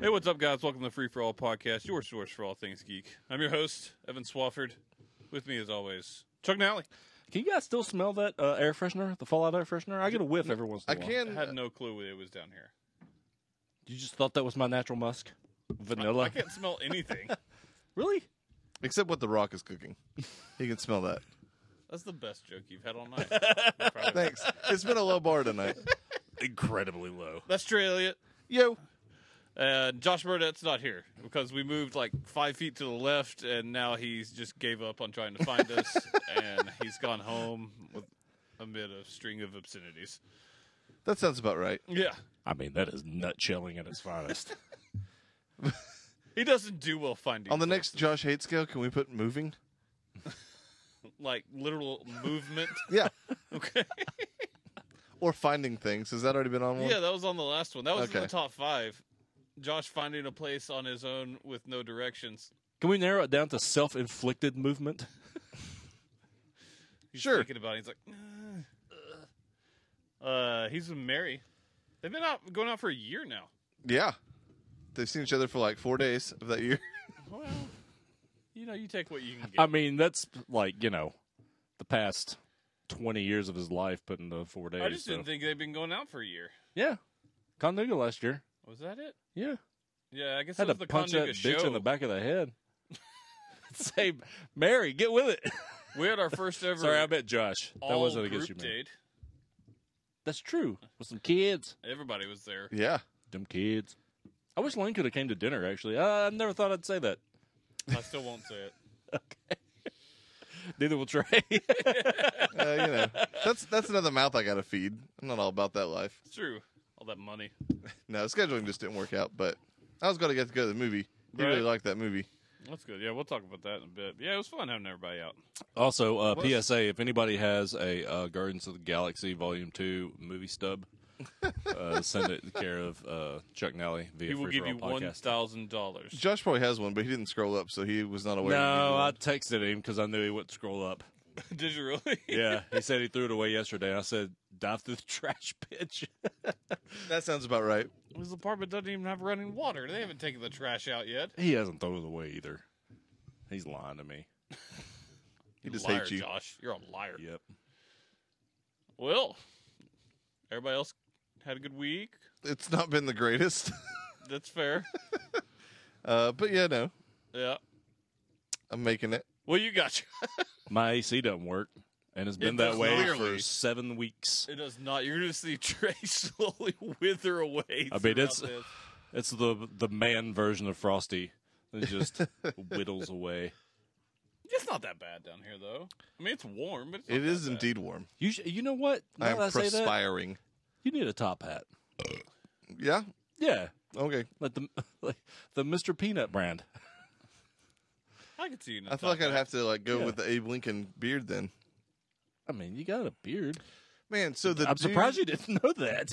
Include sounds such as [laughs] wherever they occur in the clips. Hey, what's up, guys? Welcome to the Free for All podcast, your source for all things geek. I'm your host, Evan Swafford. With me, as always, Chuck Nally. Can you guys still smell that uh, air freshener, the fallout air freshener? I get a whiff every once in I a while. I can. had no clue it was down here. You just thought that was my natural musk, vanilla. I can't smell [laughs] anything. Really? Except what The Rock is cooking. You can smell that. That's the best joke you've had all [laughs] night. Thanks. It's been a low bar [laughs] tonight. Incredibly low. That's Trey Elliott. Yo. Uh, Josh Burnett's not here because we moved like five feet to the left, and now he's just gave up on trying to find [laughs] us, and he's gone home with amid a string of obscenities. That sounds about right. Yeah, I mean, that is nutshelling at [laughs] its finest. he doesn't do well finding. On the places. next Josh hate scale, can we put moving? like literal [laughs] movement. Yeah. [laughs] Okay. Or finding things. Has that already been on one? Yeah, that was on the last one. That was in Okay. the top five. Josh finding a place on his own with no directions. Can we narrow it down to self-inflicted movement? He's Sure. thinking about it. He's like, "Ugh." uh, he's with Mary. They've been out going out for a year now. Yeah. They've seen each other for like four days of that year. [laughs] Well, you know, you take what you can get. I mean, that's like you know, the past twenty years of his life put into four days. I just so- didn't think they'd been going out for a year. yeah, Condega last year. Was that it? Yeah, Yeah, I guess had that to was the punch that Conjuga bitch show. in the back of the [laughs] head. [laughs] Say, Mary, get with it. We had our [laughs] first ever Sorry, I met Josh. That all wasn't group against you, man. date. That's true. With some kids. Everybody was there. Yeah. Them kids. I wish Lane could have came to dinner. Actually, I, I never thought I'd say that. [laughs] I still won't say it. Neither will Trey. [laughs] Uh, you know. That's that's another mouth I gotta feed. I'm not all about that life. It's true. All that money. No, scheduling just didn't work out, but I was gonna get to go to the movie. He Right. really liked that movie. That's good. Yeah, we'll talk about that in a bit. Yeah, it was fun having everybody out. also, uh, What? PSA: If anybody has a uh, Guardians of the Galaxy Volume Two [laughs] movie stub, uh, send it in care of uh, Chuck Nally via He will Free give For you All one podcast. thousand dollars. Josh probably has one, but he didn't scroll up, so he was not aware. he needed No, I one. texted him because I knew he wouldn't scroll up. [laughs] Did you really? [laughs] Yeah, he said he threw it away yesterday. I said, dive through the [laughs] trash pitch. that sounds about right. His apartment doesn't even have running water. They haven't taken the trash out yet. he hasn't thrown it away either. He's lying to me. He just liar, hates you. Josh. You're a liar. Yep. Well, everybody else had a good week. It's not been the greatest. [laughs] That's fair. Uh, but yeah, no, yeah. I'm making it. Well, you got My AC doesn't work, and it's been It that does way not. for Clearly. seven weeks. It does not. You're going to see [laughs] Trey slowly wither away. I mean, throughout it's- this. It's the the man version of Frosty. It just [laughs] whittles away. it's not that bad down here, though. I mean, it's warm, but it's not It that is bad. indeed warm. You sh- you know what? Now I am that I say that, perspiring. you need a top hat. Yeah. Yeah, Okay. like the [laughs] like the Mr. Peanut brand. I could see you. in a I feel like top I'd hat. have to like go Yeah. with the Abe Lincoln beard then. I mean, you got a beard. Man, so the I'm dude- surprised you didn't [laughs] know that.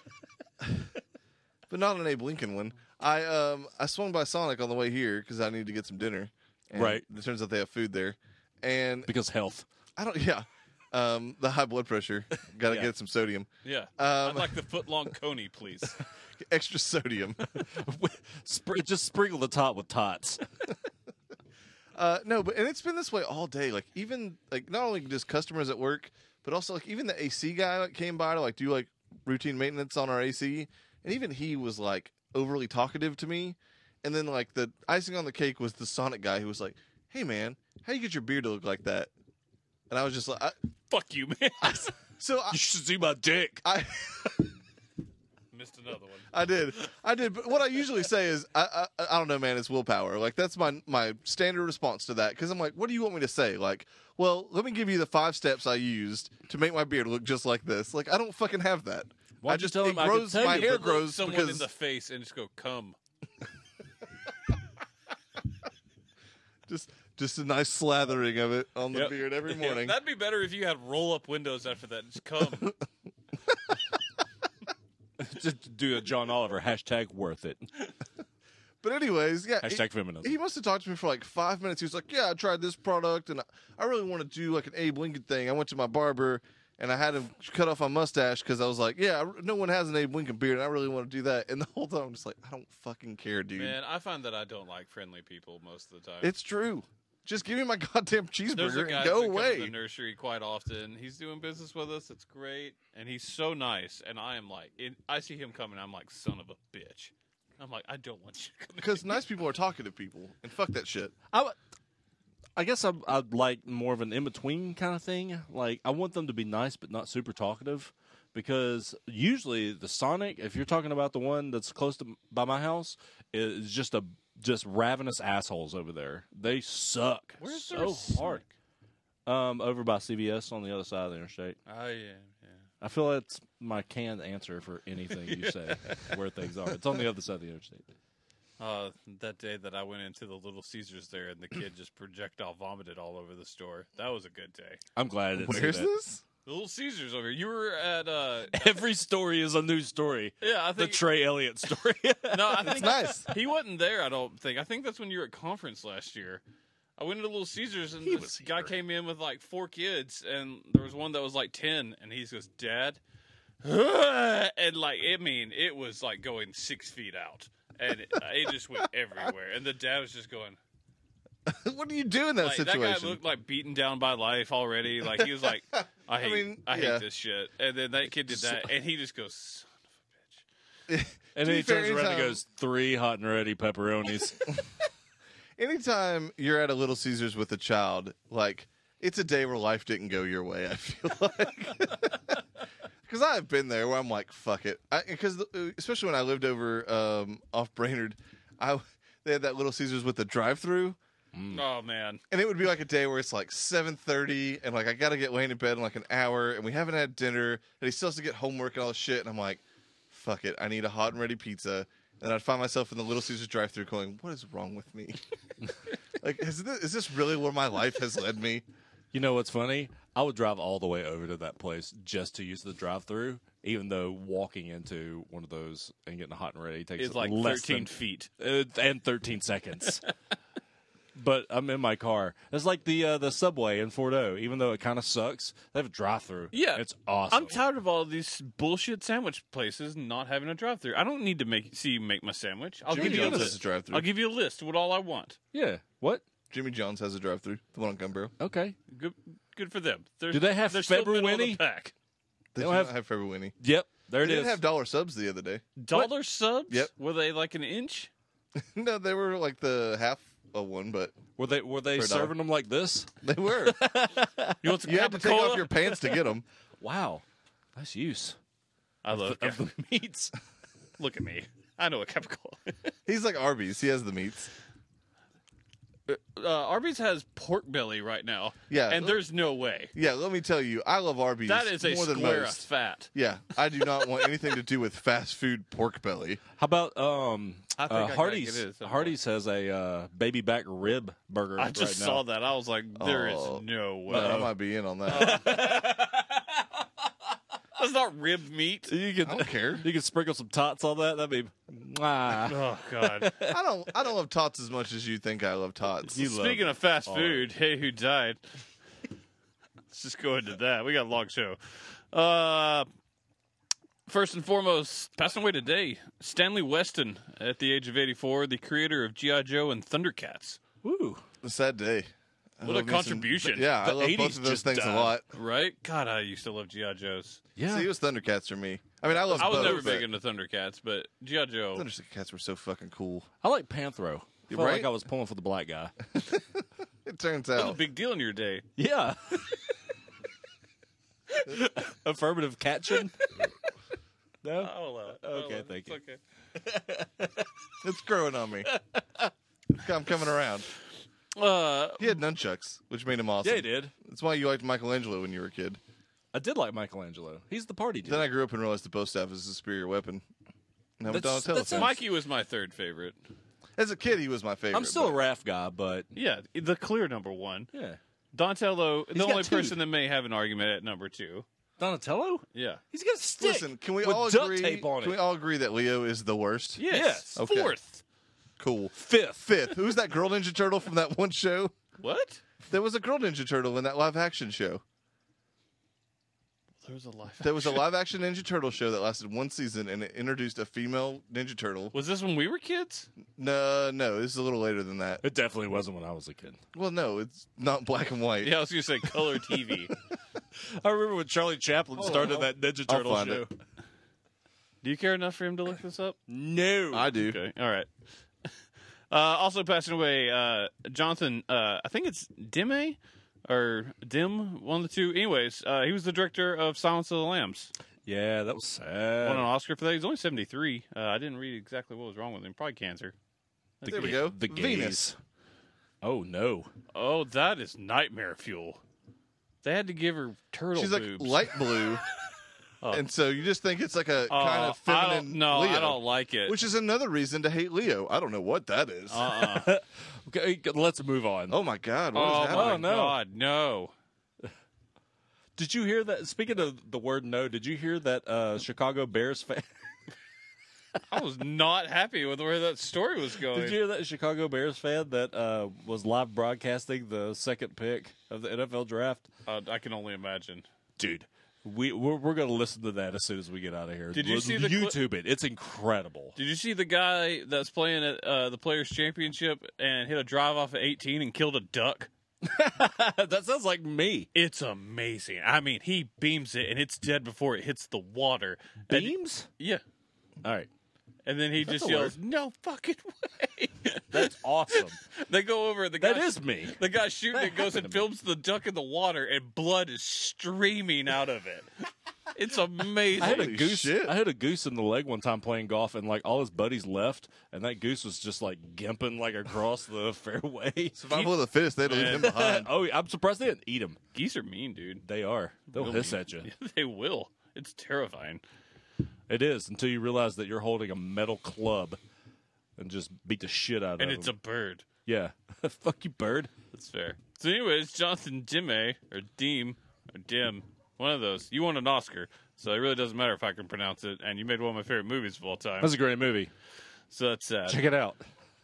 [laughs] but not an Abe Lincoln one. I um I swung by Sonic on the way here because I needed to get some dinner. And Right. It turns out they have food there, and Because health. [laughs] I don't. [laughs] Yeah. Um, the high blood pressure. Got to Yeah. get some sodium. Yeah. I'd Um, like the foot long coney, [laughs] please. extra sodium. Spr- just sprinkle the top with tots. [laughs] Uh, no, but and it's been this way all day. Like even like not only just customers at work, but also like even the AC guy like, came by to like do like routine maintenance on our AC, and even he was like overly talkative to me. And then like the icing on the cake was the Sonic guy who was like, "Hey man, how you get your beard to look like that?" And I was just like, I, Fuck you, man. "So I, [laughs] You should see my dick. [laughs] I, Missed another one. I did, I did." But what I usually say is, I, I, I don't know, man. It's willpower. Like that's my my standard response to that because I'm like, "What do you want me to say?" Like, well, let me give you the five steps I used to make my beard look just like this. Like, I don't fucking have that. Why I don't you tell it him I can grows, tell my you, hair but grows Someone because in the face and just go, come. just just a nice slathering of it on the Yep. [laughs] beard every morning. [laughs] That'd be better if you had roll up windows after that. Just come. Just do a John Oliver hashtag worth it But anyways, yeah. it- hashtag feminism. he must have talked to me for like five minutes. He was like, "Yeah, I tried this product, and I really want to do like an Abe Lincoln thing." I went to my barber, and I had him cut off my mustache because I was like, "Yeah, I- no one has an Abe Lincoln beard, and I really want to do that." And the whole time, I'm just like, "I don't fucking care, dude. Man, I find that I don't like friendly people most of the time. It's true. Just give me my [laughs] goddamn There's a cheeseburger guy and go that comes to the away." nursery quite often. He's doing business with us. It's great, and he's so nice. And I am like, it, I see him coming. I'm like, son of a bitch. I'm like, I don't want you. coming. Because nice people are talkative people, and fuck that shit. I, w- I guess I, I'd like more of an in between kind of thing. Like I want them to be nice but not super talkative, because usually the Sonic, if you're talking about the one that's close to by my house, is just a just ravenous assholes over there. They suck Where's so their hard. Um, over by CVS on the other side of the interstate. Oh yeah, yeah. I feel that's my canned answer for anything [laughs] you say where things are. It's on the other side of the interstate. Uh, that day that I went into the Little Caesars there, and the [clears throat] kid just projectile vomited all over the store. That was a good day. I'm glad I didn't see Where's that. this? The Little Caesars over here. You were at [laughs] uh, [laughs] Every story is a new story. yeah, I The think Trey Elliott story. [laughs] no, I think Nice. [laughs] he wasn't there. I don't think. I think that's when you were at conference last year. I went into Little Caesars and He this was guy here. came in with like four kids, and there was one that was like ten, and he goes, "Dad," [laughs] and like, I mean, it was like going six feet out, and it, uh, it just went everywhere. And the dad was just going, what do you do in that like, situation? That guy looked like beaten down by life already. Like he was [laughs] like, I hate, I, mean, hate yeah. this shit. And then that kid did that, and he just goes, "Son And To then be he fair, um, turns around and anytime- goes, three hot and ready pepperonis. [laughs] Anytime you're at a Little Caesars with a child, like it's a day where life didn't go your way. I feel [laughs] like because I've been there where I'm like, fuck it. Because uh, especially when I lived over um, off Brainerd, I they had that Little Caesars with the drive-through, of a bitch." Oh man, and it would be like a day where it's like 7:30, and like I gotta get Wayne to bed in like an hour, and we haven't had dinner, and he still has to get homework and all this shit, and I'm like, fuck it, I need a hot and ready pizza. And I'd find myself in the Little Caesars drive-through going, "What is wrong with me? like, is this, is this really where my life has led me?" you know what's funny? I would drive all the way over to that place just to use the drive through, even though walking into one of those and getting hot and ready takes it's like less thirteen than feet. uh, and 13 seconds. [laughs] but I'm in my car. It's like the uh, the subway in Fort O. Even though it kind of sucks, they have a drive through. Yeah. it's awesome. I'm tired of all these bullshit sandwich places not having a drive through. I don't need to make see you make my sandwich. I'll Jimmy give you a John's has a list. drive-through. I'll give you a list with all I want. yeah. What? Jimmy John's has a drive-through. The one on Gumboro. Okay. Good, good for them. They're, Do they have they're still middle of the February? pack. They don't do have- not have Forever Winnie. Yep. There They it is. didn't have dollar subs the other day. [laughs] Dollar subs? Yep. Were they like an [laughs] inch? no, they were like the half of one, but were they were they For a dollar. serving them like this? they were. You want some you had to take Capicola? off your pants to get them. Wow, nice use I [laughs] love [laughs] of the Cap- meats. Look at me. I know a [laughs] Capicola. He's like Arby's. He has the meats. uh, Arby's has pork belly right now. Yeah. and there's no way Yeah, let me tell you, I love Arby's. that is a more than square of most. fat. Yeah, I do not want anything to do with fast food pork belly. How about um I think I uh, gotta Hardee's? get it at some point. Hardee's has a uh, baby back rib burger. I just right saw now. that. I was like, there is Oh. no way. I uh, might be in on that. That's not rib [laughs] meat. You could I don't care. you could sprinkle some tots on that. That'd be mwah. [laughs] Oh God. I don't. I don't love tots as much as you think I love tots. You love Speaking of fast all food, hey, who died? Let's just go into that. We got a long show. Uh, first and foremost, passing away today, Stanley Weston, at the age of 84, the creator of G.I. Joe and Thundercats. Woo. a sad day. I What a love me some- contribution. yeah, I The love 80s both of those just things died. a lot. Right? God, I used to love G.I. Joe's. Yeah. See, it was Thundercats for me. I mean, I love. I was both, never big but into Thundercats, but G.I. Joe. Thundercats were so fucking cool. I like Panthro. Felt right? like I was pulling for the black guy. It turns That was a out. big deal in your day. Yeah. [laughs] Affirmative catching. Oh. no. I'll allow it. I'll Okay, allow it. thank oh, It's you. Okay. It's growing [laughs] on me. I'm coming around. Uh, He had nunchucks, which made him awesome. Yeah, he did. That's why you liked Michelangelo when you were a kid. I did like Michelangelo. He's the party dude. Then I grew up and realized the bow staff is a superior weapon. Now That's- Donatello that's fans. Mikey was my third favorite. As a kid, he was my favorite. I'm still a but raft guy, but Yeah, the clear number one. yeah. Donatello, the got only two. person that may have an argument at number two. Donatello? Yeah. He's got a stick. Listen, can we with all duct agree? tape on can it? we all agree that Leo is the worst? Yes. Okay. Fourth. Cool. Fifth. Fifth, who's that girl Ninja Turtle from that one show? What? There was a girl Ninja Turtle in that live action show. There was a life. There was a live action Ninja Turtle show that lasted one season and it introduced a female Ninja Turtle. [laughs] Was this when we were kids? No, no, this is a little later than that. It definitely wasn't when I was a kid. Well, no, it's not black and white. Yeah, I was gonna say color TV. I remember when Charlie Chaplin started well. that Ninja I'll Turtle find show. it. Do you care enough for him to look this up? No. I do. Okay. All right. [laughs] Uh, also passing away, uh, Jonathan. Uh, I think it's Dime or Dim, one of the two. Anyways, uh, he was the director of Silence of the Lambs. yeah, that was Won sad. an Oscar for that. He's only seventy three. Uh, I didn't read exactly what was wrong with him. Probably cancer. There we go. The Venus. gays. Oh no. Oh, that is nightmare fuel. They had to give her turtle She's like boobs. light blue. [laughs] Oh. And so you just think it's like a Oh, kind of I don't, feminine no, Leo, I don't like it. which is another reason to hate Leo. I don't know [laughs] what that is. uh-uh. Okay, let's move on. oh my god, what is oh my happening? no. god, no! Did you hear that? Speaking of the word no, did you hear that uh, Chicago Bears fan? [laughs] I was not happy with where that story was going. Did you hear that Chicago Bears fan that uh, was live broadcasting the second pick of the NFL draft? Uh, I can only imagine. Dude, we we're, we're going to listen to that as soon as we get out of here. Did you Let's see the cli- YouTube it? [laughs] It's incredible. [laughs] Did you see the guy that's playing at uh, the Players Championship and hit a drive off at 18 and killed a duck? that sounds like me. It's amazing. I mean, he beams it and it's dead before it hits the water. And- Beams. yeah. All right, And then he That's just a word. yells, "No fucking [laughs] way!" that's awesome. they go over. The guy, that is me. the guy shooting That it goes happened and to me. films the duck in the water, and blood is streaming out of it. It's amazing. I had a Holy goose. shit. I had a goose in the leg one time playing golf, and like all his buddies left, and that goose was just like gimping like across the [laughs] fairway. Survival of the fittest. They had to [laughs] leave him behind. [laughs] oh, I'm surprised they didn't eat him. Geese are mean, dude. They are. They'll Will hiss mean. at you. Yeah, [laughs] they will. It's terrifying. It is until you realize that you're holding a metal club and just beat the shit out And of it's a bird. yeah. [laughs] Fuck you, bird. That's fair. So, anyways, Jonathan Dimme or Deem or Dim, one of those. You won an Oscar, so it really doesn't matter if I can pronounce it. And you made one of my favorite movies of all time. That's a great movie. so that's sad. Check it out.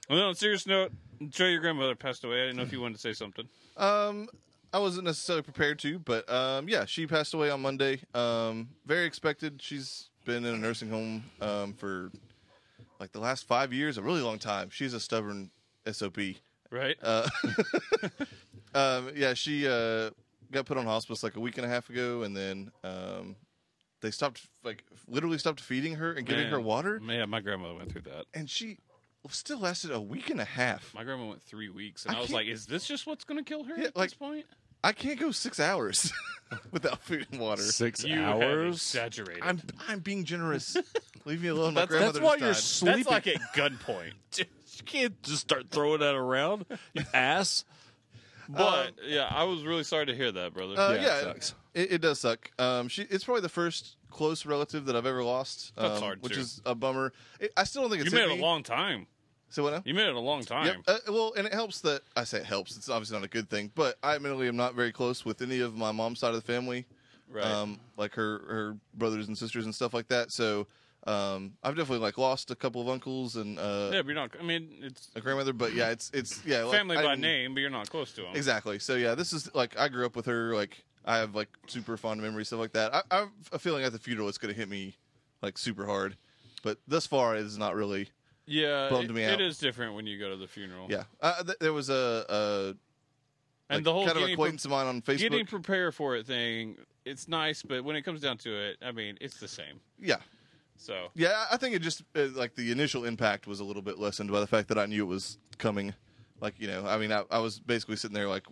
Well, on a serious note, Joe, your grandmother passed away. I didn't know if you wanted to say something. Um, I wasn't necessarily prepared to, but um, yeah, she passed away on Monday. Um, very expected. She's been in a nursing home um, for like the last five years, a really long time. She's a stubborn SOB. Right? Uh, um, yeah, she uh, got put on hospice like a week and a half ago, and then um, they stopped, like, literally stopped feeding her and giving Man. her water, yeah, my grandmother went through that. and she still lasted a week and a half. My grandma went three weeks, and I I, was can't- like, "Is this just what's going to kill her Yeah, at like- this point?" I can't go six hours [laughs] without food and water. Six You have hours. exaggerated. I'm I'm [laughs] being generous. Leave me alone. My That's- grandmother That's why just you're died. sleeping. That's like at gunpoint. [laughs] Uh, [laughs] you can't just start throwing that around, you [laughs] ass. But yeah, I was really sorry to hear that, brother. Uh, Yeah, it yeah, sucks. It, it does suck. Um, she it's probably the first close relative that I've ever lost. Um, That's hard, which too. is a bummer. It, I still don't think you it's made hit it a me. long time. So what now? You made it a long time. Yep. Uh, well, and it helps that I say it helps. It's obviously not a good thing, but I admittedly am not very close with any of my mom's side of the family. Right. um, like her her brothers and sisters and stuff like that. So um, I've definitely like lost a couple of uncles and uh, yeah, but you're not. I mean, it's a grandmother. But yeah, it's it's yeah like, family I by didn't- name, but you're not close to them. Exactly. So yeah, this is like I grew up with her. Like I have like super fond memories, stuff like that. I, I have a feeling at the funeral it's going to hit me like super hard, but thus far it is not really. Yeah, Bummed it- me it out. is different when you go to the funeral. Yeah, uh, th- there was a, a like, and the whole kind of getting, pre- acquaintance of mine on Facebook. getting prepare for it thing, it's nice, but when it comes down to it, I mean, it's the same. yeah, So yeah. I think it just uh, like the initial impact was a little bit lessened by the fact that I knew it was coming. Like you know, I mean, I, I was basically sitting there like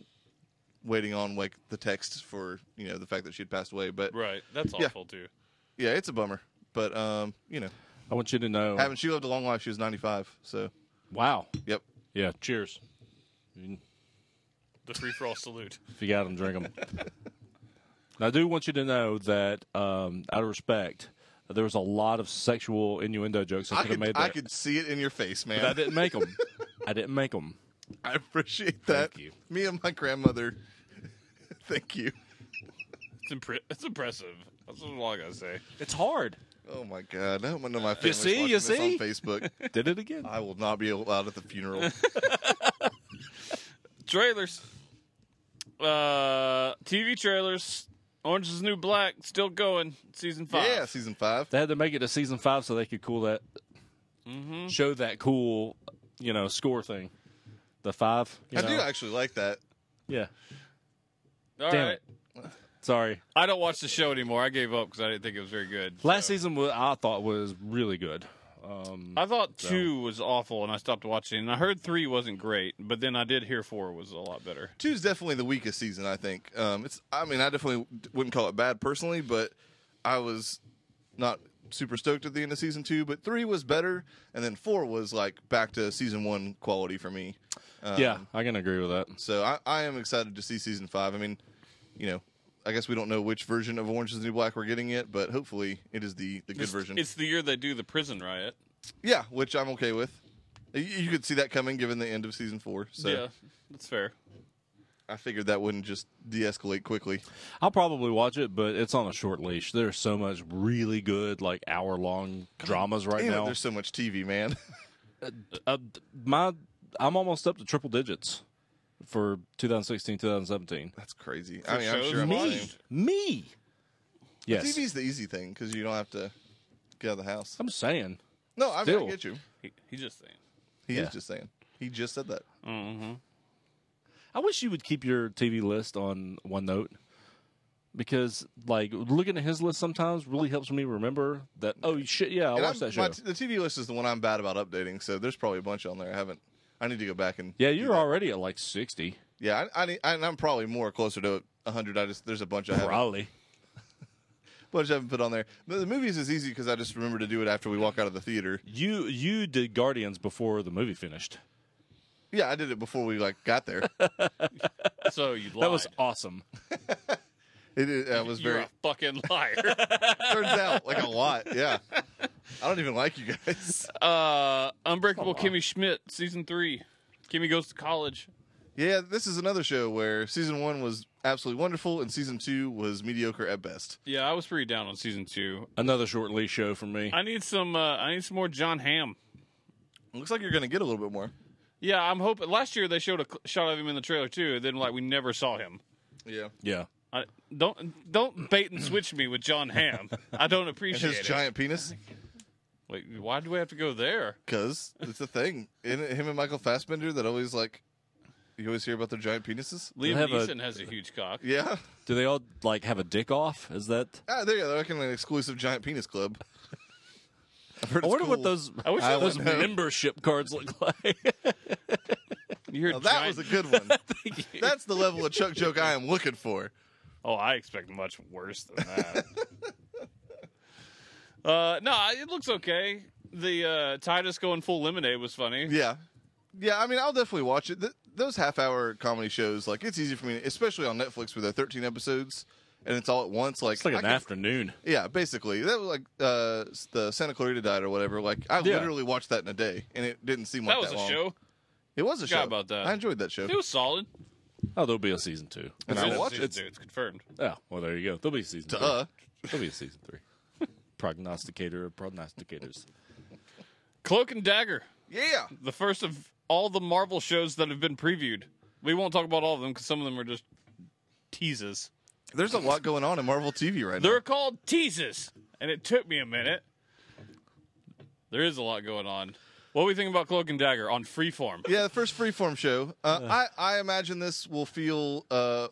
waiting on like the text for you know the fact that she had passed away. But right, that's Yeah. awful too. yeah, it's a bummer. But um, you know, I want you to know. having she lived a long life, she was ninety five. So wow. yep. Yeah. Cheers. You- The free for all salute. If you got them, drink them. [laughs] I do want you to know that, um, out of respect, there was a lot of sexual innuendo jokes I I could have could, made. I there. could see it in your face, man. but I didn't make them. I didn't make them. [laughs] I appreciate that. Thank you. Me and my grandmother. [laughs] Thank you. It's impre- it's impressive. That's all I gotta say. It's hard. Oh my god! I hope none of my You family's see, watching you this see? on Facebook. Did it again. I will not be allowed at the funeral. Trailers. Uh, TV trailers. Orange is the New Black still going. Season five. yeah, season five. They had to make it to season five so they could cool that, Mm-hmm. show that cool, you know, score thing. The five. you I do know? actually like that. Yeah. All right. Damn it. Sorry. I don't watch the show anymore. I gave up because I didn't think it was very good. Last so. season, wa- I thought was really good. Um, I thought two was awful, and I stopped watching. And I heard three wasn't great, but then I did hear four was a lot better. Two's definitely the weakest season. I think. Um, it's. I mean, I definitely wouldn't call it bad personally, but I was not super stoked at the end of season two. But three was better, and then four was like back to season one quality for me. Um, yeah, I can agree with that. So I, I am excited to see season five. I mean, you know, I guess we don't know which version of Orange Is the New Black we're getting yet, but hopefully it is the the good It's- version. It's the year they do the prison riot. Yeah, which I'm okay with. You, you could see that coming given the end of season four. So yeah, that's fair. I figured that wouldn't just de escalate quickly. I'll probably watch it, but it's on a short leash. There's so much really good, like hour long dramas right Damn it, now. there's so much TV, man. [laughs] uh, d- my I'm almost up to triple digits for 2016, 2017. That's crazy. For I mean, I'm shows sure I'm watching. the same. me. Yes, TV's the easy thing because you don't have to get out of the house. I'm saying. No, I, mean, I Still. get you. He, he's just saying. He Yeah. is just saying. He just said that. Mm-hmm. I wish you would keep your TV list on OneNote because, like, looking at his list sometimes really helps me remember that. Oh shit, yeah, I And watched I'm- that show. my t- the TV list is the one I'm bad about updating, so there's probably a bunch on there I haven't. I need to go back and yeah, do you're that. already at like 60. Yeah, I, I, need- I, and I'm probably more closer to 100. I just there's a bunch I haven't Probably. bunch I haven't put on there. The, the movies is easy because I just remember to do it after we walk out of the theater. You you did Guardians before the movie finished. Yeah, I did it before we like got there. So you lied. That was awesome. It, it I [laughs] was You're very a fucking liar. turns out like a lot. Yeah, I don't even like you [laughs] guys. uh, Unbreakable Kimmy Schmidt season three. Kimmy goes to college. Yeah, this is another show where season one was absolutely wonderful and season two was mediocre at best. Yeah, I was pretty down on season two. Another short leash show for me. I need some. Uh, I need some more John Hamm. Looks like you're gonna get a little bit more. Yeah, I'm hoping. Last year they showed a cl- shot of him in the trailer too. And then like we never saw him. Yeah, yeah. I, don't don't bait and switch me with John Hamm. I [laughs] don't and appreciate his it. giant penis Wait, why do we have to go there? because it's a thing. In him and Michael Fassbender that always like you always hear about their giant penises. Liam have a- Neeson has a huge cock. Yeah, Do they all like have a dick off? Is that? ah, there you go. They're like an exclusive giant penis club. [laughs] I've heard I it's wonder what cool. those I wish I those would know. membership cards look like. You hear Now, that giant- was a good one. [laughs] That's the level of Chuck joke I am looking for. Oh, I expect much worse than that. [laughs] uh, no, I- it looks okay. The uh, Titus going full lemonade was funny. Yeah, yeah. I mean, I'll definitely watch it. Th- those half-hour comedy shows, like it's easy for me, especially on Netflix, where they're 13 episodes and it's all at once. Like, it's like I an can- afternoon. yeah, basically that was like uh, s- the Santa Clarita Diet or whatever. Like, I Yeah. literally watched that in a day, and it didn't seem like that that, was a long. show. It was a Forgot show about that. I enjoyed that show. It was solid. Oh, there'll be a season two. And I'll It's- watch it's, it. It's confirmed. Oh, well, there you go. There'll be a season. Duh. Three. There'll be a season three. Prognosticator of prognosticators. Cloak and Dagger, Yeah. the first of all the Marvel shows that have been previewed. We won't talk about all of them because some of them are just teases. There's a lot going on in Marvel TV right They're called teases, and it took me a minute. There is a lot going on. What do we think about Cloak and Dagger on Freeform? yeah, the first freeform show. Uh, I I imagine this will feel uh,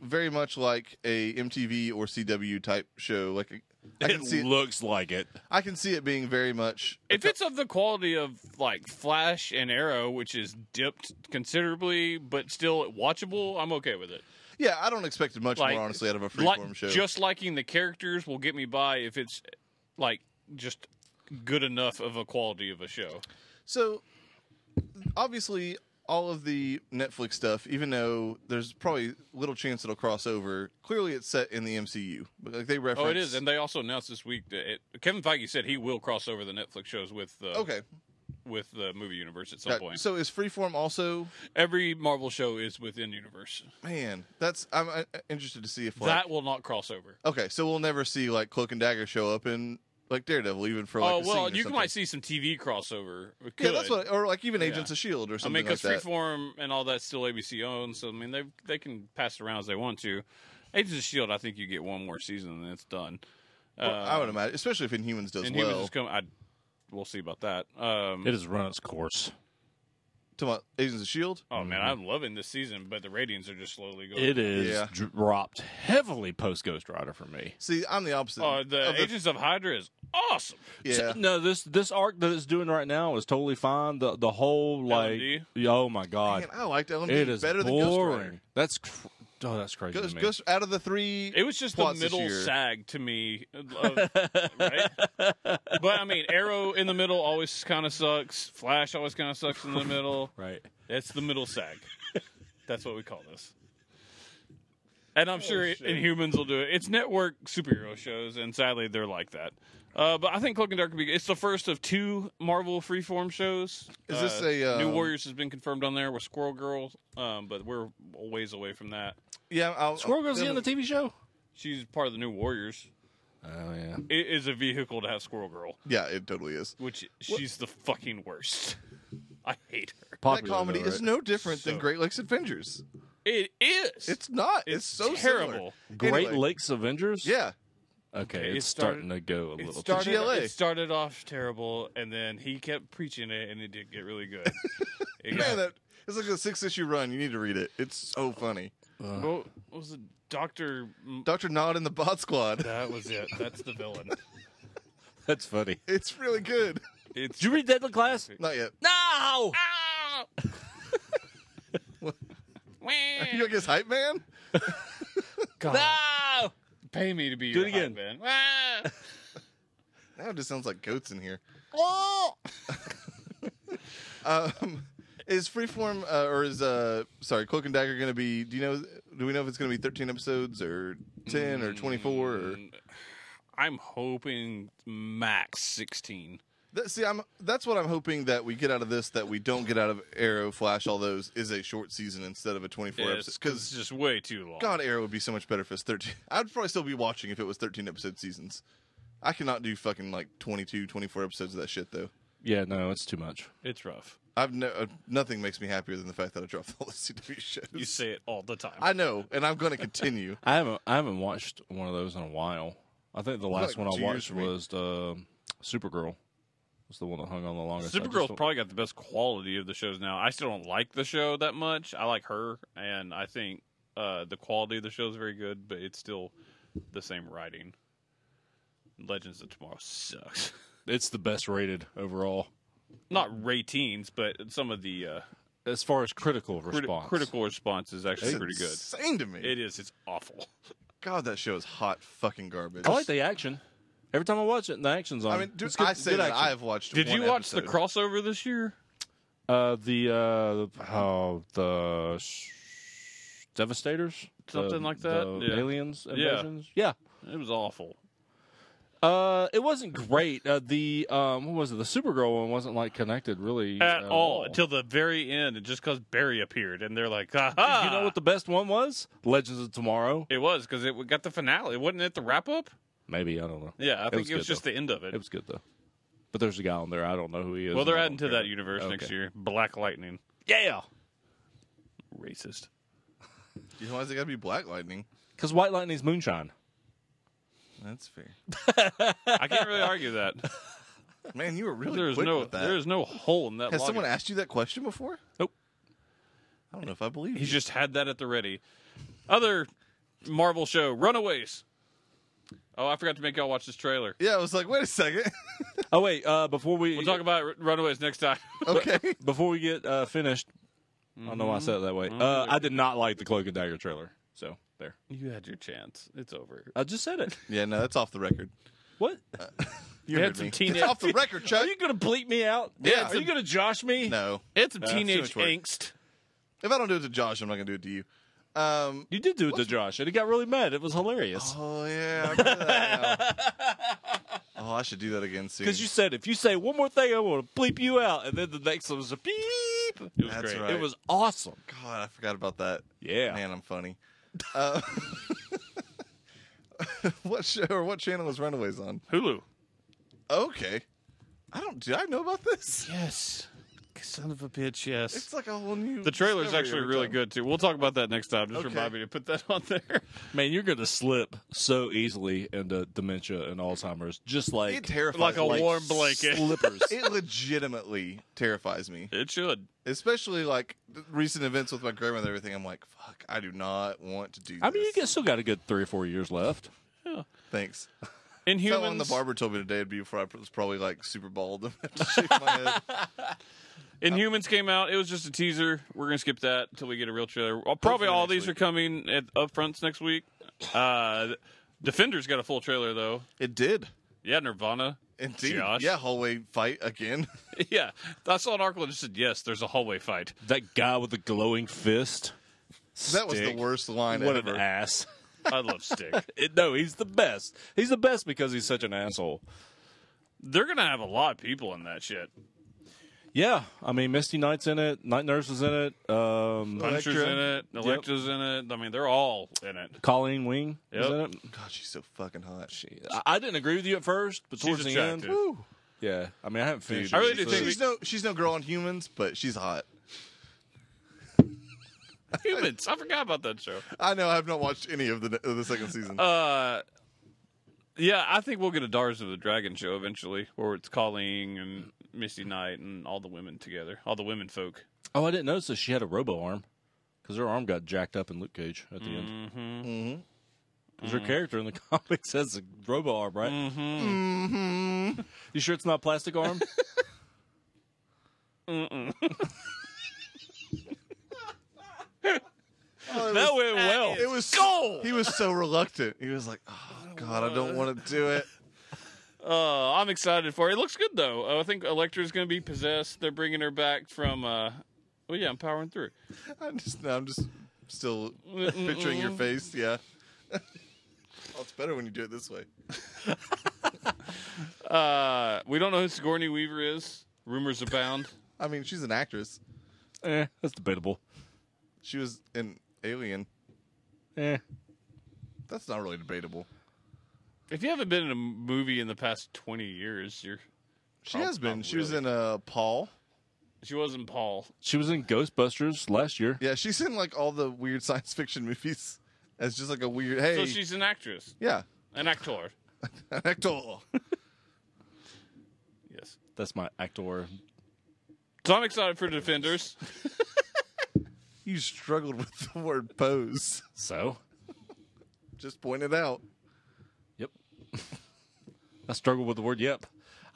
very much like a MTV or CW type show. Like a- I can see it, looks like it. I can see it being very much. If it's of the quality of like Flash and Arrow, which is dipped considerably but still watchable, I'm okay with it. Yeah, I don't expect much Like- more honestly out of a Like, freeform show. just liking the characters will get me by if it's like just good enough of a quality of a show. So obviously, all of the Netflix stuff, even though there's probably little chance it'll cross over, clearly it's set in the MCU. Like they reference. Oh, it is, and they also announced this week that it, Kevin Feige said he will cross over the Netflix shows with uh, okay. with the movie universe at some Got- point. So is Freeform also? Every Marvel show is within universe. Man, that's I'm uh, interested to see if like, That will not cross over. Okay, so we'll never see like Cloak and Dagger show up in like Daredevil, even for like. oh a well, scene or you something. might see some TV crossover. We Yeah, could. that's what, or like even Yeah. Agents of Shield E or I something mean, like because that. Freeform and all that's still ABC owned, so I mean they they can pass it around as they want to. Agents of Shield, I think you get one more season and then it's done. Well, I would Um, imagine, especially if Inhumans does and well. Humans is coming. I we'll see about that. Um, It has run its course. Talking about Agents of Shield, oh man, I'm loving this season, but the ratings are just slowly going. It is Yeah. dropped heavily post Ghost Rider for me. see, I'm the opposite. Oh, the of the- Agents of Hydra is awesome. yeah, So- no, this this arc that it's doing right now is totally fine. The the whole like L&D? oh my god, Man, I liked LMD it is better than Ghost Rider. boring. That's cr- oh that's crazy. Ghost, to me. Ghost, out of the three, It was just plots the this middle year. sag to me, of- right? But I mean, Arrow in the middle always kind of sucks. Flash always kind of sucks in the middle. right. Oh, It's the middle [laughs] sag. That's what we call this. And I'm sure Oh, shit. Inhumans will do it. It's network superhero shows, and sadly, they're like that. Uh, but I think Cloak and Dark will be. It's the first of two Marvel freeform shows. Uh, Is this a, New um, Warriors has been confirmed on there with Squirrel Girl, um, but we're a ways away from that. yeah, I'll, Squirrel Girl's I'll- in the TV show. She's part of the New Warriors. Oh yeah. It is a vehicle to have Squirrel Girl, Yeah, it totally is. which she's the fucking worst. [laughs] I hate her. that comedy is no different So- than Great Lakes Adventures. It is. It's not. It's, It's so similar. terrible. Great Anyway, Lakes Avengers. [clears throat] Yeah, Okay, Okay, it it's started- starting to go a It little. started, GLA. it started off terrible, and then he kept preaching it, and it did get really [laughs] good. It got- man, that it's like a six issue run. You need to read it. It's so funny. what, what was it? Doctor. Doctor Nod and the Bot Squad. [laughs] That was it. That's the villain. [laughs] That's funny. It's really good. It's Did you read that in class? Not yet. No. [laughs] Ah! What? Wah! You guess hype man? God, No. Pay me to be Do your it hype again. man. Wah! Now it just sounds like goats in here. Oh. Um, [laughs] is Freeform uh, or is uh sorry Cloak and Dagger going to be? Do you know? Do we know if it's going to be thirteen episodes or ten Mm. or twenty four? Or I'm hoping max sixteen. that, see, I'm that's what I'm hoping that we get out of this that we don't get out of Arrow, Flash, all those is a short season instead of a twenty four episode. It's, it's Because just way too long. God, Arrow would be so much better if it's thirteen. [laughs] I'd probably still be watching if it was thirteen episode seasons. I cannot do fucking like 22, 24 episodes of that shit though. Yeah, no, it's too much. It's rough. I've no, uh, nothing makes me happier than the fact that I dropped [laughs] all the CW shows. You say it all the time. I know, and I'm going [laughs] to continue. I haven't I haven't watched one of those in a while. I think the last one like I two years watched for me. was the Supergirl. Was the one that hung on the longest. I just Supergirl's don't- probably got the best quality of the shows now. I still don't like the show that much. I like her, and I think uh, the quality of the show is very good, but it's still the same writing. Legends of Tomorrow sucks. [laughs] it's the best rated overall Not ratings, but some of the uh, as far as critical criti- response. critical response is actually It's pretty good. Insane to me. It is. It's awful. God, that show is hot fucking garbage. I like the action. Every time I watch it, the action's on. I mean, dude, It's good- I say good that action. I've watched. Did one you watch the episode. crossover this year? Uh, the uh, oh, the sh- Devastators, Something The- like that? the Yeah. Aliens Yeah. invasions. Yeah. It was awful. Uh, it wasn't great. Uh, the um, what was it? The Supergirl one wasn't like connected really uh, At all, until the very end, and just because Barry appeared, and they're like, "Ha ha!" [laughs] you know what the best one was? Legends of Tomorrow. It was because it got the finale. Wasn't it the wrap up? Maybe I don't know. Yeah, I think was it was good, just the end of it. It was good though. But there's a guy on there. I don't know who he is. well, they're and I adding to don't that care. universe next Okay. year. Black Lightning. Yeah, Racist. You know why it got to be Black Lightning? because White Lightning's moonshine. That's fair. I can't really argue that. Man, you were [laughs] really There's quick no with that. there's no hole in that. Has logic. someone asked you that question before? Nope. I don't know if I believe He's you. just had that at the ready. Other Marvel show, Runaways. Oh, I forgot to make y'all watch this trailer. Yeah, I was like, wait [laughs] a second. Oh wait, uh, before we We'll talk about Ru- Runaways next time. [laughs] okay. before we get uh, finished, I don't know why I said it that way. Mm-hmm. Uh, I did not like the Cloak and Dagger trailer. So there, you had your chance. It's over. I just [laughs] said it. yeah, no, that's off the record. What? You We had heard some me. teenage- It's off the record, Chuck. Are you gonna bleep me out? Yeah. Are you gonna josh me? No. It's some too teenage much work. angst. If I don't do it to Josh, I'm not going to do it to you. Um, You did do it to Josh, and he got really mad. It was hilarious. oh yeah. I [laughs] remember that now. oh, I should do that again soon. Because you said, if you say one more thing, I'm going to bleep you out. And then the next one was a beep. It was That's great. right. It was awesome. God, I forgot about that. Yeah. Man, I'm funny. Uh, [laughs] what show or what channel is Runaways on? Hulu. Okay. I don't. Do I know about this? Yes. Son of a bitch, yes. It's like a whole new. the trailer's discovery actually every really time. good too. We'll talk about that next time. Just Okay. remind me to put that [laughs] on there. Man, you're going to slip so easily into dementia and Alzheimer's, just like It terrifies Like a me. warm blanket. slippers. [laughs] It legitimately terrifies me, It should. especially like the recent events with my grandmother. and Everything. I'm like, fuck. I do not want to do. I mean, you this. get- still got a good three or four years left. thanks. In Someone humans, the barber told me today it'd be before I was probably like super bald. [laughs] to shave my head. [laughs] in humans came out. It was just a teaser. We're gonna skip that until we get a real trailer. Well, Probably Hopefully all next these week. are coming at upfronts next week. Uh, Defenders got a full trailer though. It did. Yeah, Nirvana. [laughs] Indeed. Josh. Yeah, hallway fight again. [laughs] yeah, I saw an article that just said yes. There's a hallway fight. That guy with the glowing fist. That was the Stick. worst line What ever. an ass. [laughs] I love [laughs] Stick. It- no, he's the best. He's the best because he's such an asshole. They're gonna have a lot of people in that shit. Yeah, I mean, Misty Knight's in it. Night Nurse is in it. Um, Puncher's Electra. in it. Electra's in it. I mean, they're all in [laughs] it. Colleen Wing is Yep. in it. God, she's so fucking hot. She, I, I didn't agree with you at first, but She's towards the end, attractive. woo. yeah. I mean, I haven't finished. I it, really do so- think She's no she's no girl on humans, but she's hot. Humans. I forgot about that show. I know I have not watched any of the of the second season. Uh, yeah, I think we'll get a Dars of the Dragon show eventually, where it's Colleen and Misty Knight and all the women together, all the women folk. Oh, I didn't notice that she had a robo arm because her arm got jacked up in Luke Cage at the end. Mm-hmm. Mhm. Because her character in the [laughs] comics has a robo arm, right? Mm-hmm. You sure it's not plastic [laughs] arm? Oh, it That was- went well. it was He was so reluctant. He was like, "Oh God, I [laughs] don't want to do it." Uh, I'm excited for it. It looks good though. Uh, I think Electra's going to be possessed. They're bringing her back from. Uh, well, yeah, I'm powering through. I'm just, no, I'm just still picturing your face. Yeah. [laughs] well, it's better when you do it this way. Uh, we don't know who Sigourney Weaver is. Rumors abound. I mean, she's an actress. eh, that's debatable. She was an alien. Eh. That's not really debatable. if you haven't been in a movie in the past 20 years, you're. She Prob- has been. not She was really. in uh, Paul. She wasn't Paul. She was in Ghostbusters last year. Yeah, she's in like all the weird [laughs] science fiction movies as just like a weird. Hey, So she's an actress, yeah, an actor. an actor. [laughs] Yes. That's my actor. So I'm excited for Defenders. You struggled with the word pose. [laughs] So, Just point it out. yep. [laughs] I struggle with the word yep.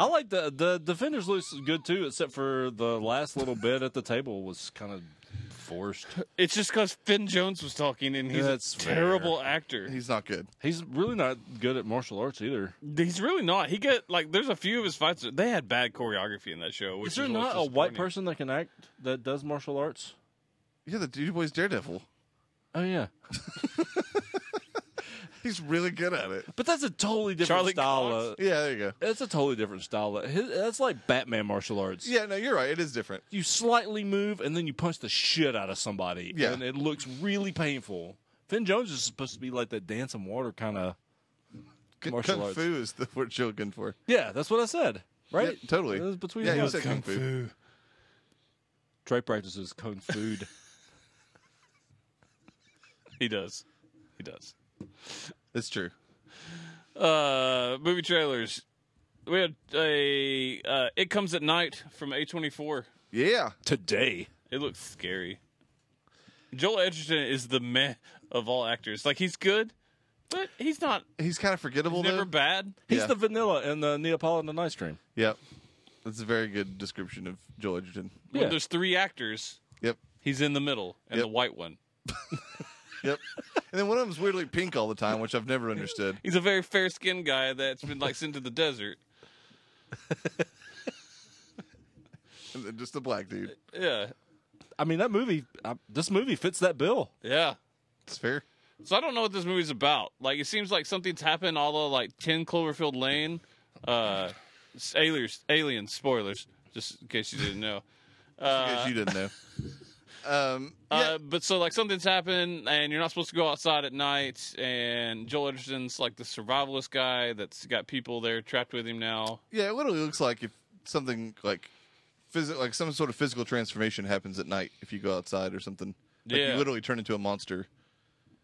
I like the the defenders looks good too, except for the last little bit at the table was kind of forced. It's just because Finn Jones was talking, and he's That's a terrible actor. He's not good. He's really not good at martial arts either. He's really not. He get like there's a few of his fights. that- They had bad choreography in that show. Which Is there what's not a white disappointing. person that can act that does martial arts? Yeah, the dude boy's Daredevil. Oh yeah, He's really good at it. but that's a totally different Charlie style. Cox? Of, Yeah, there you go. That's a totally different style. of- his- That's like Batman martial arts. Yeah, no, you're right. It is different. You slightly move and then you punch the shit out of somebody. Yeah. And it looks really painful. Finn Jones is supposed to be like that dancing water kind of. Kung- Martial Kung arts. fu is the [laughs] word you're looking for. Yeah, that's what I said. Right? Yeah, totally. It was between yeah, the you lines. said kung fu. Trey practices kung fu. [laughs] He does. He does. It's true. Uh, movie trailers. We had a uh, It Comes at Night from A24. Yeah, today. It looks scary. Joel Edgerton is the meh of all actors. Like he's good, but he's not. he's kind of forgettable. He's never though. bad. He's Yeah. the vanilla in the Neapolitan ice cream. Yep, that's a very good description of Joel Edgerton. When there's three actors, Yep, he's in the middle and Yep. the white one. [laughs] yep. and then one of them's weirdly pink all the time, which I've never understood. He's a very fair skinned guy that's been like sent to the desert. And then Just a black dude. Yeah. I mean, that movie, uh, this movie fits that bill. Yeah. It's fair. So I don't know what this movie's about. Like, it seems like something's happened, all the like ten Cloverfield Lane, uh, s- aliens, aliens, spoilers, just in case you didn't know. In Uh, case you [laughs] didn't know. um, [laughs] yeah, uh, but so like something's happened, and you're not supposed to go outside at night. And Joel Edgerton's like the survivalist guy that's got people there trapped with him now. yeah, it literally looks like if something like phys- like some sort of physical transformation happens at night if you go outside or something. Like Yeah. you literally turn into a monster.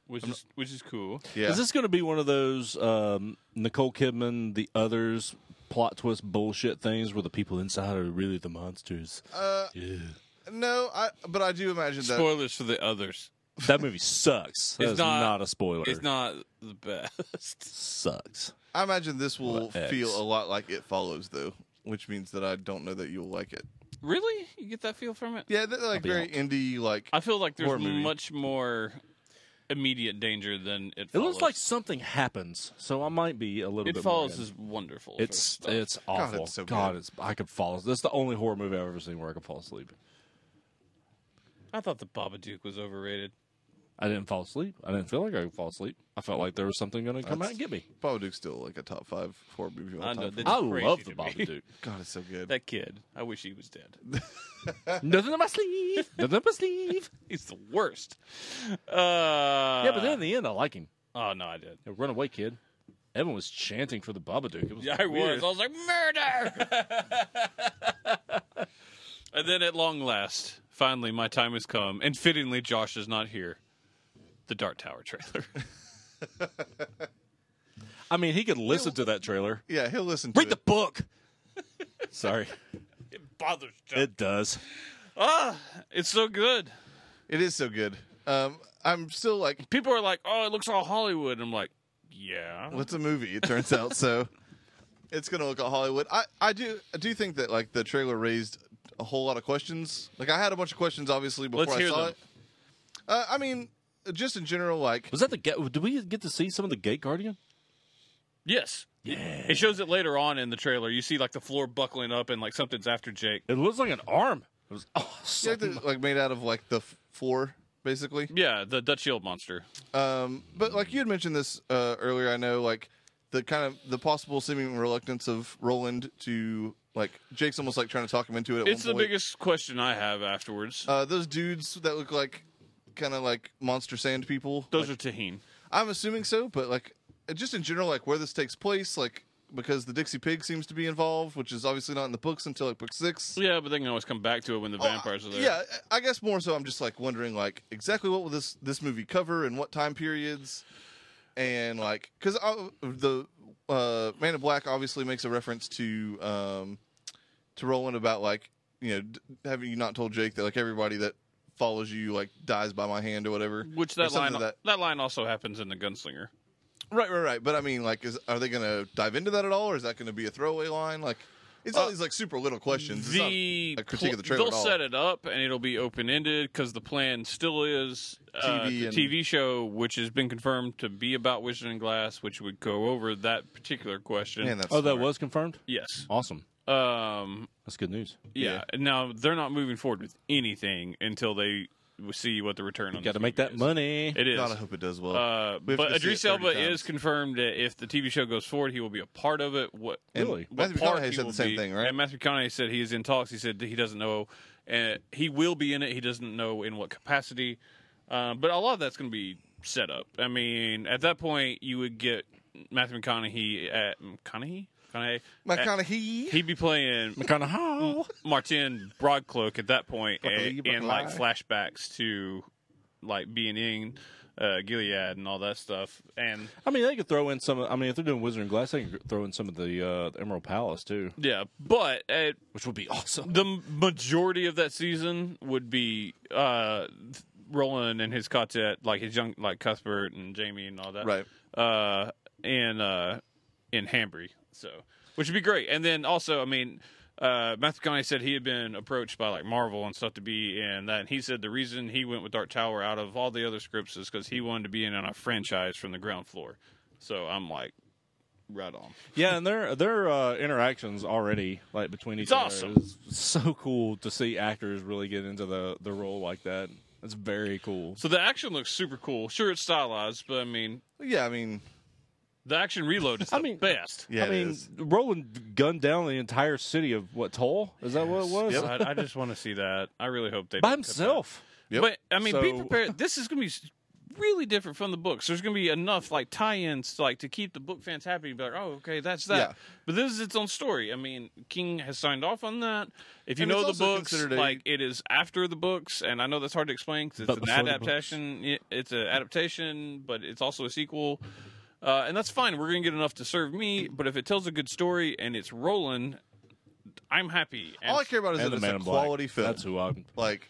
Which is which is cool. Yeah. Is this going to be one of those um, Nicole Kidman, the others plot twist bullshit things where the people inside are really the monsters? uh, Yeah. no, I but I do imagine that Spoilers for the others. That movie sucks. That's not- not, a spoiler. It's not the best. [laughs] sucks. I imagine this will Well, X. feel a lot like it follows though, which means that I don't know that you'll like it. really? You get that feel from it? Yeah, they're like be very out. indie like I feel like Horror there's movie. much more immediate danger than it. It Follows. looks like something happens, so I might be a little it bit. follows more in. is wonderful. for It's stuff. it's awful. it's so good. it's I could fall. That's the only horror movie I've ever seen where I could fall asleep. I thought the Babadook was overrated. I didn't fall asleep. I didn't feel like I could fall asleep. I felt like there was something going to come out and get me. Babadook's still like a top five horror movie of all I time. know, for did- me. I crazy love to the me. Babadook. God, it's so good. That kid, I wish he was dead. [laughs] Nothing up my sleeve. Nothing up my sleeve. He's the worst. Uh, yeah, but then in the end, I like him. oh no, I did. Yeah, run away, kid. Evan was chanting for the Babadook. It was Yeah, I weird. was. I was like murder. [laughs] and then at long last, finally, my time has come, and fittingly, Josh is not here. The Dart Tower trailer. I mean, he could listen to that trailer. yeah, he'll listen to Read the it. book. [laughs] Sorry, it bothers Josh. it does. ah, it's so good. it is so good. Um, I'm still like, People are like, "Oh, it looks all Hollywood." I'm like, "Yeah." what's a movie? It turns out so. It's gonna look at Hollywood. I, I do I do think that like the trailer raised a whole lot of questions. Like I had a bunch of questions obviously before Let's I hear saw them. it. Uh, I mean, just in general, like Was that the gate? Did we get to see some of the Gate Guardian? Yes. Yeah. It shows it later on in the trailer. You see like the floor buckling up and like something's after Jake. It looks like an arm. It was Yeah, awesome. like, the- like made out of like the f- floor basically. Yeah, the Dutch Shield monster. Um, but like you had mentioned this uh, earlier, I know like the kind of the possible seeming reluctance of Roland to like Jake's almost like trying to talk him into it. At It's one the point. biggest question I have afterwards. Uh, those dudes that look like kind of like monster sand people. Those are Tahine. I'm assuming so, but like uh, just in general, like where this takes place, like because the Dixie Pig seems to be involved, which is obviously not in the books until like book six. Yeah, but they can always come back to it when the Oh, vampires are there. Yeah, I guess more so. I'm just like wondering, like exactly what will this this movie cover and what time periods, and like because the uh, Man in Black obviously makes a reference to um, to Roland about like you know d- having you not told Jake that like everybody that follows you like dies by my hand or whatever. Which Or that line something that. line also happens in the Gunslinger. right, right, right. But I mean, like, is are they going to dive into that at all, or is that going to be a throwaway line? Like, it's all Uh, these like super little questions. It's not- The a critique of the trailer They'll at all. set it up and it'll be open ended because the plan still is uh, TV the and- TV show, which has been confirmed to be about Wizard and Glass, which would go over that particular question. man, that's oh, that smart. was confirmed. yes. Awesome. Um, That's good news. Yeah. Now they're not moving forward with anything until they w- see what the return on. Got to this make movie that is. money. It is. God, I hope it does well. uh, we but have to see it Idris 30 Elba times. is confirmed that if the TV show goes forward, he will be a part of it. What And Really? what Matthew part McConaughey he said will the same be. thing, right? And Matthew McConaughey said he is in talks. He said that he doesn't know. Uh, he will be in it. He doesn't know in what capacity. Uh, but a lot of that's going to be set up. I mean, at that point, you would get Matthew McConaughey at McConaughey. McConaughey. At- McConaughey. He'd be playing McConaughey. Martin Broadcloak at that point Broccoli, and, and like broccoli. flashbacks to like being in uh, Gilead and all that stuff. And I mean, they could throw in some. I mean, if they're doing Wizard and Glass, they could throw in some of the, uh, the Emerald Palace too, yeah, but uh, which would be awesome. the majority of that season would be uh, Roland and his quartet, like his young, like Cuthbert and Jamie and all that, Right. Uh, in uh, in Hambury, so which would be great. And then also, I mean, uh, Matthew McConaughey said he had been approached by like Marvel and stuff to be in that. And he said the reason he went with Dark Tower out of all the other scripts is because he wanted to be in on a franchise from the ground floor. So I'm like, right on. [laughs] Yeah, and their their uh, interactions already like between each It's other awesome. is so cool to see actors really get into the the role like that. That's very cool. So the action looks super cool. Sure, it's stylized, but I mean, Yeah, I mean, the action reload is the I mean- best. yeah, I it mean, is. Roland gunned down the entire city of what Toll? Is that what it was? So I, I just want to see that. I really hope they By don't cut that. himself. Yep. But I mean, be So- prepared. This is going to be s- really different from the books. There's going to be enough like tie-ins like to keep the book fans happy. and Be like, oh, okay, that's that. Yeah. But this is its own story. I mean, King has signed off on that. If you And know the it's also books, considered a- like it is after the books, and I know that's hard to explain because it's But an before the books. adaptation. y- It's an adaptation, but it's also a sequel. Uh, and that's fine. We're going to get enough to serve me. But if it tells a good story and it's rolling, I'm happy. And all I care about is And that the it's Man a in Black. quality film. That's who I'm. Like,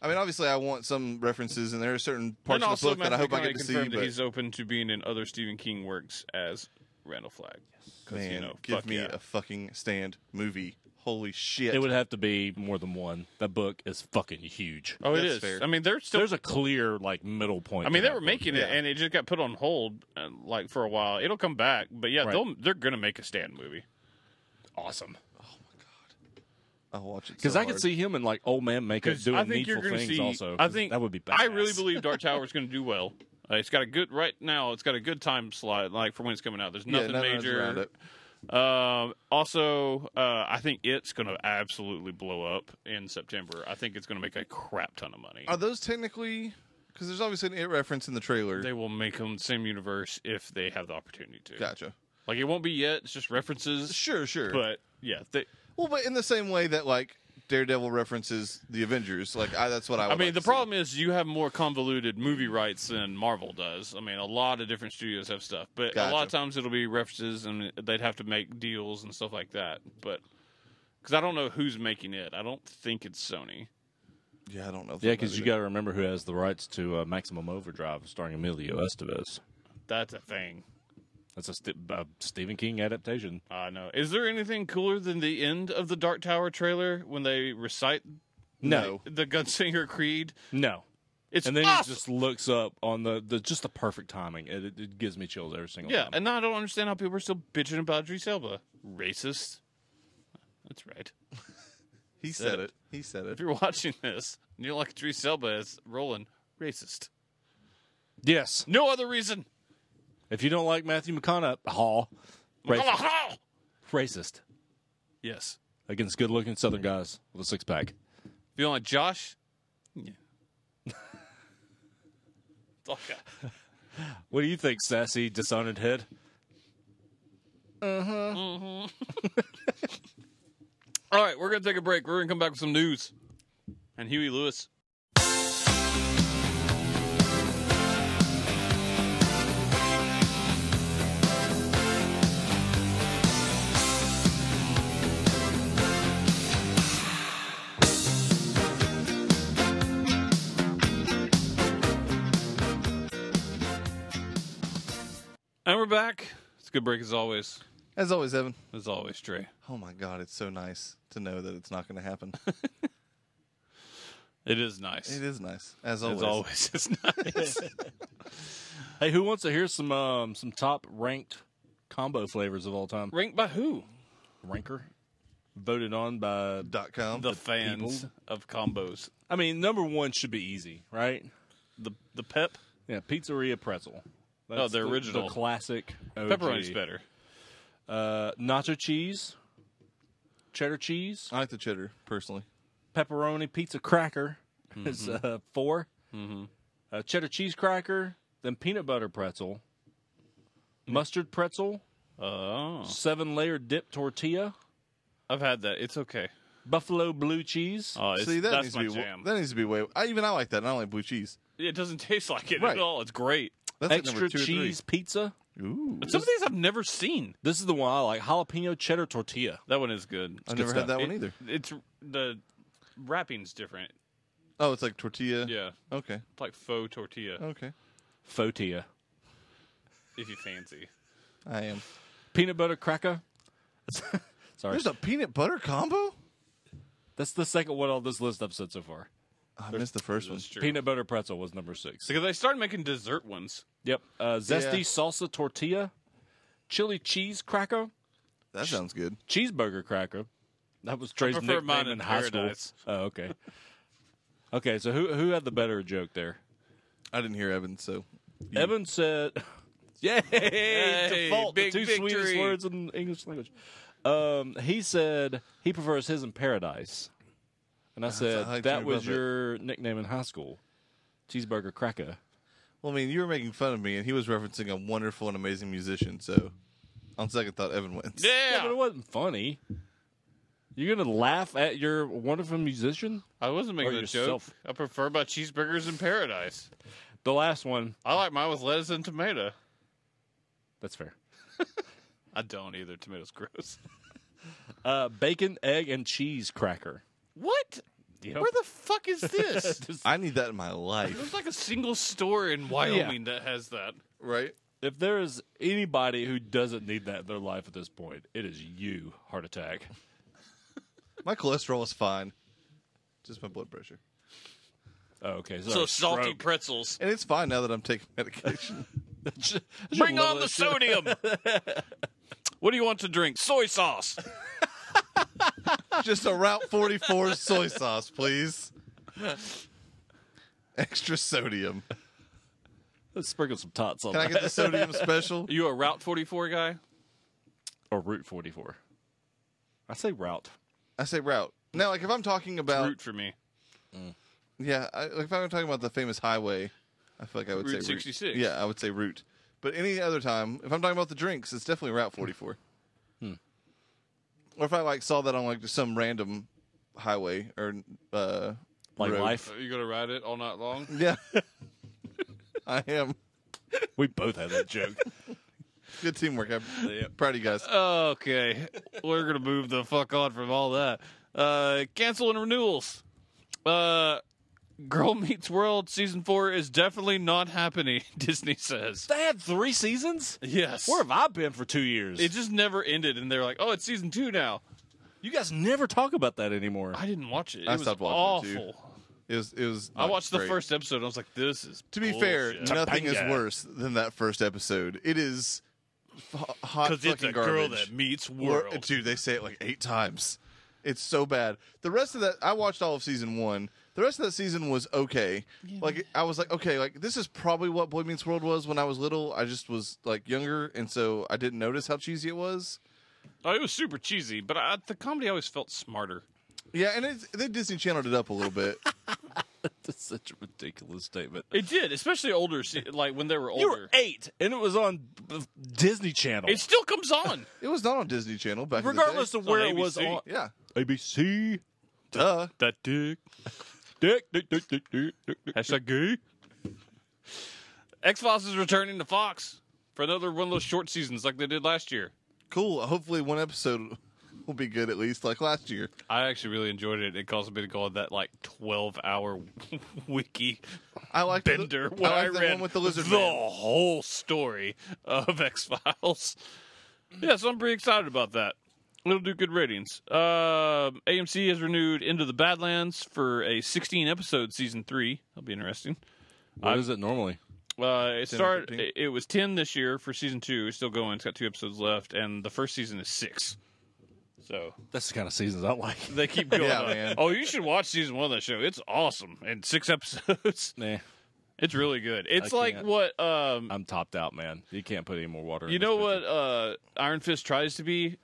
I mean, obviously, I want some references, and there are certain parts and of the also book that I hope I Matthew get to McConaughey see. confirmed that But he's open to being in other Stephen King works as Randall Flagg. 'Cause, man, you know, give fuck me yeah. a fucking stand movie. Holy shit! It would have to be more than one. That book is fucking huge. oh, it That's is. fair. I mean, they're still. There's a clear like middle point. I mean, to they that were book. making it, yeah. and it just got put on hold, uh, like for a while. It'll come back, but yeah, Right. they'll they're gonna make a stand movie. awesome I'll watch it because so I could hard. see him in like old man makeup 'Cause doing I think you're needful gonna things. see- also, I 'cause think- that would be. Badass. I [laughs] really believe Dark Tower is gonna do well. Uh, it's got a good right now. It's got a good time slot, like for when it's coming out. There's Yeah, nothing no, no, it's major. around it. Um, also, uh, I think it's going to absolutely blow up in September. I think it's going to make a crap ton of money. Are those technically? Because there's obviously an it reference in the trailer. They will make them same universe if they have the opportunity to. Gotcha. Like it won't be yet. It's just references. Sure, sure. But yeah, they, well, but in the same way that like Daredevil references the Avengers, like I, that's what I. Would I mean, like the to see. problem is you have more convoluted movie rights than Marvel does. I mean, a lot of different studios have stuff, but a lot Gotcha. of times it'll be references, and they'd have to make deals and stuff like that. But because I don't know who's making it, I don't think it's Sony. Yeah, I don't know. if Yeah, I'm because ready you to- got to remember who has the rights to uh, Maximum Overdrive starring Emilio Estevez. That's a thing. That's a St- uh, Stephen King adaptation. I know. Is there anything cooler than the end of the Dark Tower trailer when they recite No. the Gunslinger Creed? no. It's And then awesome. he just looks up on the, the just the perfect timing. It, it, it gives me chills every single yeah, time. and I don't understand how people are still bitching about Idris Elba. Racist. That's right. He said it. He said If it. you're [laughs] watching this and you like Idris Elba as Roland, racist. yes. No other reason. If you don't like Matthew McConaughey, racist, McConaughey! racist [laughs] Yes. against good looking Southern guys with a six pack. If you don't like Josh, yeah. [laughs] okay. What do you think, sassy dishonored head? All right, we're going to take a break. We're going to come back with some news. And Huey Lewis. And we're back. It's a good break as always. As always, Evan. As always, Trey. Oh my God, it's so nice to know that it's not going to happen. It is nice. it is nice, as As always. always, [laughs] it's nice. Hey, who wants to hear some um, some top ranked combo flavors of all time? Ranked by who? Ranker, voted on by. Dot com. The fans people. of combos. I mean, number one should be easy, right? The the pep Yeah, pizzeria pretzel. That's Oh, the original. the classic. OG. pepperoni's better. Uh, nacho cheese, cheddar cheese, I like the cheddar personally. pepperoni pizza cracker [laughs] is Mm-hmm. uh, 4 Uh, cheddar cheese cracker, then peanut butter pretzel, mustard pretzel, Oh, seven layer dip tortilla, I've had that. It's okay. buffalo blue cheese. Oh, it's, See, that that's needs my to be jam. that needs to be way. I, even I like that. and I don't like blue cheese. it doesn't [laughs] taste like it at Right. all. It's great. That's like extra number two or three. cheese pizza. Ooh, But some of these I've never seen. This is the one I like. Jalapeno cheddar tortilla. That one is good. I've never stuff. had that one It- either. It's the wrapping's different. Oh, it's like tortilla. Yeah, Okay. it's like faux tortilla Okay. Fotia. if you fancy. I am. Peanut butter cracker. [laughs] Sorry. There's a peanut butter combo. That's the second one on this list I've said so far. I missed the first one. That's true. Peanut butter pretzel was number six. Because they started making dessert ones. Yep. Uh, zesty Yeah. salsa tortilla, chili cheese cracker, That sounds good. cheeseburger cracker. That was Trey's prefer nickname mine in in high Paradise. school. Oh, okay. Okay, so who who had the better joke there? I didn't hear Evan, so Evan said, [laughs] "Yay, default big the two sweetest victory. words in English language." Um, he said he prefers his in paradise, and I said I like that to was love it." your nickname in high school, cheeseburger cracker. Well, I mean, you were making fun of me, and he was referencing a wonderful and amazing musician. So, on second thought, Evan wins. Yeah, but Yeah, it wasn't funny. You're gonna laugh at your wonderful musician. I wasn't making Or a yourself. joke. I prefer my cheeseburgers in paradise. The last one. I like mine with lettuce and tomato. That's fair. I don't either. Tomato's gross. [laughs] Uh, bacon, egg, and cheese cracker. What? Yep. Where the fuck [laughs] is this? I need that in my life, There's like a single store in Wyoming that has that. right? If there is anybody who doesn't need that in their life at this point, it is you. Heart attack. My cholesterol is fine, just my blood pressure, Oh, okay. So salty [laughs] stroke. pretzels. and it's fine now that I'm taking [laughs] medication. Just Bring a on little the shit. sodium. [laughs] what do you want to drink? Soy sauce. just a Route 44 soy sauce, please. Extra sodium. Let's sprinkle some tots on Can I that. get the sodium special? [laughs] Are you a Route 44 guy? or Route 44. I say route. I say route. Now, like if I'm talking about Root for me. yeah, I, like if I'm talking about the famous highway, I feel like I would Route say 66. Yeah, I would say route. But any other time, if I'm talking about the drinks, it's definitely Route 44. Or if I like saw that on like some random highway or uh Like road. life. Are you gonna ride it all night long? Yeah, [laughs] I am. We both had that joke. Good teamwork. I'm proud of you guys. Okay, we're gonna move the fuck on from all that. Uh, cancel and renewals. Uh, Girl Meets World season four is definitely not happening. [laughs] Disney says [laughs] they had three seasons? yes. Where have I been for two years? it just never ended, and they're like, "Oh, it's season two now." you guys never talk about that anymore. I didn't watch it. It I was stopped watching it, too. awful. It was. It was. I not watched the great. first episode. and I was like, "This is." To be fair, nothing is Topanga. worse than that first episode. It is f- hot because fucking it's a garbage. girl that meets Wor- world. Dude, they say it like eight times. It's so bad. The rest of that, I watched all of season one. The rest of that season was okay. Like I was like, okay, like this is probably what Boy Meets World was when I was little. I just was like younger, and so I didn't notice how cheesy it was. Oh, it was super cheesy, but I, the comedy always felt smarter. Yeah, and it's, they Disney channeled it up a little bit. [laughs] That's such a ridiculous statement. It did, especially older, se- like when they were older. You were eight, and it was on b- Disney Channel. It still comes on. it was not on Disney Channel back. regardless in of It's on where it was ABC. on. the day. yeah, ABC. duh. that dick. Dick, dick, dick, dick, dick, dick, dick. Hashtag gay. X Files is returning to Fox for another one of those short seasons like they did last year. Cool. Hopefully, one episode will be good at least, like last year. I actually really enjoyed it. It caused me to go on that like twelve hour [laughs] wiki I like bender The, where I I, liked the read one with the lizard man. whole story of [laughs] X Files. Yeah, so I'm pretty excited about that. It'll do good ratings. Um AMC has renewed Into the Badlands for a 16 episode season three. That'll be interesting. What is it normally? Uh, it 10 or started. 15? It, it was ten this year for season two. It's still going. It's got two episodes left, and the first season is six. So That's the kind of seasons I like. [laughs] they keep going. Yeah, up. man. Oh, you should watch season one of that show. It's awesome, and six episodes. [laughs] Nah, It's really good. It's I like can't. what um, I'm topped out, man. You can't put any more water. in you this know picture. what uh, Iron Fist tries to be.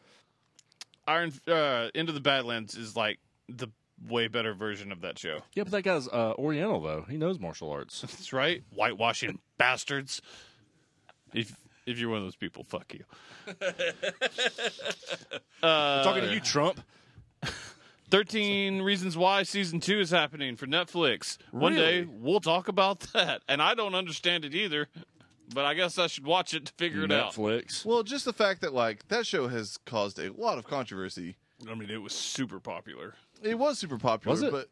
Iron uh, Into the Badlands is like the way better version of that show. Yeah, but that guy's uh, Oriental though. He knows martial arts. That's right. Whitewashing bastards. If if you're one of those people, fuck you. uh, Talking to you, Trump. 13 Reasons Why season 2 is happening for Netflix. One Really? day we'll talk about [laughs] that. And I don't understand it either, but I guess I should watch it to figure it out. Netflix. Well, just the fact that like that show has caused a lot of controversy. I mean, it was super popular. It was super popular, Was it? but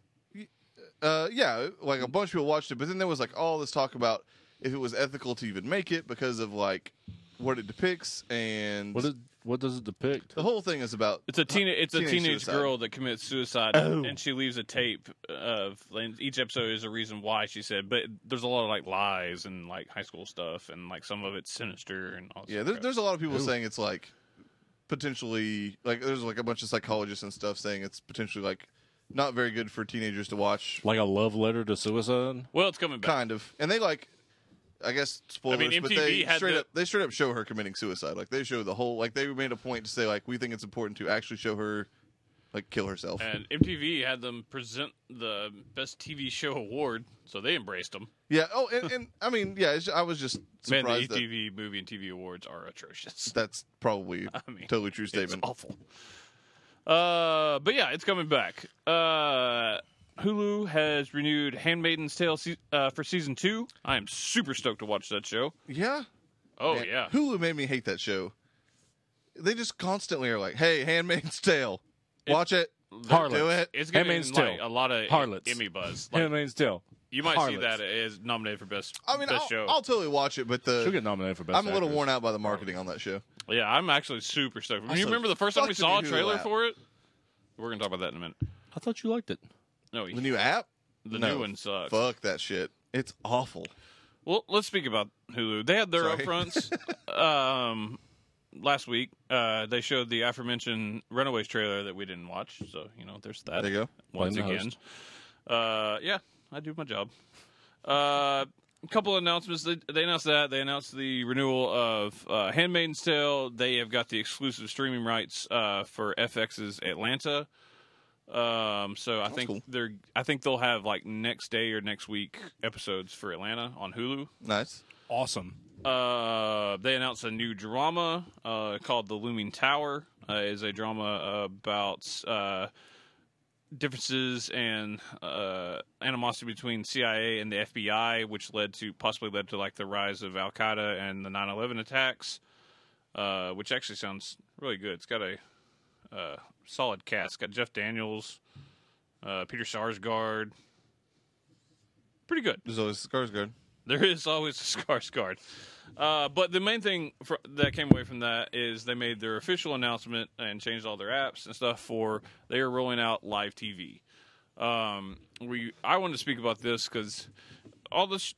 uh, yeah, like a bunch of people watched it. But then there was like all this talk about if it was ethical to even make it because of like what it depicts and What, is, what does it depict? the whole thing is about. It's a teen it's a Teenage teenage, suicide. girl that commits suicide and she leaves a tape of and each episode is a reason why she said, but there's a lot of like lies and like high school stuff and like some of it's sinister and all Yeah, sorts there's, of there's a lot of people Ooh. saying it's like potentially like there's like a bunch of psychologists and stuff saying it's potentially like not very good for teenagers to watch. Like a love letter to suicide. Well, it's coming back. Kind of, and they like, I guess spoilers, but MTV they had straight the- up they straight up show her committing suicide. Like they show the whole like they made a point to say like we think it's important to actually show her like kill herself. And MTV had them present the best TV show award, so they embraced them. yeah. Oh, and, and I mean, yeah, it's, I was just Man, the surprised that ETV movie and TV awards are [laughs] atrocious. that's probably a I mean, totally true it's statement. awful. Uh, but yeah, it's coming back. Uh, Hulu has renewed *Handmaiden's Tale* se- uh, for season two. I am super stoked to watch that show. Yeah. Oh Man, yeah, Hulu made me hate that show. They just constantly are like, "Hey, Handmaid's Tale, watch it, Harlots. do it." it's getting Handmaid's like, Tale. a lot of Harlots. Emmy buzz. [laughs] Like, Like, Handmaid's Tale. you might see Harlots. that as nominated for best. I mean, best I'll, show. I'll totally watch it, but She'll the get nominated for best. I'm a little actress. worn out by the marketing on that show. Yeah, I'm actually super stoked. Also, you remember the first time we fuck the saw a new trailer app. for it? We're gonna talk about that in a minute. I thought you liked it. No, The new app, the No. new one sucks. fuck that shit. It's awful. Well, let's speak about Hulu. They had their Sorry. [laughs] upfronts um, last week. Uh, they showed the aforementioned Runaways trailer that we didn't watch. So you know, there's that. There you go. Once Blame the again, uh, yeah, I do my job. Uh, a couple of announcements. They, they announced that they announced the renewal of uh, *Handmaid's Tale*. They have got the exclusive streaming rights uh, for FX's Atlanta. Um, so I That's think cool. they're. I think they'll have like next day or next week episodes for Atlanta on Hulu. Nice. Awesome. Uh, they announced a new drama uh, called The Looming Tower. Uh, is a drama about uh, differences and uh, animosity between CIA and the FBI, which led to possibly led to like the rise of Al Qaeda and the 9/11 attacks. Uh, which actually sounds really good. It's got a uh, solid cast. It's got Jeff Daniels, uh, Peter Sarsgaard. Pretty good. There's always Skarsgård. There is always a [laughs] scarce guard. Uh, but the main thing fr that came away from that is they made their official announcement and changed all their apps and stuff for they are rolling out live TV. Um, we I wanted to speak about this because all this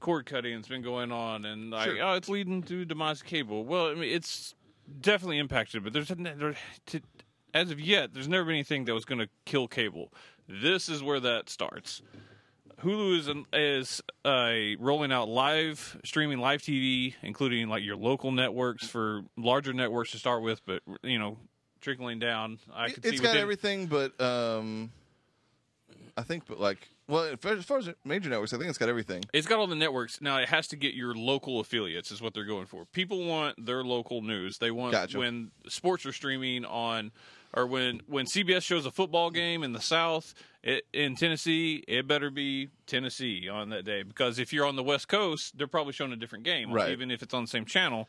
cord cutting has been going on and like Sure. oh it's leading to demise of cable. Well, I mean it's definitely impacted, but there's there, to, as of yet there's never been anything that was going to kill cable. This is where that starts. Hulu is an, is uh, rolling out live streaming live TV, including like your local networks for larger networks to start with, but you know, trickling down. I It, can has see got within- everything, but um, I think, but like, well, if- as far as major networks, I think it's got everything. It's got all the networks now. It has to get your local affiliates, is what they're going for. People want their local news. They want Gotcha. when sports are streaming on, or when when CBS shows a football game in the South it, in Tennessee, it better be Tennessee on that day because if you're on the West Coast, they're probably showing a different game, Right. even if it's on the same channel.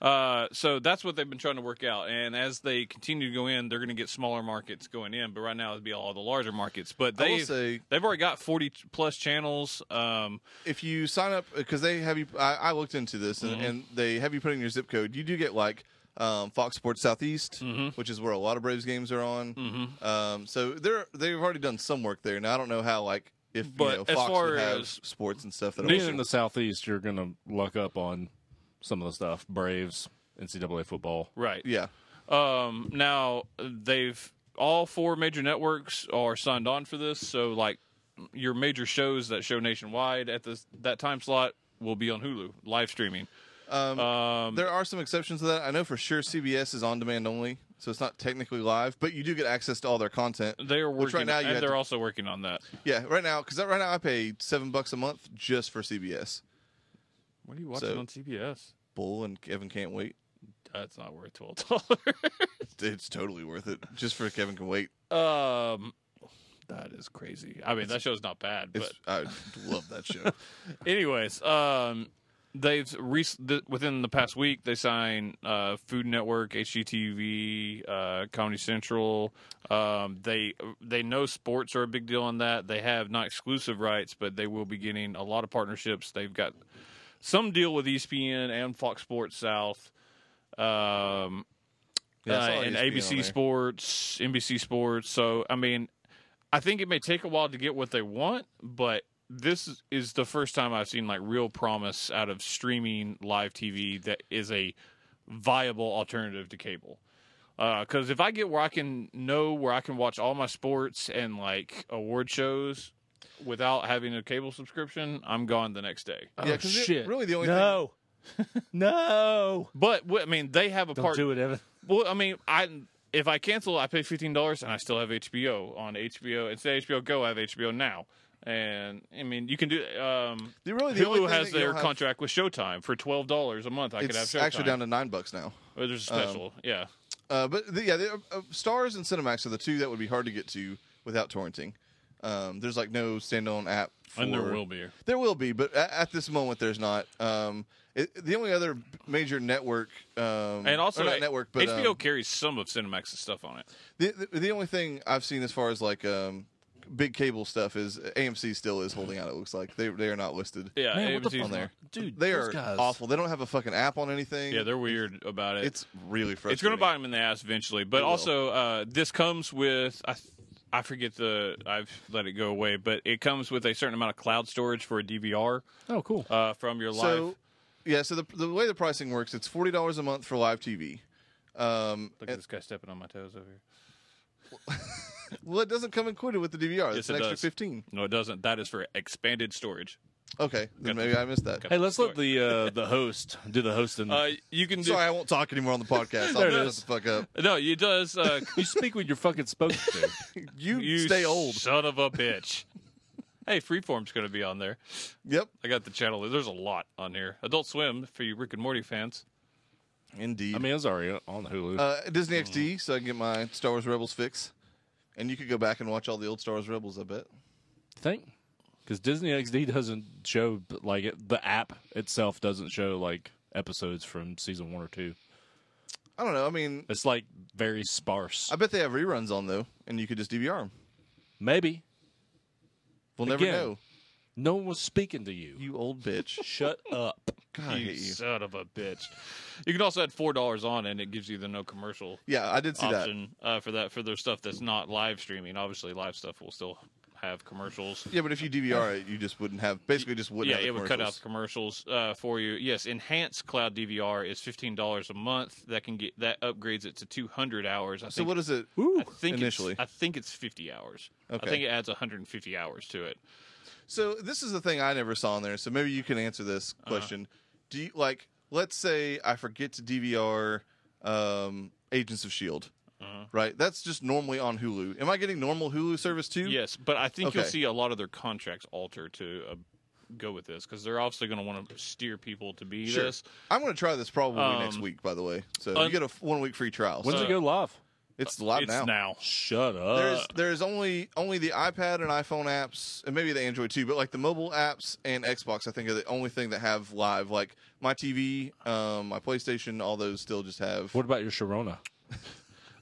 Uh, so that's what they've been trying to work out. And as they continue to go in, they're going to get smaller markets going in. But right now, it'd be all the larger markets. But I they will say, They've already got forty plus channels. Um, if you sign up because they have you I, I looked into this Mm-hmm. and, and they have you put in your zip code you do get like um, fox sports southeast Mm-hmm. which is where a lot of braves games are on Mm. um, so they're they've already done some work there now i don't know how like if But you know, as fox far would have as- sports and stuff that Being are in the southeast, you're gonna luck up on some of the stuff. Braves, NCAA football. right. yeah Um, now they've all four major networks are signed on for this, so like your major shows that show nationwide at this that time slot will be on Hulu live streaming. um, Um, there are some exceptions to that i know for sure cbs is on demand only so it's not technically live but you do get access to all their content they are Which working, right now you and have they're to- also working on that. yeah right now because right now i pay seven bucks a month just for cbs What are you watching So- on CBS? bull and kevin can't wait That's not worth twelve dollars. it's totally worth it just for kevin can wait [laughs] um, that is crazy. I mean, that show's not bad, but It's, I love [laughs] that show. Anyways, um, they've re- th- within the past week they signed uh, Food Network, HGTV, uh, Comedy Central. Um, they they know sports are a big deal on that. They have not exclusive rights, but they will be getting a lot of partnerships. They've got some deal with E ESPN and Fox Sports South. Um, Yeah, I saw E uh, and ESPN on ABC there. Sports, NBC Sports. So I mean, I think it may take a while to get what they want, but this is- is the first time I've seen like real promise out of streaming live TV that is a viable alternative to cable. Because if I get where I can know where I can watch all my sports and like award shows without having a cable subscription, I'm gone the next day. Uh, Oh, 'cause it- shit. really the only thing. No. [laughs] no. But wh- I mean, they have a Don't part. do it, Evan. Well, I mean, I if I cancel, I pay fifteen dollars, and I still have HBO on HBO instead of HBO Go. I have HBO Now, and I mean, you can do. Um, The, really the only Hulu thing has that you'll their have- contract with Showtime for twelve dollars a month. I could have It's Showtime. actually down to um, nine bucks now. There's a special, yeah. Uh, but the, yeah, the, uh, uh, Stars and Cinemax are the two that would be hard to get to without torrenting. Um, there's like no standalone app. For, And there will be. There will be, but at, at this moment, there's not. Um, it, the only other major network, um, And also, or not uh, network, but HBO um, carries some of Cinemax's stuff on it. the, the the only thing I've seen as far as like um, big cable stuff is AMC still is holding out. It looks like they they are not listed. Yeah, Man, what the AMC's fuck? on there. Dude, They those are guys. awful. They don't have a fucking app on anything. Yeah, they're weird about it. It's, it's really frustrating. going to bite them in the ass eventually. But It will. also, uh, this comes with I, th- I forget the I've let it go away, but it comes with a certain amount of cloud storage for a DVR Oh, cool. uh, from your live. So, yeah, so the, the way the pricing works, it's forty dollars a month for live TV. Um, Look at and- this guy stepping on my toes over here. well, it doesn't come included with the DVR. Yes, It's it an extra does. fifteen. No, it doesn't. That is for expanded storage. Okay, then Got the- maybe I missed that. got Hey, let's let the [laughs] uh, the host do the hosting. Uh, you can do. Hmm. Sorry, I won't talk anymore on the podcast. I'll There it shut the is. fuck up. No, it does. Uh, [laughs] you speak with your fucking spokesman. You, you stay old. son of a bitch. [laughs] hey, Freeform's going to be on there. Yep, I got the channel. There's a lot on here. Adult Swim for you Rick and Morty fans. indeed. I mean, it's already on Hulu. uh, Disney XD, so I can get my Star Wars Rebels fix, and you could go back and watch all the old Star Wars Rebels. I bet. think because Disney XD doesn't show like it, the app itself doesn't show like episodes from season one or two. I don't know. I mean, It's like very sparse. I bet they have reruns on though, and you could just DVR them. Maybe We'll never Again. know. no one was speaking to you. You old bitch. Shut up. [laughs] God, I you hate you. son of a bitch. You can also add four dollars on, and it gives you the no commercial Yeah, I did see that. option uh, for that for their stuff that's not live streaming. Obviously, live stuff will still have commercials. Yeah, but if you DVR it, you just wouldn't have basically just wouldn't. yeah, have the it would cut out commercials. the commercials uh, for you. Yes, enhanced cloud DVR is fifteen dollars a month. That can get that upgrades it to two hundred hours. I So think, what is it? I think it's- initially? I think it's fifty hours. Okay. I think it adds one hundred and fifty hours to it. So this is the thing I never saw in there. So maybe you can answer this question. Do you like? Let's say I forget to DVR um, Agents of Shield. Right, that's just normally on Hulu. Am I getting normal Hulu service too? Yes, but I think you'll Okay. see a lot of their contracts alter to uh, go with this because they're obviously going to want to steer people to be Sure. this. I'm going to try this probably Um, next week. By the way, so un- you get a one week free trial. When's So it go live? it's live it's now. now. Shut up. There's there's only only the iPad and iPhone apps and maybe the Android too, but like the mobile apps and Xbox, I think are the only thing that have live. Like my TV, um, my PlayStation, all those still just have. what about your Sharona?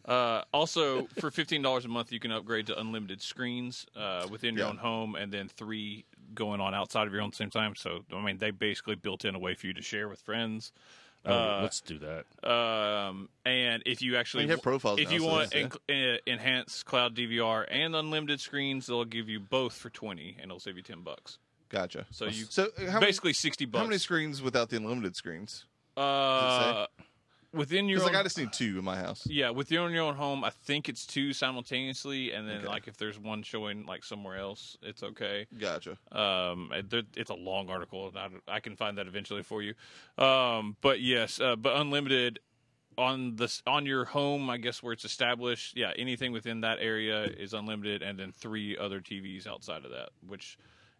Uh, also, for fifteen dollars a month, you can upgrade to unlimited screens uh, within your Yeah. own home, and then three going on outside of your own at the same time. So, I mean, they basically built in a way for you to share with friends. Oh, Uh, let's do that. Um, and if you actually Well, you have profiles if now, you so want that's- enc- eh, enhanced cloud DVR and unlimited screens, they'll give you both for twenty, and it'll save you ten bucks. Gotcha. So you- so uh, how basically sixty many, bucks. how many screens without the unlimited screens? Uh, within your Because own, like I just need two in my [laughs] house. yeah, within your own home, I think it's two simultaneously, and then Okay. like if there's one showing like somewhere else, it's okay. Gotcha. Um, and there, it's a long article, and I, I can find that eventually for you. Um, but yes, uh, but unlimited on the s- on your home, I guess where it's established. Yeah, anything within that area is unlimited, and then three other TVs outside of that, which.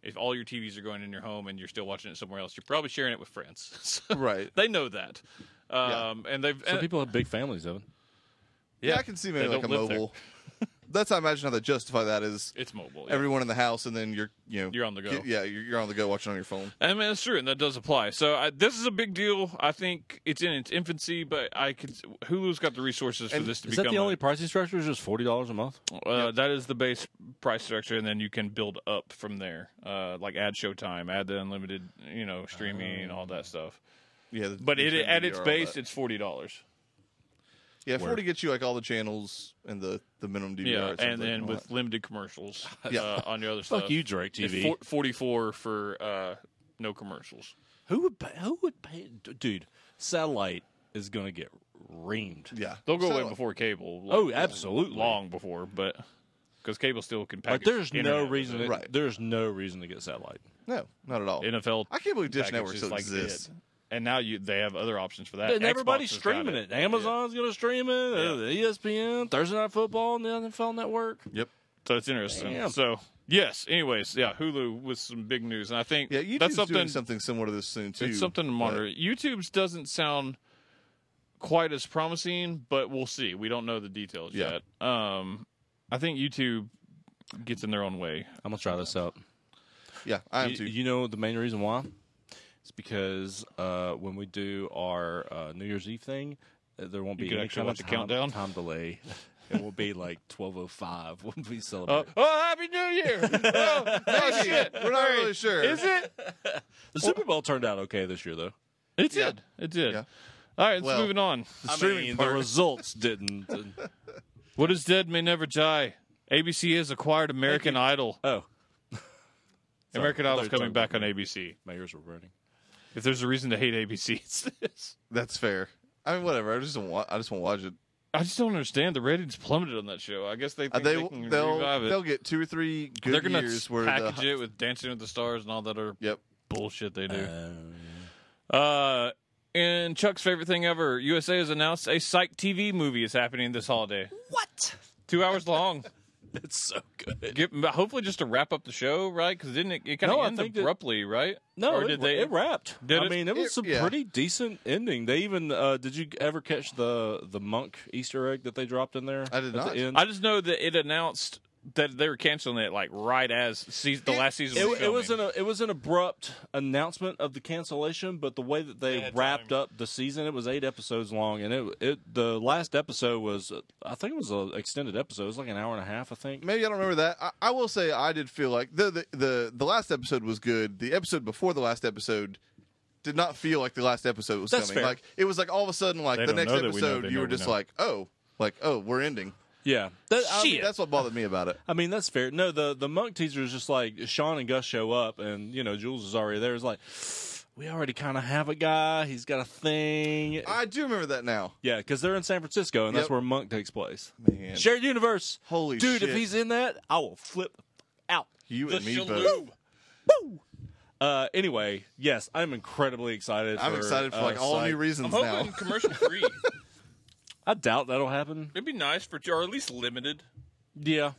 If all your TVs are going in your home and you're still watching it somewhere else, you're probably sharing it with friends. [laughs] So- Right. they know that. Yeah. Um, and they've Some and- people have big families, Evan. Yeah, I can see maybe They like a don't live there. [laughs] mobile. That's I imagine how they justify that is It's mobile. yeah. everyone in the house, and then you're you know You're on the go. Yeah, you're, you're on the go watching on your phone. I mean, that's true, and that does apply. So I, this is a big deal. I think it's in its infancy, but I could Hulu's got the resources for And this to Is that become. the only a- pricing structure? Is just forty dollars a month? uh, that is the base price structure, and then you can build up from there. Uh, like add Showtime, add the unlimited, you know, streaming, and all Um, that stuff. Yeah, the- But the it at DVR, its all base, that. it's forty dollars. Yeah, forty gets you like all the channels and the the minimum DVR. Yeah, it sounds and like, then all with limited [laughs] commercials Yeah. uh, on the other Fuck stuff. you, Drake It's TV. for- Forty-four for uh, no commercials. Who would pay, who would pay? d- Dude, satellite is going to get reamed. Yeah, They'll go So, away before cable. like, Oh, absolutely. Long before, but because cable still can Like package. there's internet no with reason. it. Right. There's no reason to get satellite. No, not at all. NFL. I can't believe Dish Network packages still like exists. it. And now you they have other options for that. And everybody's Uh, Xbox has got streaming it. Amazon's going to stream it. uh, Yeah. the ESPN, Thursday Night Football, and the NFL Network. Yep. So it's interesting. Damn. So yes. Anyways, yeah, Hulu with some big news, and I think Yeah, YouTube's that's doing something. something similar to this soon too. it's something to monitor. YouTube's doesn't sound quite as promising, but we'll see. We don't know the details Yeah. yet. Um, I think YouTube gets in their own way. I'm going to try this out. Yeah, I am you, too. you know the main reason why? It's because uh, when we do our uh, New Year's Eve thing, uh, there won't You be can any actually kind watch of the time, countdown. time delay. [laughs] It will be like 12:05 [laughs] when we Uh, celebrate. oh, Happy New [laughs] Year! oh, [laughs] oh, shit. We're not really sure. Is it? the Super Bowl turned out okay this year, though. It Yeah. did. It did. Yeah. All right, it's Well- moving on. The streaming the part. results didn't. uh, What is dead may never die. ABC has acquired American Idol. oh, American Idol's thought you were coming talking back on ABC. my ears were burning. If there's a reason to hate ABC, [laughs] it's this. That's fair. I mean, whatever. I just don't want. I just won't watch it. I just don't understand. The ratings plummeted on that show. I guess they Uh, think They, they, will can revive it. they'll get two or three good They're gonna years where the package it with Dancing with the Stars and all that other yep bullshit they do. [laughs] Um, Uh, and Chuck's favorite thing ever, USA has announced a Psych TV movie is happening this holiday. what? Two hours long. It's so good. Get, hopefully, just to wrap up the show, right? Because didn't it, it kind of No, I end think that- abruptly, right? No, or it, did they? it wrapped. Did I it? mean, it was It- some yeah. pretty decent ending. They even uh, did you ever catch the the monk Easter egg that they dropped in there? I at did not. The end? I just know that it announced that they were canceling it like right as season, the last season. it, was it was filming. an it was an abrupt announcement of the cancellation, but the way that they, had wrapped up the season, it was eight episodes long, and it it the last episode was uh, I think it was an extended episode. It was like an hour and a half, I think. maybe I don't remember that. I, I will say I did feel like the, the the the last episode was good. The episode before the last episode did not feel like the last episode was That's coming. fair. Like it was like all of a sudden like They the don't next know that we know, episode they you know were we just know. like oh like oh we're ending. Yeah, that, I mean, Shit. That's what bothered me [laughs] about it. I mean, that's fair. No, the the monk teaser is just like Sean and Gus show up, and you know Jules is already there. It's like we already kind of have a guy. He's got a thing. I do remember that now. yeah, because they're in San Francisco, and that's Yep. where Monk takes place. Man, Shared universe. Holy dude! If shit. he's in that, I will flip out. you The and me Shaloo. both. Woo! Uh, anyway, yes, I'm incredibly excited. I'm for, excited for uh, like all Psych. new I'm reasons hoping now. [laughs] commercial [laughs] free. I doubt that'll happen. It'd be nice for or at least limited. Yeah,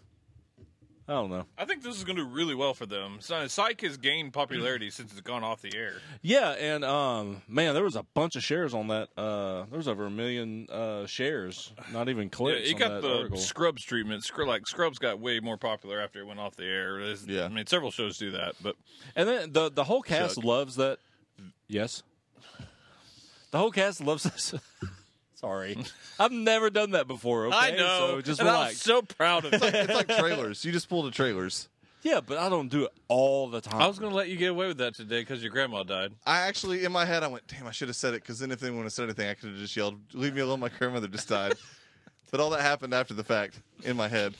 I don't know. I think this is going to do really well for them. So, Psych has gained popularity since it's gone off the air. Yeah, and um, man, there was a bunch of shares on that. Uh, there was over a million uh shares, not even Yeah, clicks. it on got that the article. Scrubs treatment. Scr- like Scrubs got way more popular after it went off the air. There's- Yeah. I mean several shows do that, but And then the the whole cast Chuck. loves that. Yes. The whole cast loves this. [laughs] [laughs] Sorry, I've never done that before. Okay? So just and relax. I'm so proud of it. it's like trailers. You just pull the trailers. yeah, but I don't do it all the time. [laughs] I was going to let you get away with that today because your grandma died. I actually, in my head, I went, "Damn, I should have said it." Because then, if anyone would have said anything, I could have just yelled, "Leave me alone! My grandmother just died." [laughs] but all that happened after the fact in my head.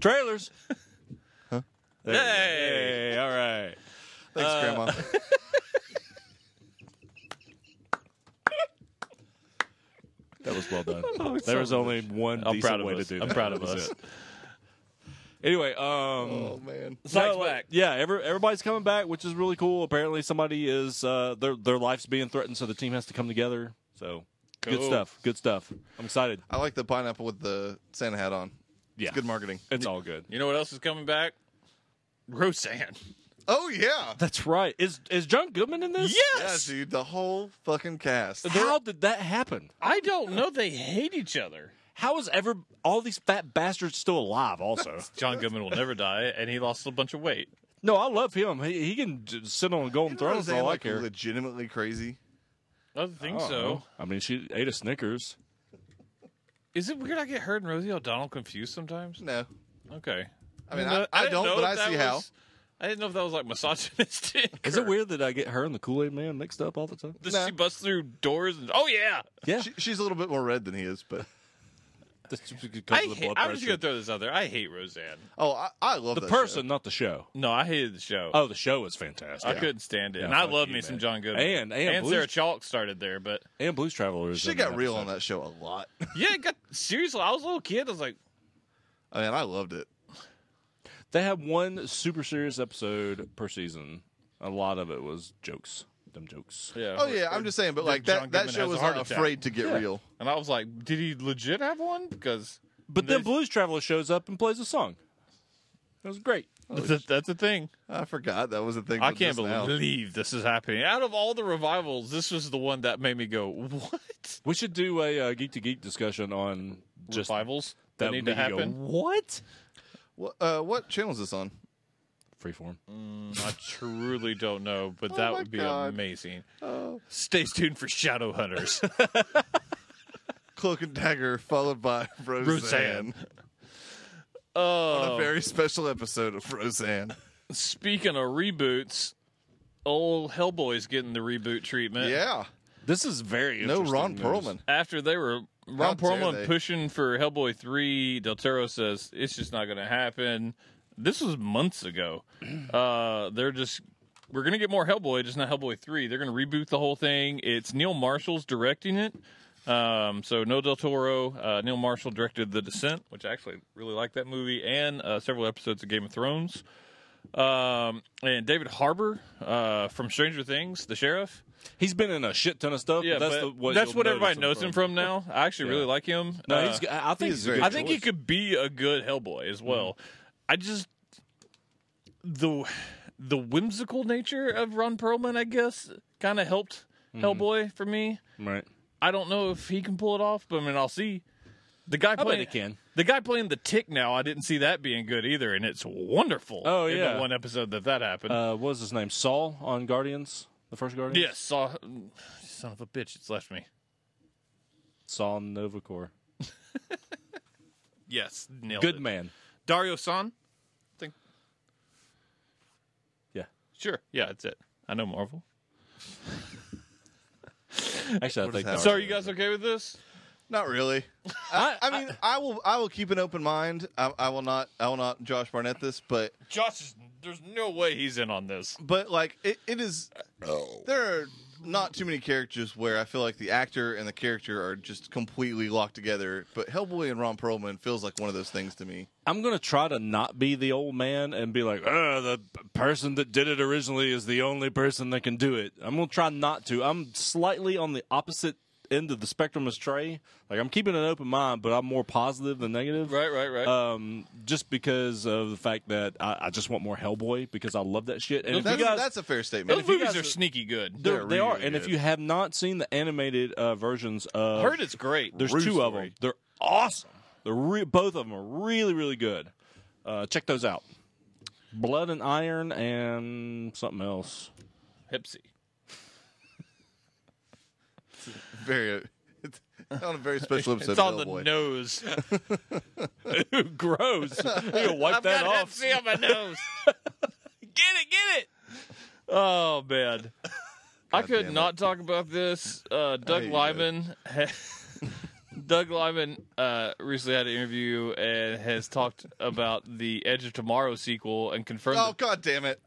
trailers. [laughs] Huh? Hey! Hey, all right. Thanks, Grandma. [laughs] That was well done. there was only one I'm decent proud of way us. to do I'm that. [laughs] proud of That was us. it. Anyway, um, oh man, Psych's like- back. Yeah, every, everybody's coming back, which is really cool. Apparently, somebody is uh, their their life's being threatened, so the team has to come together. So good Cool. stuff. Good stuff. I'm excited. I like the pineapple with the Santa hat on. Yeah, It's good marketing. It's all good. You know what else is coming back? Roseanne. Oh yeah, That's right. Is is John Goodman in this? yeah, dude. The whole fucking cast. How did that happen? I don't know. They hate each other. How is ever all these fat bastards still alive? [laughs] Also, John Goodman will never die, and he lost a bunch of weight. no, I love him. He, he can j- sit on a golden throne for Roseanne, all I like, care. legitimately crazy. I don't think I don't so. know. I mean, she ate a Snickers. Is it weird I get her and Rosie O'Donnell confused sometimes? No, Okay. I mean, No, I, I, didn't don't, know but I if that see how. was- I didn't know if that was like misogynistic. Is or- it weird that I get her and the Kool Aid Man mixed up all the time? Does Nah. she bust through doors? And, oh yeah. Yeah, She, she's a little bit more red than he is, but That's just because I of the hate- blood I'm just pressure. gonna throw this out there. I hate Roseanne. Oh, I, I love the that person, show. not the show. No, I hated the show. Oh, the show is fantastic. I couldn't stand it, Yeah, and I fuck love you, me some man. John Goodman. And- and Blues- Sarah Chalk started there, but And Blues Traveler is She in got that real on episode. that show a lot. [laughs] yeah, it got seriously. I was a little kid. I was like, I mean, I loved it. They have one super serious episode per season. A lot of it was jokes, dumb jokes. yeah. Oh or- yeah, I'm or just saying. But John like that, that Goodman show has a was heart not attack. afraid to get real. And I was like, did he legit have one? Because But then They- Blues Traveler shows up and plays a song. That was great. that's, a, that's a thing. I forgot that was a thing. I till can't just now. believe this is happening. Out of all the revivals, this was the one that made me go, what? We should do a uh, geek to geek discussion on just revivals that that need to make you go, happen. What? What, uh, what channel is this on? freeform. Mm, I truly don't know, but Oh that my would be God. amazing. Oh, Stay tuned for Shadow Hunters. Cloak and Dagger, followed by [laughs] Roseanne. Roseanne. Oh, On a very special episode [laughs] of Roseanne. speaking of reboots, old Hellboy's getting the reboot treatment. Yeah, This is very no interesting Ron news. Perlman. After they were How Ron dare Perlman they. pushing for Hellboy three, Del Toro says it's just not going to happen. This was months [clears throat] ago. Uh, they're just we're going to get more Hellboy, just not Hellboy three. They're going to reboot the whole thing. It's Neil Marshall's directing it. Um, so no Del Toro. Uh, Neil Marshall directed The Descent, which I actually really like that movie, and uh, several episodes of Game of Thrones. Um, and David Harbour uh, from Stranger Things, the sheriff. He's been in a shit ton of stuff. Yeah, but that's but the, what that's you'll what notice everybody knows him from now. I actually Yeah. really like him. No, Uh, he's. g- I I think he's he's. very a good I think he choice. Mm-hmm. could be a good Hellboy as well. I just the the whimsical nature of Ron Perlman, I guess, kind of helped Mm-hmm. Hellboy for me. Right. I don't know if he can pull it off, but I mean, I'll see. The guy bet playing he can. the guy playing the tick now. I didn't see that being good either, and it's wonderful. Oh, in the yeah. one episode that that happened. Uh, what was his name? Saul on Guardians, the first Guardians. yes, saw son of a bitch. It's left me. Saul Novacore. Yes, nailed Good it. man. Dario San. Think. Yeah. Sure. Yeah, that's it. I know Marvel. Actually, I think. happening? that- So, are you guys okay with this? Not really. I, I mean, I, will. I will keep an open mind. I, I will not. I will not Josh Barnett this, but Josh, is, there's no way he's in on this. but like it, it is. There are not too many characters where I feel like the actor and the character are just completely locked together. But Hellboy and Ron Perlman feels like one of those things to me. I'm gonna try to not be the old man and be like, "Ah, the p- person that did it originally is the only person that can do it. I'm gonna try not to. I'm slightly on the opposite end of the spectrum as Trey. Like I'm keeping an open mind, but I'm more positive than negative. Right, right, right. Um, just because of the fact that I, I just want more Hellboy because I love that shit. And if you That's, guys, that's a fair statement. Those if you movies guys are are- sneaky good. they're- they're they are. really And if good. you have not seen the animated uh, versions of, Heard it's great. there's Rue two of Story. them. They're awesome. They're re- both of them are really really good. Uh, check those out. Blood and Iron and something else. Hipsy. very. It's on a very special episode. It's on of the Hellboy. [laughs] nose. [laughs] Gross. You gotta wipe I've that got off. Hipsy on my [laughs] nose. get it, get it. Oh [laughs] man, I damn could it. not talk about this. Uh, Doug Hey, Lyman. [laughs] Doug Lyman uh, recently had an interview and has talked about the Edge of Tomorrow sequel and confirmed Oh god damn it!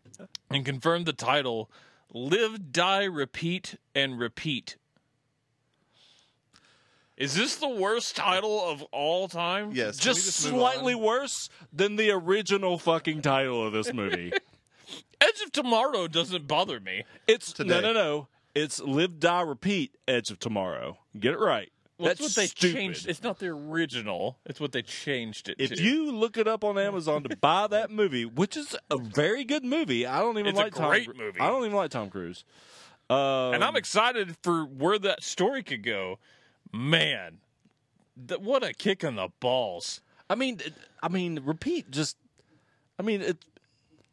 and confirmed the title Live, Die, Repeat, and Repeat. Is this the worst title of all time? Yes, can we Just move slightly on? worse than the original fucking title of this [laughs] movie. Edge of Tomorrow doesn't bother me. it's Today. no, no, no. It's live, die, repeat. Edge of Tomorrow. Get it right. That's That's what they stupid. changed. It's not the original. It's what they changed it If to. you look it up on Amazon to buy that movie, which is a very good movie, I don't even It's a like great Tom. movie. I don't even like Tom Cruise. Um, and I'm excited for where that story could go. Man, th- what a kick in the balls. I mean, it- I mean, repeat. Just, I mean, it,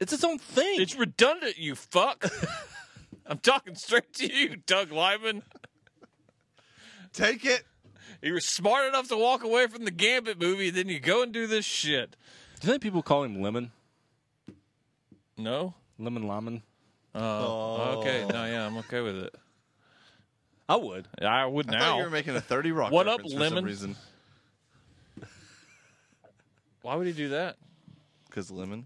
it's its own thing. It's redundant, you [laughs] fuck. I'm talking straight to you, Doug Lyman. Take it. You were smart enough to walk away from the Gambit movie, then you go and do this shit. do you think people call him Lemon? No? Lemon Lyman? Oh, Okay, Oh. no, yeah, I'm okay with it. I would. I would I thought you now. were making a Thirty Rock. What up, reference for some Lemon? reason. Why would he do that? Because lemon.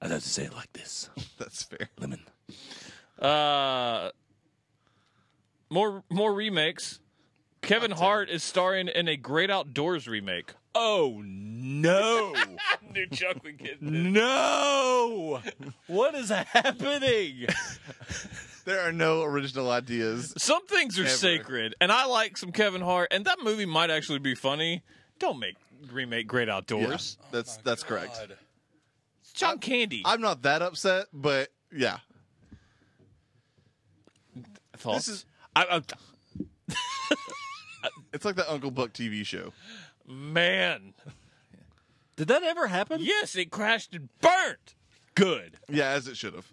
I have to say it like this. That's fair. Lemon. Uh, more more remakes. Kevin Hart is starring in a Great Outdoors [laughs] remake. Oh no. New Chuck would get [laughs] no. What is happening? There are no original ideas. Some things are Ever. sacred, and I like some Kevin Hart, and that movie might actually be funny. Don't make remake Great Outdoors. Yeah, that's that's correct. It's John Candy. I'm not that upset, but yeah, Thoughts? this is- I, it's like that Uncle Buck TV show. I, [laughs] man, Did that ever happen? yes, it crashed and burnt. Good. Yeah, as it should have.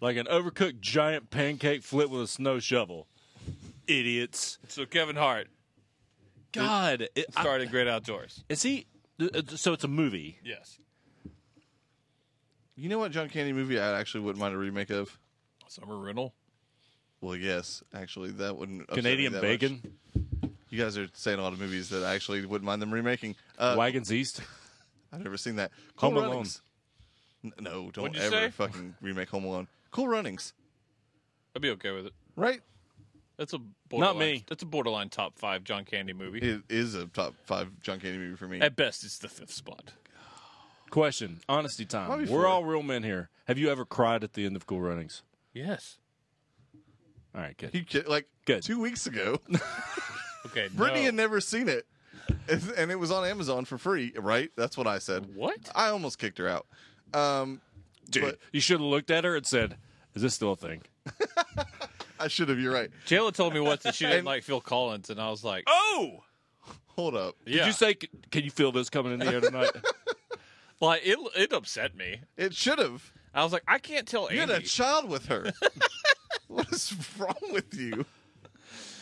Like an overcooked giant pancake flip with a snow shovel. Idiots. So Kevin Hart God. It, I- started Great Outdoors. is he? th- So it's a movie. Yes, You know what John Candy movie I actually wouldn't mind a remake of? Summer Rental. Well, Yes, actually, that wouldn't. upset me Canadian Oh, that much. bacon. You guys are saying a lot of movies that I actually wouldn't mind them remaking. Uh, Wagons East. I've never seen that. Home Alone. Runnings. N- No, don't What'd you ever say? fucking remake Home Alone. Cool Runnings, I'd be okay with it. right? That's a borderline, me. That's a borderline top five John Candy movie. It is a top five John Candy movie for me. At best, it's the fifth spot. Question. Honesty time. Probably We're four. all real men here. Have you ever cried at the end of Cool Runnings? Yes. All right, good. You kid- like Good. two [laughs] weeks ago, [laughs] Okay. Brittany no. had never seen it, It's- and it was on Amazon for free. Right? That's what I said. What? I almost kicked her out. Um, Dude, but you should have looked at her and said, "Is this still a thing?" I should have. You're right. [laughs] Jayla told me once that she didn't And- like Phil Collins, and I was like, Oh, Hold up. yeah. did you say? "C- Can you feel this coming in the air [laughs] tonight? like it? It upset me. It should have. I was like, I can't tell You had a Andy. child [laughs] with her. what is wrong with you?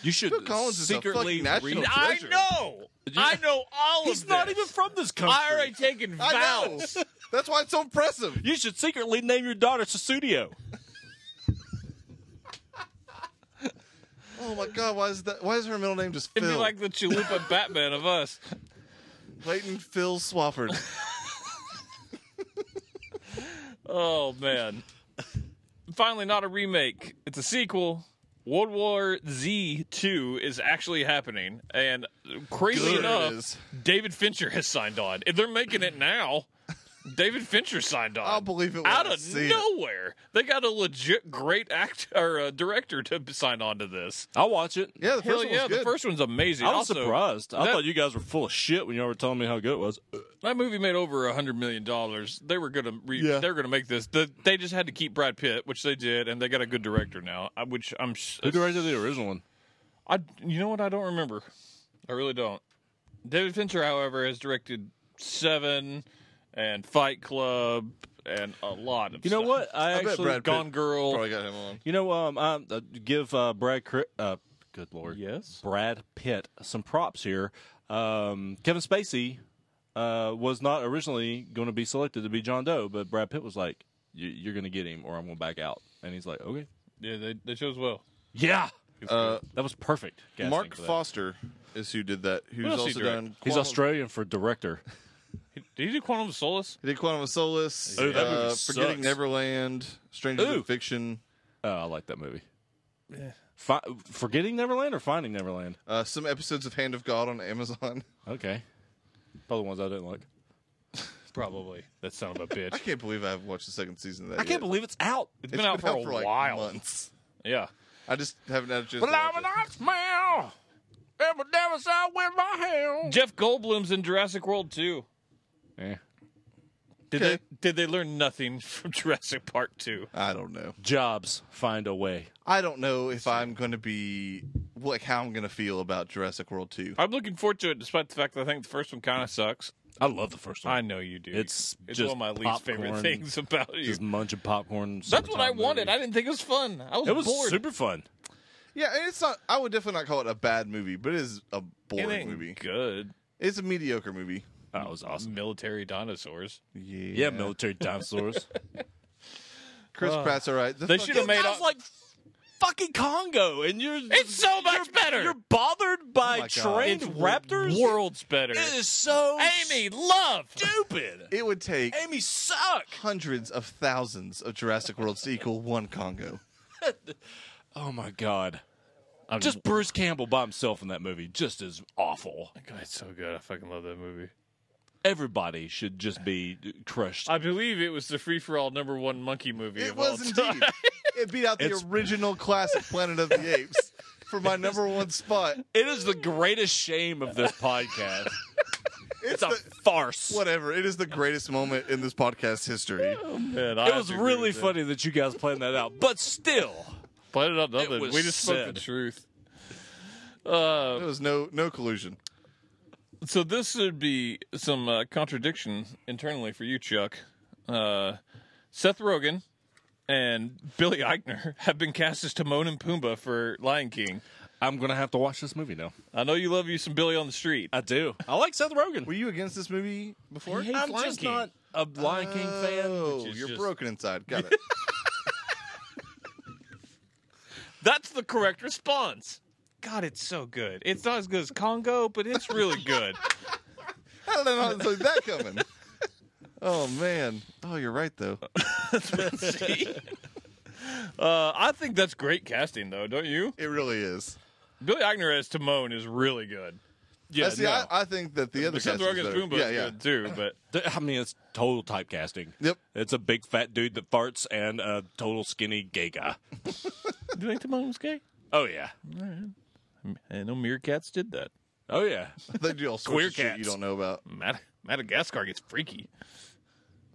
you should Phil Collins is a secretly fucking national- read- I treasure. know. I know all He's of not this. even from this country. I already taken I know. [laughs] vows. That's why it's so impressive. You should secretly name your daughter Susudio. Oh my god, why is that? Why is her middle name just It'd be Phil? like the Chalupa Batman of us. Clayton [laughs] Phil Swafford. Oh man. Finally, not a remake. It's a sequel. World War Z two is actually happening, and crazy Good. enough, It is. David Fincher has signed on. If they're making it now, David Fincher signed on. I'll believe it when Out I of see it. nowhere, they got a legit great actor or uh, director to sign on to this. I'll watch it. Yeah, the Hell first one was yeah, good. the first one's amazing. I was also, surprised. I that- thought you guys were full of shit when y'all were telling me how good it was. That movie made over a hundred million dollars. They were gonna re- Yeah. they're gonna make this. The, they just had to keep Brad Pitt, which they did, and they got a good director now. I- Which I'm s- Who directed the original one? I you know what I don't remember. I really don't. David Fincher, however, has directed Seven and Fight Club and a lot of You know stuff. [laughs] what? I, bet actually Brad Pitt- Gone Girl. Probably got him on. You know, um, um, uh, give uh, Brad, Cri- uh, good lord, Yes. Brad Pitt some props here. Um, Kevin Spacey uh, was not originally going to be selected to be John Doe, but Brad Pitt was like, "You- "You're going to get him, or I'm going to back out," and he's like, "Okay, Yeah, they they chose well. yeah, Uh, that was perfect." casting Mark for that. Foster is who did that. Who's What else he also direct? done? He's Quantum- Australian for director. Did he do Quantum of Solace? He did Quantum of Solace. Oh, Ooh, that movie uh, sucks. Forgetting Neverland. Strangers Ooh. in Fiction. Oh, I like that movie. Fi- Forgetting Neverland or Finding Neverland? Uh, some episodes of Hand of God on Amazon. [laughs] Okay, probably the ones I didn't like. Probably. That son of a I [laughs] bitch. can't believe I haven't watched the second season of that. I can't yet. believe it's out. It's It's been out for a like while. months. Yeah. I just haven't had a chance. Well, to watch I'm an it. oxmouth. Ever never saw with my hand. Jeff Goldblum's in Jurassic World too. Eh. Did Okay. they did they learn nothing [laughs] from Jurassic Park two? I don't know. Jobs find a way. I don't know if I'm going to be like how I'm going to feel about Jurassic World 2. I'm looking forward to it, despite the fact that I think the first one kind of sucks. I love the first one. I know you do. It's it's one just of my least popcorn. favorite things about you. just munching popcorn. That's what I summertime wanted. movie. I didn't think it was fun. I was, It was bored. super fun. Yeah, and it's not. I would definitely not call it a bad movie, but it is a boring It ain't movie. Good It's a mediocre movie. That Oh, was awesome. military dinosaurs. Yeah, [laughs] Yeah, military dinosaurs. Chris Pratt's all right. The They fuck- should have made. That was All, like fucking Congo, and you're It's so much better. You're bothered by Oh my God. trained It's raptors. Worlds better. It is so Amy, love. stupid. It would take Amy suck. hundreds of thousands of Jurassic Worlds to equal one Congo. Oh my god. I'm Just Bruce Campbell by himself in that movie just is awful. God, it's so good. I fucking love that movie. Everybody should just be crushed. I believe it was the free for all number one monkey movie. It of all was time. [laughs] indeed. It beat out the It's- original classic Planet of the Apes for my number one spot. It is the greatest shame of this podcast. It's It's, a the, farce. whatever. It is the greatest moment in this podcast history. Man, I it have was to agree really with that. funny that you guys planned that out, but still, Planet of It nothing. was We just spoke said. the truth. There Uh, was no no collusion. so this would be some uh, contradiction internally for you, Chuck. Uh, Seth Rogen and Billy Eichner [laughs] have been cast as Timon and Pumbaa for Lion King. I'm gonna have to watch this movie now. I know you love you some Billy on the Street. I do. I like Seth Rogen. Were you against this movie before? He hates I'm Lion just King. not a Lion King fan. Oh, which is you're just- broken inside. Got it. That's the correct response. God, it's so good. It's not as good as Congo, but it's really good. [laughs] I don't know [laughs] how to see that coming. Oh man. Oh, you're right though. See? Uh, I think that's great casting, though, don't you? It really is. Billy Eichner as Timon is really good. Yeah, I Uh, see. no. I, I think that the other Seth cast was Rogen's better. Pumbaa Yeah, is yeah. good too, [laughs] but Th- I mean, it's total typecasting. Yep. It's a big fat dude that farts and a total skinny gay guy. do you think Timon was gay? Oh yeah. I know meerkats did that. Oh yeah. They do all sorts Queer of shit you cats. don't know about. Mad- Madagascar gets freaky.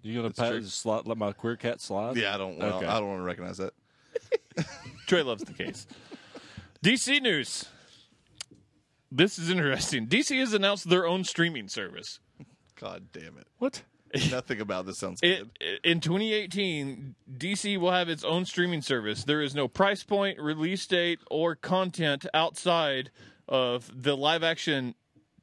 You gonna pat, true. slot, let my queer cat slide? Yeah, I don't. Well, Okay. I don't want to recognize that. Trey loves the case. [laughs] DC news. This is interesting. DC has announced their own streaming service. God damn it. What? [laughs] Nothing about this sounds It, good. in 2018, DC will have its own streaming service. There is no price point, release date, or content outside of the live action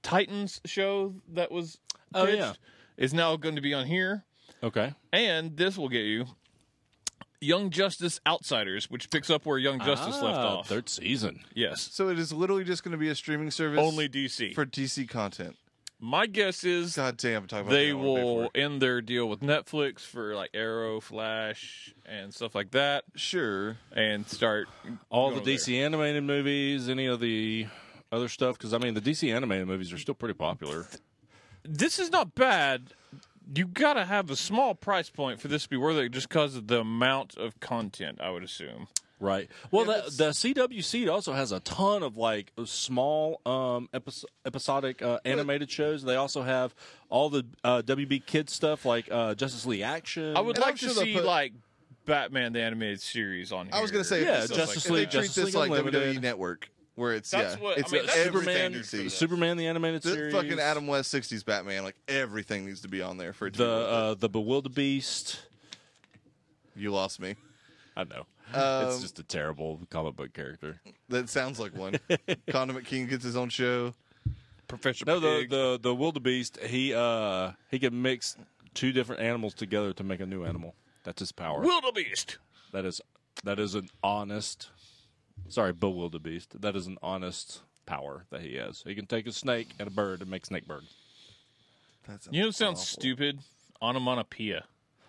Titans show that was pitched. Oh, yeah. Is now going to be on here. Okay. And this will get you Young Justice Outsiders, which picks up where Young Justice left Ah, off. Third season. Yes. So it is literally just going to be a streaming service Only DC. for DC content. My guess is God damn, talk about they something I wanna pay will for. end their deal with Netflix for like Arrow, Flash, and stuff like that, Sure. and start All Go the DC animated movies, any of the other stuff? Because I mean, the DC animated movies are still pretty popular. this is not bad. You gotta have a small price point for this to be worth it, just because of the amount of content. I would assume. Right. Well, Yeah, the, the CWC also has a ton of like small um, epis episodic uh, animated shows. They also have all the uh, WB kids stuff like uh, Justice League Action. I would And I'm like to sure they'll see put- like Batman the animated series on. here. I was going to say, if Yeah, this is Justice like, League, If they treat Justice this League like Unlimited. WWE Network, where it's That's yeah, what- I it's mean, that's everything Superman- you see. Superman the animated The series. fucking Adam West '60s Batman, like everything needs to be on there for it to The be worth uh, the Bewildebeest. it. You lost me. I know. Um, it's just a terrible comic book character. That sounds [laughs] like one. Condiment King gets his own show. Professor No, the Pig. the the wildebeest he uh he can mix two different animals together to make a new animal. That's his power. Wildebeest. that is that is an honest. Sorry, Bill Wildebeest. That is an honest power that he has. He can take a snake and a bird and make snake bird. That's You know, what sounds stupid. Onomatopoeia.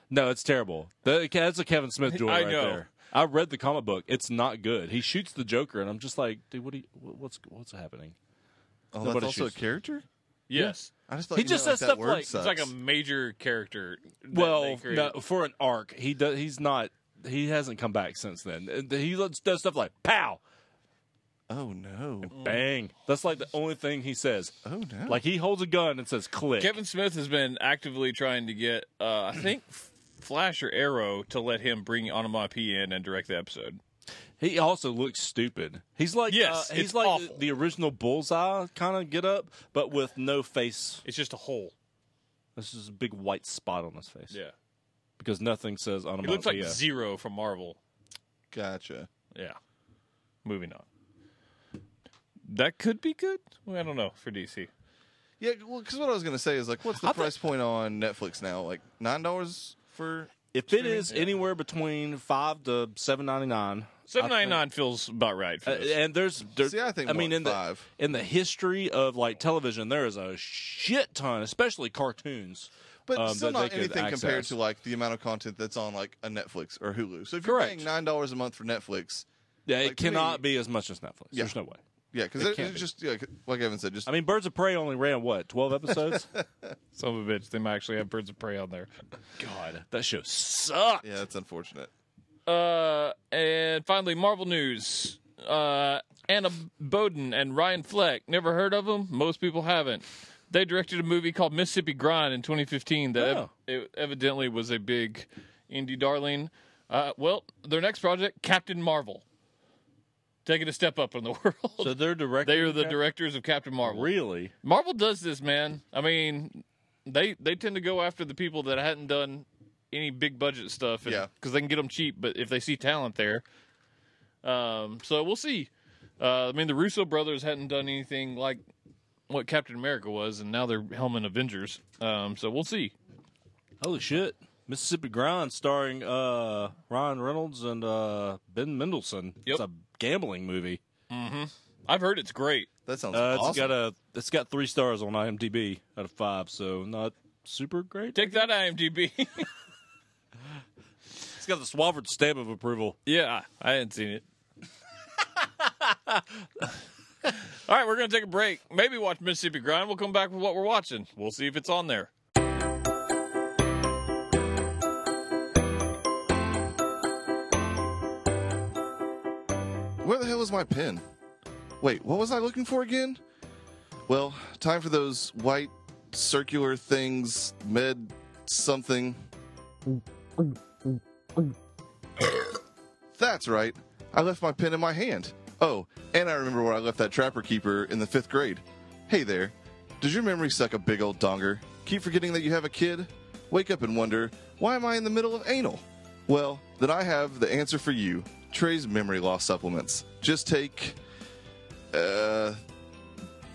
No, it's terrible. That- that's a [laughs] Kevin Smith joy I right know. there. I read the comic book. It's not good. He shoots the Joker, and I'm just like, dude, what? Are you, what's what's happening? oh, that's nobody also a shoots- character. Yes, I just thought He you just meant, says like, that stuff word like- it's it's sucks. like a major character. that they Well, created. no, for an arc, he does. He's not. He hasn't come back since then. And He looks- does stuff like pow, oh no, Mm. bang. That's like the only thing he says. oh no. Like he holds a gun and says click. Kevin Smith has been actively trying to get, uh, I think, Flash or Arrow to let him bring Onomatopoeia in and direct the episode. He also looks stupid. He's like Yes, uh, he's it's like awful. the original bullseye kind of get up, but with no face. It's just a hole. This is a big white spot on his face. Yeah, Because nothing says on he looks like Zero from Marvel. gotcha. Yeah. Moving on. That could be good. Well, I don't know for DC. Yeah, well, because what I was gonna say is like, what's the price point on Netflix now? Like nine dollars for If it is anywhere between five to seven ninety nine, Seven ninety nine feels about right. For Uh, this. and there's, there's See, I think more mean like in the five. in the history of like television, there is a shit ton, especially cartoons. But um, still that they not could anything compared access. to like the amount of content that's on like a Netflix or Hulu. So if you're Correct. paying nine dollars a month for Netflix, Yeah, like, it to me- cannot be as much as Netflix. Yeah. There's no way. yeah, because it, can't it's be. just yeah, like Evan said, just I mean, Birds of Prey only ran what twelve [laughs] episodes. Some of a bitch, they might actually have birds of prey on there. God, that show sucked. yeah, that's unfortunate. Uh, and finally, Marvel news. Uh, Anna Bowden and Ryan Fleck. Never heard of them? Most people haven't. They directed a movie called Mississippi Grind in 2015 that Oh. ev- evidently was a big indie darling. Uh, well, their next project, Captain Marvel. Taking a step up in the [laughs] world. So they're directing. they are the directors of Captain Marvel. Really? Marvel does this, man. I mean, they they tend to go after the people that hadn't done any big budget stuff, and, Yeah. because they can get them cheap. But if they see talent there, um, so we'll see. Uh, I mean, the Russo brothers hadn't done anything like what Captain America was, and now they're helming Avengers. Um, so we'll see. Holy shit! Mississippi Grind, starring uh, Ryan Reynolds and uh, Ben Mendelsohn. It's a gambling movie. I've heard it's great. That sounds Uh, awesome. It's got a. It's got three stars on IMDb out of five, so not super great. Take that, IMDb. [laughs] It's got the Swafford stamp of approval. yeah, I hadn't seen it. [laughs] All right, we're going to take a break. Maybe watch Mississippi Grind. We'll come back with what we're watching. We'll see if it's on there. Where the hell is my pen? Wait, what was I looking for again? Well, time for those white circular things, med something. That's right. I left my pen in my hand. Oh, and I remember where I left that trapper keeper in the fifth grade. Hey there. Does your memory suck a big old donger? Keep forgetting that you have a kid? Wake up and wonder, why am I in the middle of anal? Well, then I have the answer for you Trey's memory loss supplements. Just take. Uh.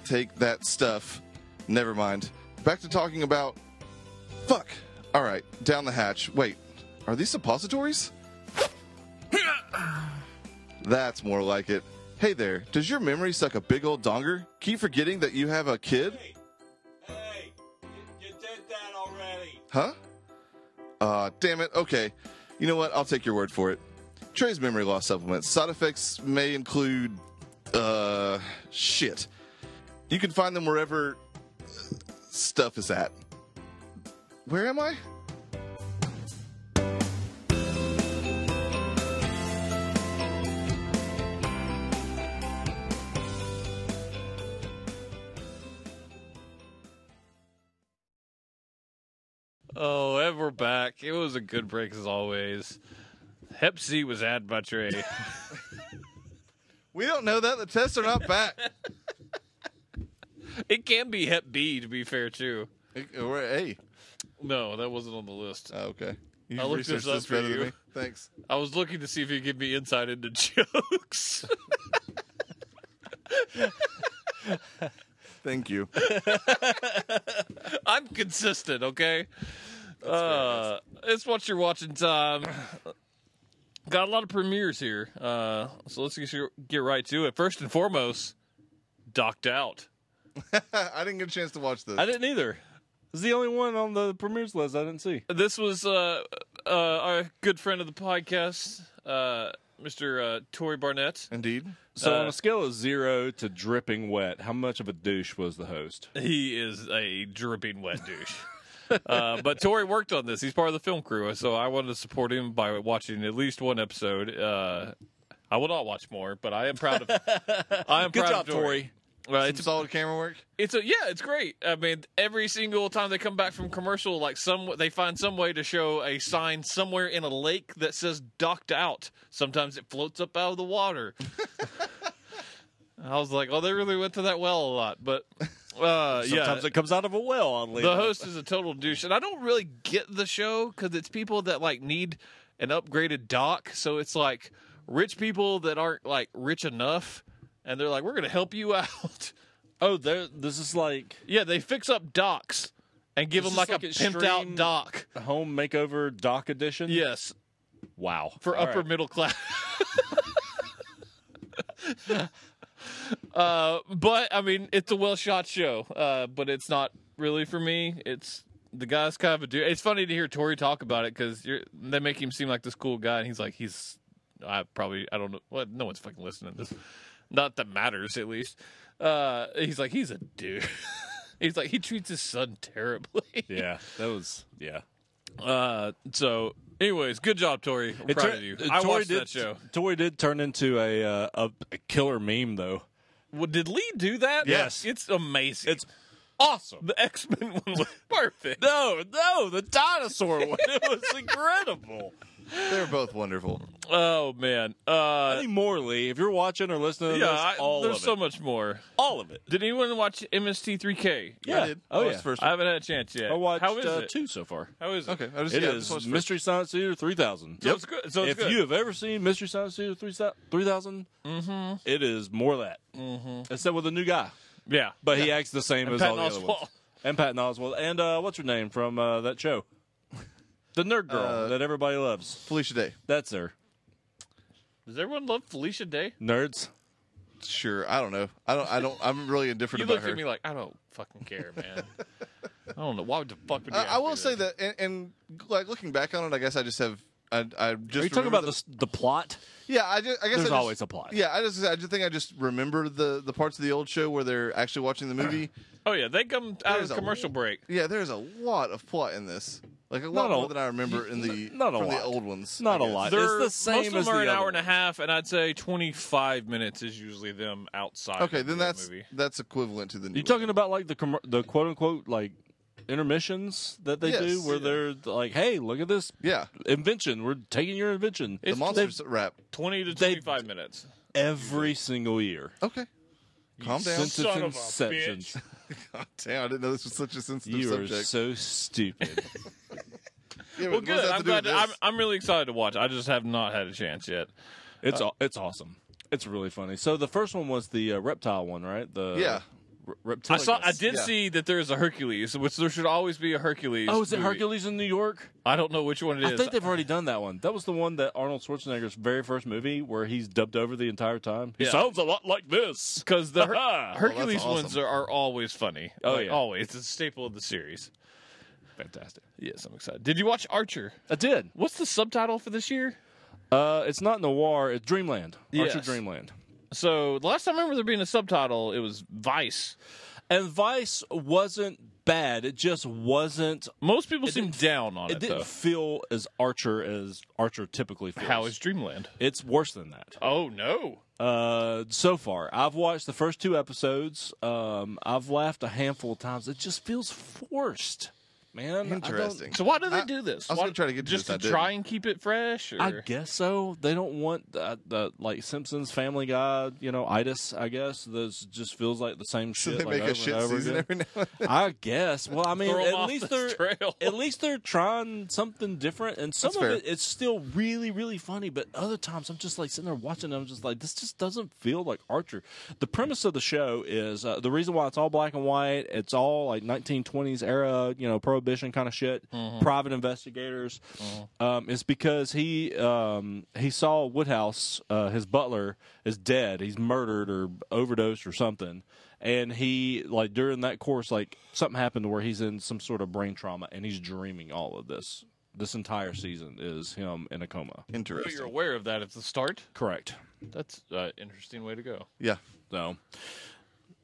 Take that stuff. Never mind. Back to talking about. Fuck! Alright, down the hatch. Wait, are these suppositories? That's more like it. Hey there, does your memory suck a big old donger? Keep forgetting that you have a kid? Hey, you, you did that already. Huh? Uh, damn it. Okay. You know what? I'll take your word for it. Trey's memory loss supplements. Side effects may include, uh, shit. You can find them wherever uh, stuff is at. Where am I? Oh, and we're back. It was a good break as always. Hep C was ad by Trey. [laughs] We don't know that. The tests are not back. it can be Hep B to be fair too. We're at A. No, that wasn't on the list. Oh, okay. You I looked researched this up for better you. than me. [laughs] Thanks. I was looking to see if you could give me insight into [laughs] jokes. Thank you. I'm consistent, okay? Uh, it's what you're watching time. Got a lot of premieres here, uh, so let's get, get right to it. First and foremost, Docked Out. [laughs] I didn't get a chance to watch this. I didn't either. It's the only one on the premieres list I didn't see. this was uh, uh, our good friend of the podcast, uh, Mr. Uh, Tory Barnett. Indeed. So Uh, on a scale of zero to dripping wet, how much of a douche was the host? He is a dripping wet douche. [laughs] uh, but Tori worked on this. He's part of the film crew, so I wanted to support him by watching at least one episode. Uh, I will not watch more, but I am proud of. I am proud of Tori. Uh, Some it's solid camera work. it's a yeah, it's great. I mean, every single time they come back from commercial, like some they find some way to show a sign somewhere in a lake that says "docked out." Sometimes it floats up out of the water. I was like, oh, they really went to that well a lot, but uh, yeah, Sometimes it comes out of a well, oddly. the enough. host is a total douche, and I don't really get the show because it's people that like need an upgraded dock. So it's like rich people that aren't like rich enough, and they're like, "We're gonna help you [laughs] out." Oh, there. This is like yeah, they fix up docks, and give Is them like, this a like pimped extreme- out dock. Home makeover dock edition. Yes, Wow. for All upper right. middle class. [laughs] uh, but I mean, it's a well shot show. Uh, but it's not really for me. It's the guy's kind of a dude. It's funny to hear Tori talk about it because they make him seem like this cool guy, and he's like, he's I probably I don't know. Well, no one's fucking listening to this. Not that matters, at least. Uh, he's like, he's a dude. [laughs] he's like, he treats his son terribly. Yeah, that was yeah. [laughs] Uh, so, anyways, good job, Tori. I'm It proud tur- of you. uh, I Tory watched did, that show. Tory did turn into a, uh, a a killer meme though. Well, did Lee do that? Yes. It's amazing. It's awesome. the X Men [laughs] one was perfect. No, no, the dinosaur one. It was incredible. They're both wonderful. Oh man. Uh, [laughs] Any Morley, if you're watching or listening to yeah, this, I- all there's of so it, much more. all of it. Did anyone watch MST3K? Yeah. I did. Oh, I yeah. watched the first I one. haven't had a chance yet. I watched How is uh, it? two so far. How is it? Okay, I just, It yeah, I is just watched the first- Mystery Science Theater 3000. So it's good. So it's if good. you have ever seen Mystery Science Theater 3000, it is more that. Mm-hmm. Except with a new guy, yeah. but he acts the same as Patton all the other Oswalt. ones. And Patton Oswald. And uh, what's her name from uh, that show? The nerd girl Uh, that everybody loves. Felicia Day. That's her. Does everyone love Felicia Day? Nerds. Sure, I don't know. I don't. I don't. I'm really indifferent You about looked her. at me like I don't fucking care, man. [laughs] I don't know why would the fuck would you? I- I ask will me say that. that, and, and like looking back on it, I guess I just have. I, I just Are you talking remember about the, s- the plot? Yeah, I, ju- I guess There's I just- always a plot. Yeah, I just I just think I just remember the the parts of the old show where they're actually watching the movie. Oh yeah, they come out of There's the a- commercial break. yeah, there's a lot of plot in this, like a lot Not a- more than I remember in the not a from the lot. old ones. Not I a guess. lot. They're, it's the same most of them as are the an other hour and a ones. half, and I'd say 25 minutes is usually them outside. Okay, of then the that's movie. that's equivalent to the. New You talking about like the com- the quote unquote like intermissions that they do Yes. where they're like, hey, look at this Yeah, invention. We're taking your invention the It's- monsters rap. 20 to They- 25 minutes. every single year Okay, [laughs] calm down. since its son of a inception. bitch. God damn, I didn't know this was such a sensitive You are subject. so stupid. Well, Yeah, but what does good. that have I'm to do with glad. I'm, this? I'm really excited to watch. I just have not had a chance yet. it's aw- it's awesome. It's really funny. So the first one was the uh, reptile one, right? The Yeah. r- I reptile. saw. I did yeah. see that there is a Hercules, which there should always be a Hercules. Oh, is it movie. Hercules in New York? I don't know which one it is. I think they've already done that one. That was the one that Arnold Schwarzenegger's very first movie where he's dubbed over the entire time. He Yeah. sounds a lot [laughs] like this. because the [laughs] Her- Oh, Hercules awesome. ones are, are always funny. Oh, Like, yeah. always. It's a staple of the series. Fantastic. Yes, I'm excited. Did you watch Archer? I did. What's the subtitle for this year? Uh, it's not noir. It's Dreamland. Archer Yes. Dreamland. So the last time I remember there being a subtitle, it was Vice. And Vice wasn't bad. It just wasn't. Most people seem down on It it, didn't though. feel as Archer as Archer typically feels. How is Dreamland? it's worse than that. Oh no! Uh, so far, I've watched the first two episodes. Um, I've laughed a handful of times. It just feels forced, man. I don't- Interesting. So why do they I- do this? I was Why- gonna try to get to just this, I to didn't. try and keep it fresh. Or? I, guess so. They don't want the, the like Simpsons, Family Guy, you know, itis. I guess this just feels like the same shit. [laughs] they like, make over a shit and over season again. every [laughs] [laughs] now and then. I guess. Well, I mean, Throw 'em at off least they're this trail. at least they're trying something different, and some That's of fair. it it's still really, really funny. But other times, I'm just like sitting there watching. And I'm just like, this just doesn't feel like Archer. The premise of the show is uh, the reason why it's all black and white. It's all like 1920s era, you know, prohibition kind of shit. Mm-hmm. Private investigators. Um, it's because he um, he saw Woodhouse, uh, his butler, is dead. He's murdered or overdosed or something and he like during that course like something happened where he's in some sort of brain trauma and he's dreaming all of this this entire season is him in a coma But you're Interesting. aware of that at the start. correct That's an interesting way to go. Yeah. so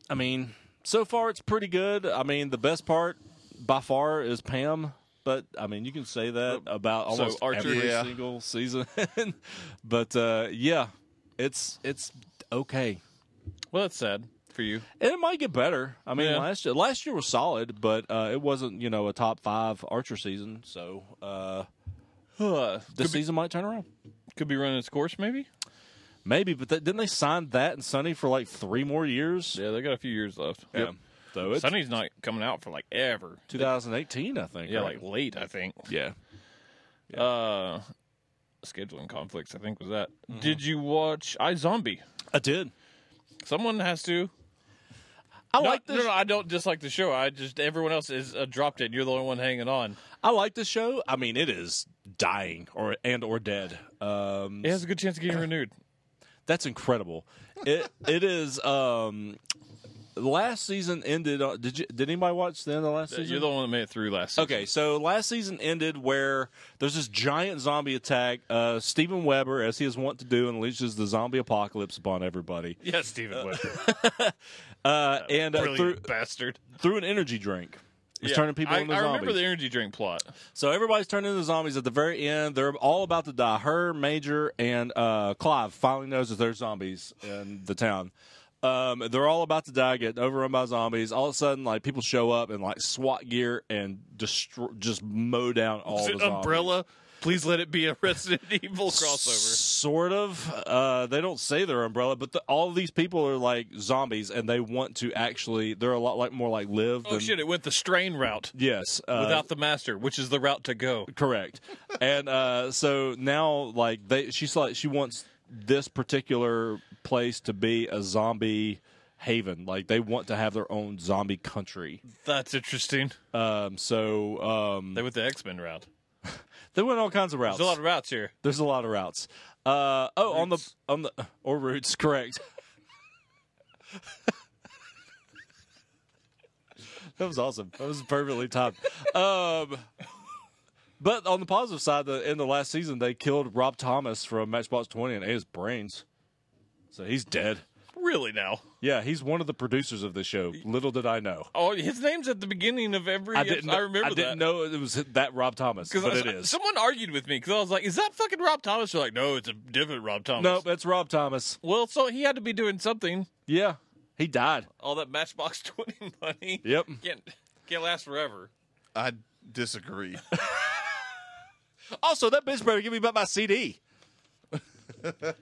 i mean so far it's pretty good i mean the best part by far is pam but i mean you can say that about So, almost Archer- every Yeah. single season [laughs] but uh yeah it's it's okay Well, that's sad for [sighs] you. And it might get better. I mean, Yeah. last year, last year was solid, but uh, it wasn't you know a top five Archer season. So uh, this season might turn around, Could be running its course, maybe. maybe. But that, didn't they sign that and Sonny for like three more years? Yeah, they got a few years left. Yeah. So it's Sunny's not coming out for like ever. 2018, I think. Yeah, right? like late, I think. yeah. Uh, scheduling conflicts, I think was that. Did you watch I Zombie? I did. Someone has to. I No, like this. No, no, I don't dislike the show. I just everyone else is uh, dropped it. You're the only one hanging on. I like this show. I mean, it is dying or and or dead. Um, It has a good chance of getting [coughs] renewed. That's incredible. It [laughs] it is. Um, last season ended. on- Did you? Did anybody watch the end of last season? You're the one that made it through last. Okay, so last season ended where there's this giant zombie attack. Uh, Steven Weber, as he is wont to do, unleashes the zombie apocalypse upon everybody. season. yeah, Stephen [laughs] Wood, Uh, and uh, brilliant through bastard. through an energy drink, it's Yeah. turning people I, into I zombies. remember the energy drink plot. So everybody's turned into zombies at the very end. They're all about to die. Her, Major, and uh, Clive finally knows that there's zombies in the town. Um, they're all about to die, getting overrun by zombies. All of a sudden, like people show up in like SWAT gear and destroy, just mow down all Is the it zombies. Umbrella. Please let it be a Resident [laughs] Evil crossover. Sort of. Uh, they don't say they're umbrella, but the, all these people are like zombies, and they want to actually. They're a lot like more like live. Oh than, shit! It went the strain route Yes. Uh, without the master, which is the route to go. correct and uh so now like they she's like she wants this particular place to be a zombie haven like they want to have their own zombie country That's interesting. um so um They went the X Men route. they went all kinds of routes There's a lot of routes here. there's a lot of routes uh oh on the Roots. on the or routes correct [laughs] that was awesome that was perfectly timed um But on the positive side, the, in the last season, they killed Rob Thomas from Matchbox 20 and ate his brains. So he's dead. Really now? Yeah, he's one of the producers of the show. Little did I know. Oh, his name's at the beginning of every. I didn't. I remember. I that. didn't know it was that Rob Thomas, but Because it is. someone argued with me because I was like, "Is that fucking Rob Thomas?" They're like, "No, it's a different Rob Thomas." Nope, that's Rob Thomas. Well, so he had to be doing something. Yeah, he died. All that Matchbox [laughs] Twenty money Yep. can't can't last forever. I [laughs] disagree. Also, that bitch better give me back my CD. I forgot.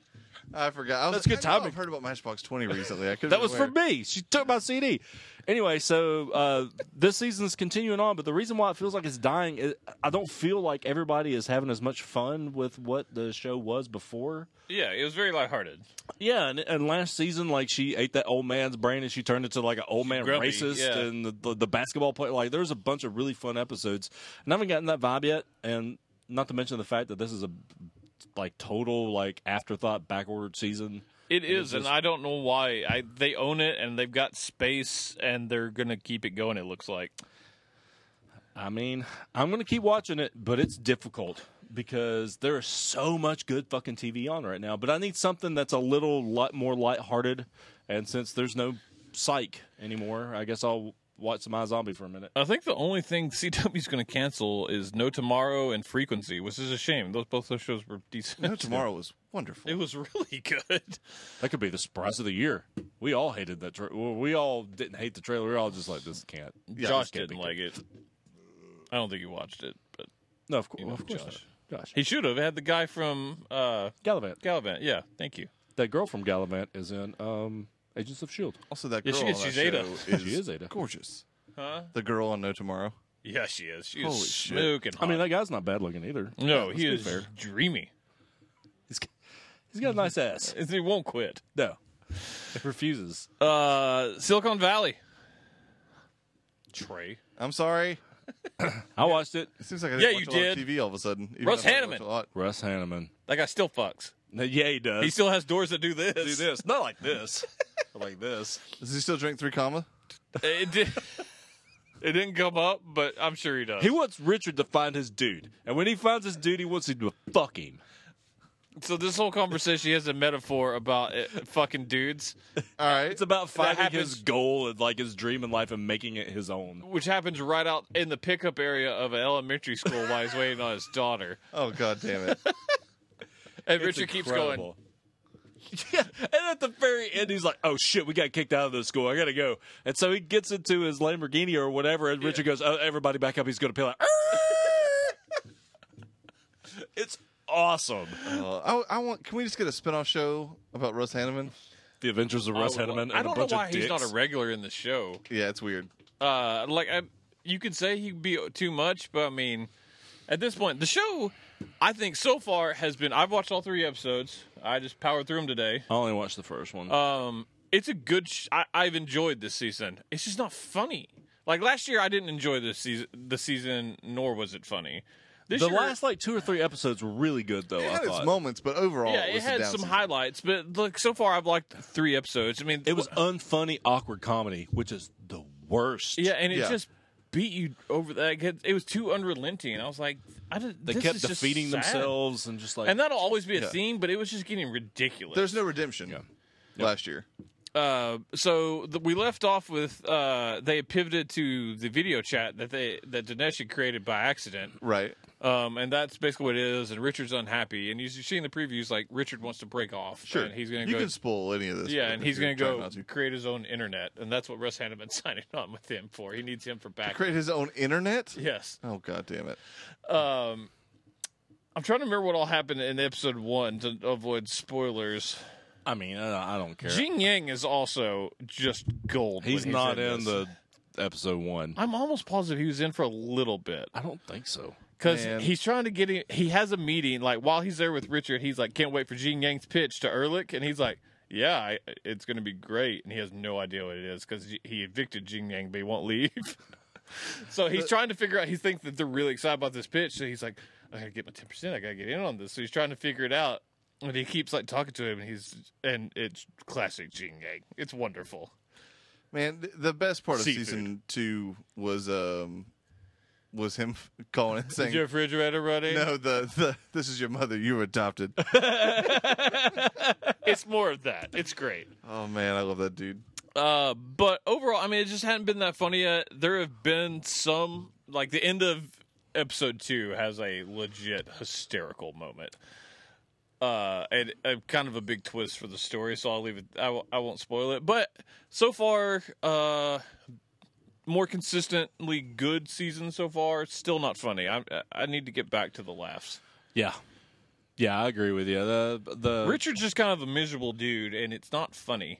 I That's was like, good I know timing. I've heard about Matchbox [laughs] Twenty recently. I couldn't That was swear. for me. She took my CD. Anyway, so uh, this season's continuing on, but the reason why it feels like it's dying, is I don't feel like everybody is having as much fun with what the show was before. Yeah, it was very lighthearted. Yeah, and, and last season, like she ate that old man's brain and she turned into like an old man Grumpy, racist yeah. and the, the, the basketball player. Like there was a bunch of really fun episodes, and I haven't gotten that vibe yet. And not to mention the fact that this is a like total like afterthought backward season. It is, and just- I don't know why. I they own it, and they've got space, and they're gonna keep it going. It looks like. I mean, I'm going to keep watching it, but it's difficult because there is so much good fucking TV on right now. But I need something that's a little lot more lighthearted. And since there's no psych anymore, I guess I'll watch some iZombie for a minute. I think the only thing CW's gonna cancel is No Tomorrow and Frequency, which is a shame. Those both those shows were decent. [laughs] No, tomorrow was wonderful. [laughs] It was really good. That could be the surprise of the year. We all hated that. Tra- well, we all didn't hate the trailer. We were all just like, this can't. Josh this can't be didn't like it. I don't think he watched it, but No, of, course, You know, of course Josh. not. Josh. he should have had the guy from uh, Gallivant. Gallivant. Yeah, thank you. That girl from Gallivant is in um, Agents of S.H.I.E.L.D. Also, that Yeah, girl she on is- that she's show Ada. is [laughs] She is Ada. Gorgeous. Huh? The girl on No Tomorrow. Yeah, she is. She's Holy shit. smoking hot. I mean, that guy's not bad looking either. no, he be is fair. dreamy. He's, he's got a nice ass. He won't quit. No. It refuses. Uh, Silicon Valley. Trey. I'm sorry. I watched it. It seems like I didn't Yeah, watch you a lot of did. TV all of a sudden. even Russ though I watch Hanneman. a lot. Russ Hanneman. That guy still fucks. Yeah, he does. He still has doors that do this. do this. Not like [laughs] this. like this. Does he still drink three comma? [laughs] It, did, it didn't come up, but I'm sure he does. He wants Richard to find his dude. And when he finds his dude, he wants him to fuck him. so this whole conversation he has a metaphor about uh fucking dudes. All right. It's about finding happens- his goal and like his dream in life and making it his own. which happens right out in the pickup area of an elementary school while he's waiting on his daughter. oh god [laughs] damn it. And It's Richard keeps going. incredible. [laughs] Yeah, and at the very end, he's like, "Oh shit, we got kicked out of the school. I gotta go." And so he gets into his Lamborghini or whatever, and Richard goes, "Oh, everybody back up! He's gonna pay like." "Arr!" [laughs] it's awesome. Uh, I, I want. Can we just get a spinoff show about Russ Hanneman? The Adventures of Russ I would- Henneman and I a don't know bunch why of he's dicks. not a regular in the show. Yeah, it's weird. Uh, like I, you could say he'd be too much, but I mean, at this point, the show, I think so far has been. I've watched all three episodes. I just powered through them today. I only watched the first one. Um, it's a good. Sh- I, I've enjoyed this season. It's just not funny. Like last year, I didn't enjoy this season. The season, nor was it funny. This the year, last like two or three episodes were really good though. It I had its thought. moments, but overall, yeah, it, it was a had down some season. highlights, but look, so far I've liked three episodes. I mean, it was unfunny, awkward comedy, which is the worst. yeah, and it Yeah. just beat you over that. Like, it, it was too unrelenting. and I was like, I did, they kept defeating themselves and just like and that'll always be a Yeah. theme. But it was just getting ridiculous. There's no redemption last year. uh, so th- we left off with uh, they had pivoted to the video chat that they that Dinesh had created by accident, Right. um, and that's basically what it is. And Richard's unhappy, and you see in the previews like Richard wants to break off. Sure. and he's going to you go. can spoil any of this. yeah, but and if he's you're going to trying go not to. create his own internet, and that's what Russ Hanneman [laughs] signing on with him for. He needs him for back. create his own internet. Yes, Oh god damn it! um, I'm trying to remember what all happened in episode one to avoid spoilers. I mean I don't, I don't care. Jing Yang is also just gold. when he's not in in this. the episode one. I'm almost positive he was in for a little bit I don't think so. because Man. he's trying to get him. He has a meeting like while he's there with Richard. He's like, "Can't wait for Gene Yang's pitch to Ehrlich," and he's like, "Yeah, I, it's going to be great." And he has no idea what it is because he evicted Gene Yang, but he won't leave. [laughs] so he's trying to figure out. He thinks that they're really excited about this pitch, so he's like, "I got to get my ten percent. I got to get in on this." So he's trying to figure it out, and he keeps like talking to him, and he's and it's classic Gene Yang. It's wonderful. Man, th- the best part of Seafood. season two was um was him [laughs] calling and Is your saying, refrigerator running? "No, the the this is your mother. You were adopted." It's more of that. It's great. oh man, I love that dude. Uh, but overall, I mean, it just hadn't been that funny yet. There have been some, like the end of episode two has a legit hysterical moment, uh, and uh, kind of a big twist for the story. So I'll leave it. I, w- I won't spoil it. But so far, uh, more consistently good season so far. Still not funny. I I need to get back to the laughs. Yeah. Yeah, I agree with you. The the Richard's just kind of a miserable dude, and it's not funny.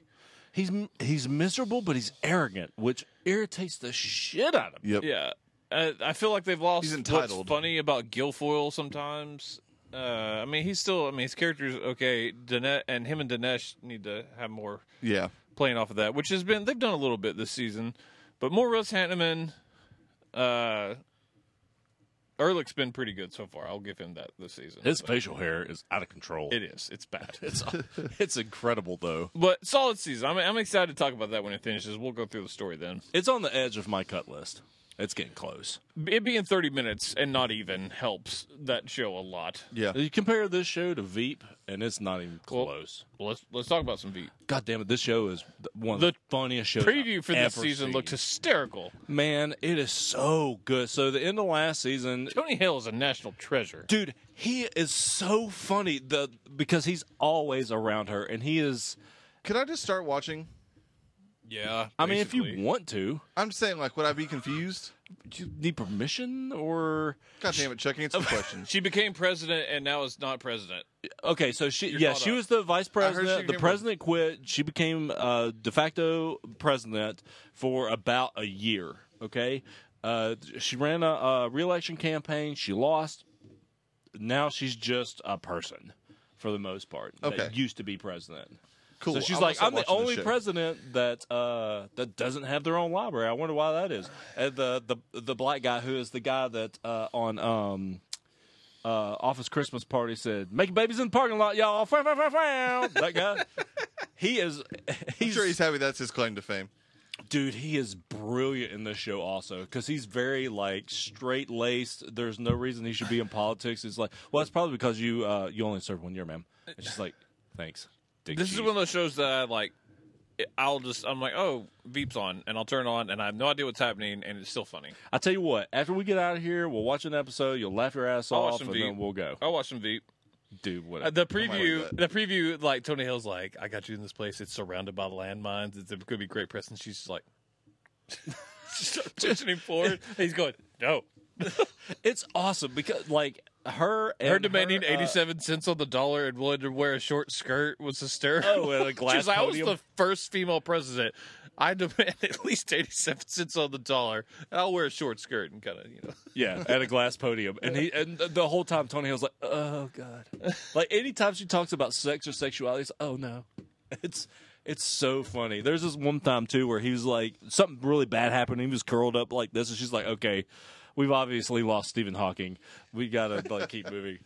he's he's miserable, but he's arrogant, which irritates the shit out of me. Yep. Yeah, uh, I feel like they've lost He's entitled. what's funny about Guilfoyle sometimes. Uh, I mean, he's still. I mean, his character's okay. Dinesh and him and Dinesh need to have more Yeah. playing off of that, which has been they've done a little bit this season, but more Russ Hanneman. Uh, Ehrlich's been pretty good so far. I'll give him that this season. His facial hair is out of control. it is. It's bad. It's [laughs] it's incredible though. But solid season. I'm, I'm excited to talk about that when it finishes. We'll go through the story then. It's on the edge of my cut list. It's getting close. It being 30 minutes and not even helps that show a lot. Yeah. You compare this show to Veep, and it's not even Well- close. Well, let's let's talk about some beat. God damn it, this show is th- one of the, The funniest shows. preview I've for this ever season seen. looked hysterical. man, it is so good. So the end of last season, Tony Hill is a national treasure. dude, he is so funny. The because he's always around her, and he is. Could I just start watching? Yeah, I mean, if you want to, I'm saying, like, would I be confused? do you need permission or God damn it, Chuck, answer the [laughs] question. she became president and now is not president. okay? So she, yeah, caught she up. was the vice heard she president. The became- president quit. She became uh, de facto president for about a year. Okay, uh, she ran a, a reelection campaign. She lost. Now she's just a person, for the most part. Okay. that used to be president. Cool. So she's I wanna like, start I'm the watching this only show." president that uh, that doesn't have their own library. I wonder why that is. And the the the black guy who is the guy that uh, on um, uh, Office Christmas Party said, "Making babies in the parking lot, y'all." Frow, frow, frow, frow." That guy, [laughs] he is. I'm He's, sure he's happy that's his claim to fame. dude. He is brilliant in this show also because he's very like straight laced. There's no reason he should be in politics. He's like, well, it's probably because you uh, you only served one year, ma'am. It's just like, thanks. Dick This is cheese." one of those shows that I like. I'll just I'm like, oh, Veep's on, and I'll turn it on, and I have no idea what's happening, and it's still funny. I tell you what, after we get out of here, we'll watch an episode. You'll laugh your ass I'll watch off, some and Veep. then we'll go, I'll watch some Veep. dude. What? Uh, the do preview, the that. preview, like Tony Hill's like, I got you in this place. It's surrounded by landmines. It's, it could be great press, and she's just like, [laughs] just pushing him forward. And [laughs] he's going, no, it's awesome because like her and Her demanding uh, 87 cents on the dollar and willing to wear a short skirt was hysterical. [laughs] Oh, and a glass She was like, I was podium." the first female president. I demand [laughs] at least 87 cents on the dollar. And I'll wear a short skirt and kind of, you know. yeah, at a glass podium, and he and the whole time Tony Hill's like, oh god, like anytime she talks about sex or sexuality, [laughs] it's, oh no, it's It's so funny. There's this one time too where he was like something really bad happened. He was curled up like this, and she's like, "Okay, we've obviously lost Stephen Hawking. We gotta like keep moving."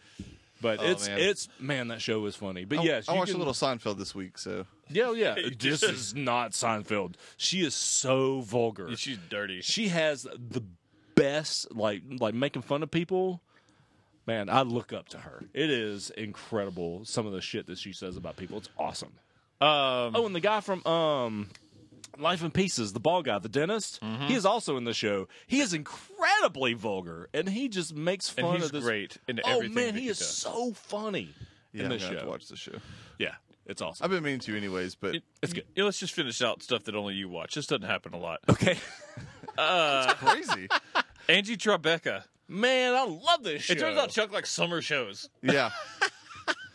But it's Oh, man. it's man, that show was funny. But yes, I you watched can- a little Seinfeld this week, so Yeah, yeah. [laughs] this is not Seinfeld. She is so vulgar. She's dirty. She has the best like like making fun of people. Man, I look up to her. It is incredible some of the shit that she says about people. It's awesome. Um, Oh, and the guy from um Life in Pieces, the ball guy, the dentist, Mm-hmm. he is also in the show. He is incredibly vulgar and he just makes fun and he's of this great in Oh everything. man, that he is does. so funny yeah, in the I'm gonna have to show. watch the show. Yeah, it's awesome. I've been meaning to anyways, [laughs] but it's good. You know, let's just finish out stuff that only you watch. This doesn't happen a [laughs] lot. okay. crazy. Angie Tribeca. Man, I love this show. It turns out Chuck likes summer shows. yeah,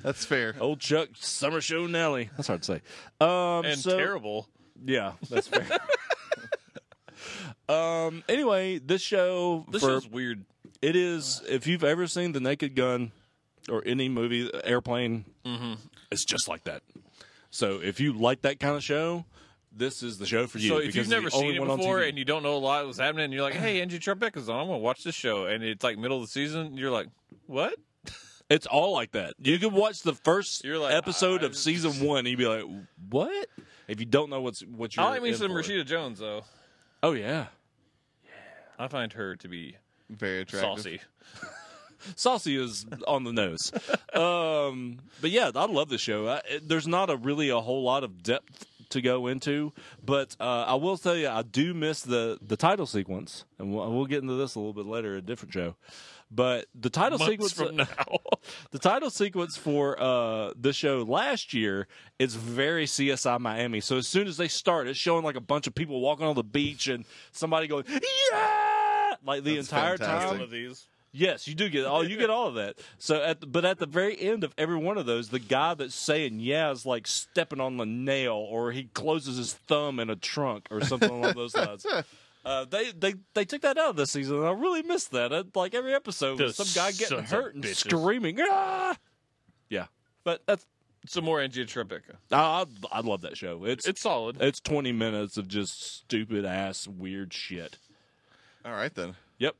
that's fair. Old Chuck Summer Show Nelly. That's hard to say. Um, and so- terrible. Yeah, [laughs] that's fair. um. Anyway, this show This for is weird. it is. If you've ever seen The Naked Gun or any movie, Airplane, Mm-hmm. it's just like that. So if you like that kind of show, this is the show for you. so if because you've it's the never only seen it one on before TV. and you don't know a lot was happening, and you're like, "Hey, Angie Tribeca's on. I'm gonna watch this show," and it's like middle of the season, and you're like, "What?" it's all like that. You can watch the 1st You're like, episode I- of season one, and you'd be like, "What?" If you don't know what's what you're. I like me in some for. Rashida Jones though. Oh yeah. I find her to be Very attractive. saucy. saucy is on the nose. um, but yeah, I love the show. I, it- there's not a really a whole lot of depth to go into, but uh, I will tell you, I do miss the the title sequence, and we'll, we'll get into this a little bit later, a different show. But the title Months sequence uh, from now, [laughs] the title sequence for uh, the show last year is very CSI Miami. So as soon as they start, it's showing like a bunch of people walking on the beach and somebody going, "Yeah!" Like the That's entire fantastic. time. of these. Yes, you do get all you get all of that. So at the, but at the very end of every one of those, the guy that's saying yeah is like stepping on the nail, or he closes his thumb in a trunk, or something along [laughs] those lines. Uh, they they they took that out of this season. and I really missed that. Uh, like every episode, was The some guy getting sons of hurt and bitches. screaming. "Ah!" Yeah, but that's Some more Angie Tribeca. I, I I love that show. It's it's It's solid. it's twenty minutes of just stupid ass weird shit. All right then. Yep.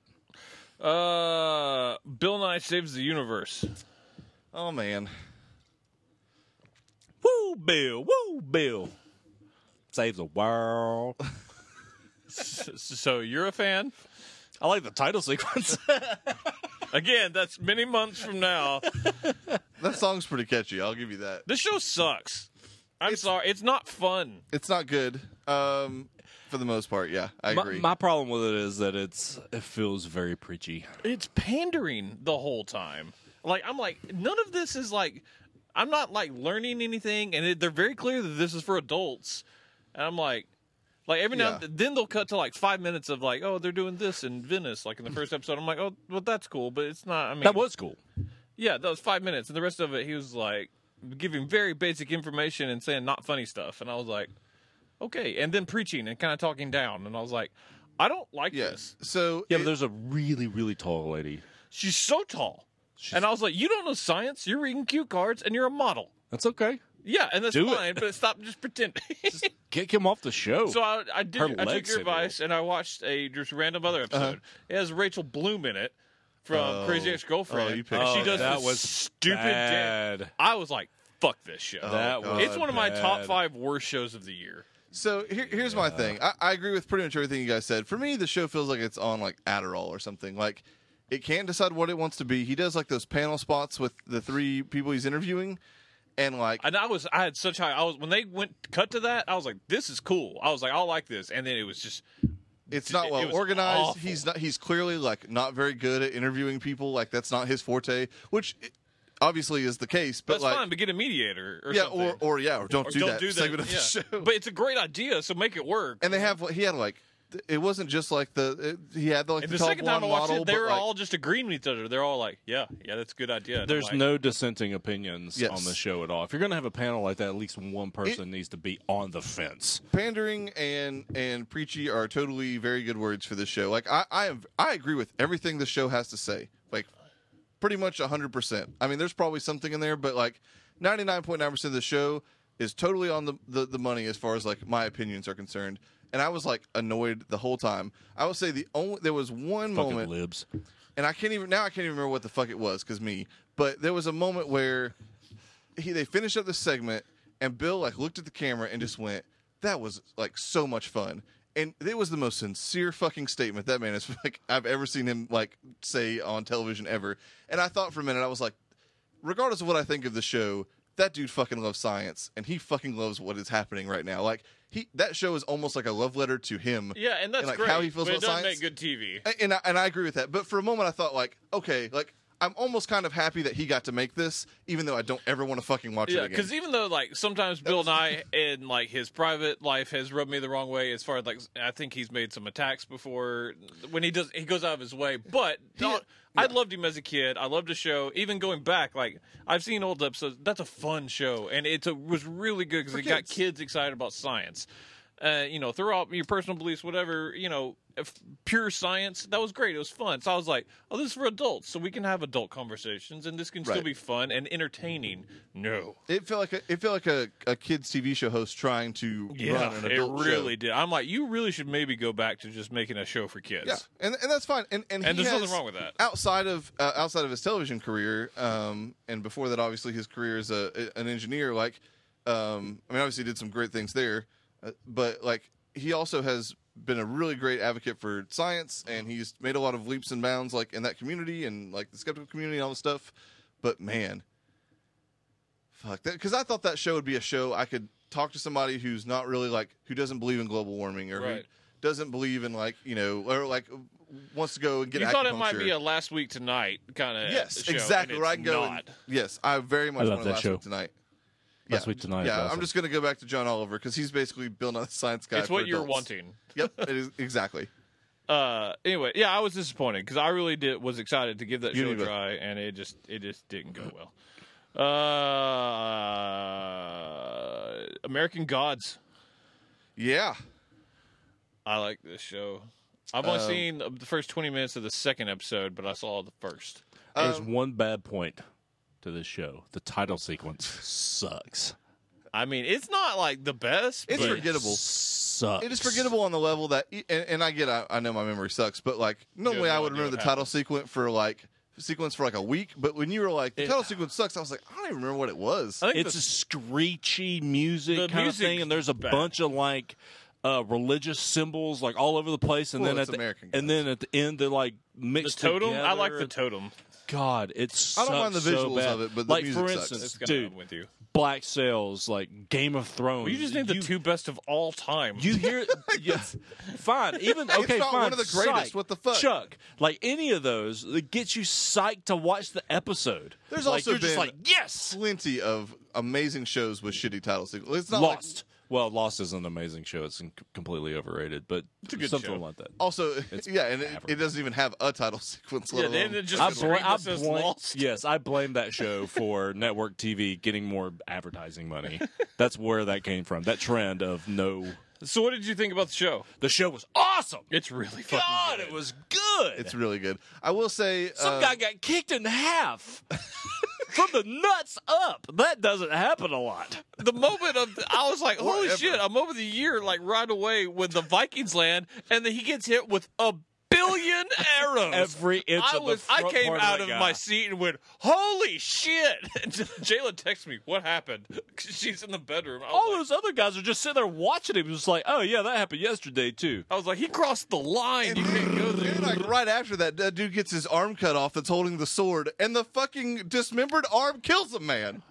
Uh, Bill Nye saves the universe. [laughs] Oh man, Woo Bill, woo Bill, saves the world. S- So you're a fan? I like the title sequence. [laughs] Again, that's many months from now. that song's pretty catchy. I'll give you that. This show sucks. I'm sorry, it's not fun. It's not good, um, for the most part. Yeah, I my, agree. my problem with it is that it's it feels very preachy. It's pandering the whole time. Like I'm like none of this is like I'm not like learning anything, and it, they're very clear that this is for adults. And I'm like, like every now Yeah. and th- then they'll cut to like five minutes of like, oh, they're doing this in Venice, like in the first episode. I'm like, oh, well, that's cool, but it's not. I mean, That was cool. Yeah, that was five minutes, and the rest of it, he was like giving very basic information and saying not funny stuff, and I was like, okay, and then preaching and kind of talking down, and I was like, I don't like yes. this. So Yeah, it- but there's a really really tall lady. She's so tall, and I was like, you don't know science. You're reading cue cards, and you're a model. That's okay. Yeah, and that's Do it. fine, but stop just [laughs] pretending. Kick him off the show. so I, I did. Her I took legs Uh-huh. your hit the wall. advice, and I watched a just random other episode. It has Rachel Bloom in it from Oh. Crazy Ex-Girlfriend. Oh, you picked and she it. does That this was stupid. dance. bad. I was like, fuck this show. that God. was It's one of my top bad. five worst shows of the year. So here, here's my thing. I, I agree with pretty much everything you guys said. For me, the show feels like it's on like Adderall or something. Like it can't decide what it wants to be. He does like those panel spots with the three people he's interviewing, and like And I was, I had such high. I was when they went cut to that. I was like, this is cool. I was like, I like this. And then it was just it's d- not it well was organized. awful. He's not. He's clearly like not very good at interviewing people. Like that's not his forte, which i- obviously is the case. But that's like fine. But get a mediator or yeah, something. or or yeah, or don't Or do don't that do that. segment of the yeah. show. But it's a great idea, so make it work. and they have he had like th- it wasn't just like the it, he had like And the, the second time I Taiwan watched model, it, they but, were like- all just agreeing with each other. They're all like, "Yeah, yeah, that's a good idea." And I'm There's like, no dissenting opinions Yes. on the show at all. If you're going to have a panel like that, at least one person needs to be on the fence. pandering and and preachy are totally very good words for this show. Like I I am I agree with everything the show has to say. Like pretty much 100%. I mean, there's probably something in there, but like 99.9% of the show is totally on the, the, the money as far as like my opinions are concerned. And I was like annoyed the whole time. I would say the only there was one Fucking moment libs. and I can't even now. I can't even remember what the fuck it was because me. But there was a moment where he they finished up the segment and Bill like looked at the camera and just went, "That was like so much fun." And it was the most sincere fucking statement that man is [laughs] like I've ever seen him like say on television ever. And I thought for a minute, I was like, regardless of what I think of the show, that dude fucking loves science and he fucking loves what is happening right now. Like he that show is almost like a love letter to him. Yeah, and that's like, great. how he feels but about it doesn't science. make good TV. A- and I, and I agree with that. But for a moment, I thought like, okay, like I'm almost kind of happy that he got to make this, even though I don't ever want to fucking watch Yeah, it again. because even though like sometimes Bill Nye in like his private life has rubbed me the wrong way as far as like I think he's made some attacks before when he does he goes out of his way. But don't- I loved him as a kid. I loved the show. Even going back, like I've seen old episodes. That's a fun show, and it was really good because it got kids. kids excited about science. Uh, you know, throw out your personal beliefs, whatever. You know, if pure science. That was great. It was fun. So I was like, oh, this is for adults, so we can have adult conversations, and this can still Right. be fun and entertaining. No. it felt like a, it felt like a, a kids TV show host trying to run an it adult really show. did. I'm like, you really should maybe go back to just making a show for kids. Yeah, and and that's fine. And and, And he there's nothing has- wrong with that. Outside of uh, outside of his television career, um, and before that, obviously his career as a, a- an engineer. Like, um, I mean, obviously he did some great things there, uh, but like he also has been a really great advocate for science, and he's made a lot of leaps and bounds like in that community and like the skeptical community and all this stuff. But man, fuck that because I thought that show would be a show I could talk to somebody who's not really like who doesn't believe in global warming or who Right. doesn't believe in like you know or like wants to go and [laughs] get you thought it might acupuncture. be a last week tonight kind of yes uh, show, exactly and where I it's can go and- not. yes I very much I love want that to last show. week tonight Last yeah. Week Tonight is yeah awesome. I'm just gonna go back to John Oliver because he's basically Bill Nye the Science Guy it's for what you're adults. wanting. yep it is exactly Uh, anyway, yeah, I was disappointed because I really did was excited to give that You show a need to- try, and it just it just didn't go well. Uh, American Gods. yeah I like this show. I've only Um, seen the first 20 minutes of the second episode, but I saw the first. There's one bad point to this show. The title sequence sucks. I mean, it's not like the best. It's but- forgettable. Sucks. It is forgettable on the level that, e, and, and I get, I, I know my memory sucks, but like normally have I no would idea remember the what title sequence for like sequence for like a week, but when you were like the title sequence sucks, I was like, I don't even remember what it was. I think It's the- a screechy music The kind music's of thing, and there's a bad. bunch of like uh, religious symbols like all over the place, and Well, then it's at the, American and then at the end they're like the mixed totem. Together. I like the totem. God, it's I don't mind the so visuals bad. of it, but the like for music sucks. instance, It's gonna dude, I'm with you. Black Sails, like Game of Thrones. Well, you just named the two best of all time. You [laughs] hear, yeah, fine. Even okay, not fine. one of the greatest. Psych, What the fuck? Chuck? Like any of those that gets you psyched to watch the episode. There's like, also you're just been- like yes, Plenty of amazing shows with shitty title sequences. It's not like- Lost. well, Lost is an amazing show. It's in- completely overrated, but good something show. like that. also, It's [laughs] yeah, and it, average. it doesn't even have a title [laughs] sequence. Let yeah, alone, and it just I, screen bl- I that says blame- lost. yes, I blame that show [laughs] for network TV getting more advertising money. That's where that came from. That trend of no, So, what did you think about the show? the show was awesome. It's really fucking God, good. it was good. it's really good. I will say, Some uh, guy got kicked in [laughs] half from the nuts up. That doesn't happen a lot. the moment of I was like, holy Whatever. shit! I'm over the year like right away when the Vikings land, and then he gets hit with a [laughs] billion arrows. Every inch I of the was I front came part of out that of guy. my seat and went, holy shit! [laughs] And Jayla texted me, what happened? [laughs] 'Cause She's in the bedroom. I was, All like, those other guys are just sitting there watching him, just like, oh yeah, that happened yesterday too. I was like, he crossed the line. You can't go there. [laughs] And like right after that, that dude gets his arm cut off. That's holding the sword, and the fucking dismembered arm kills a man.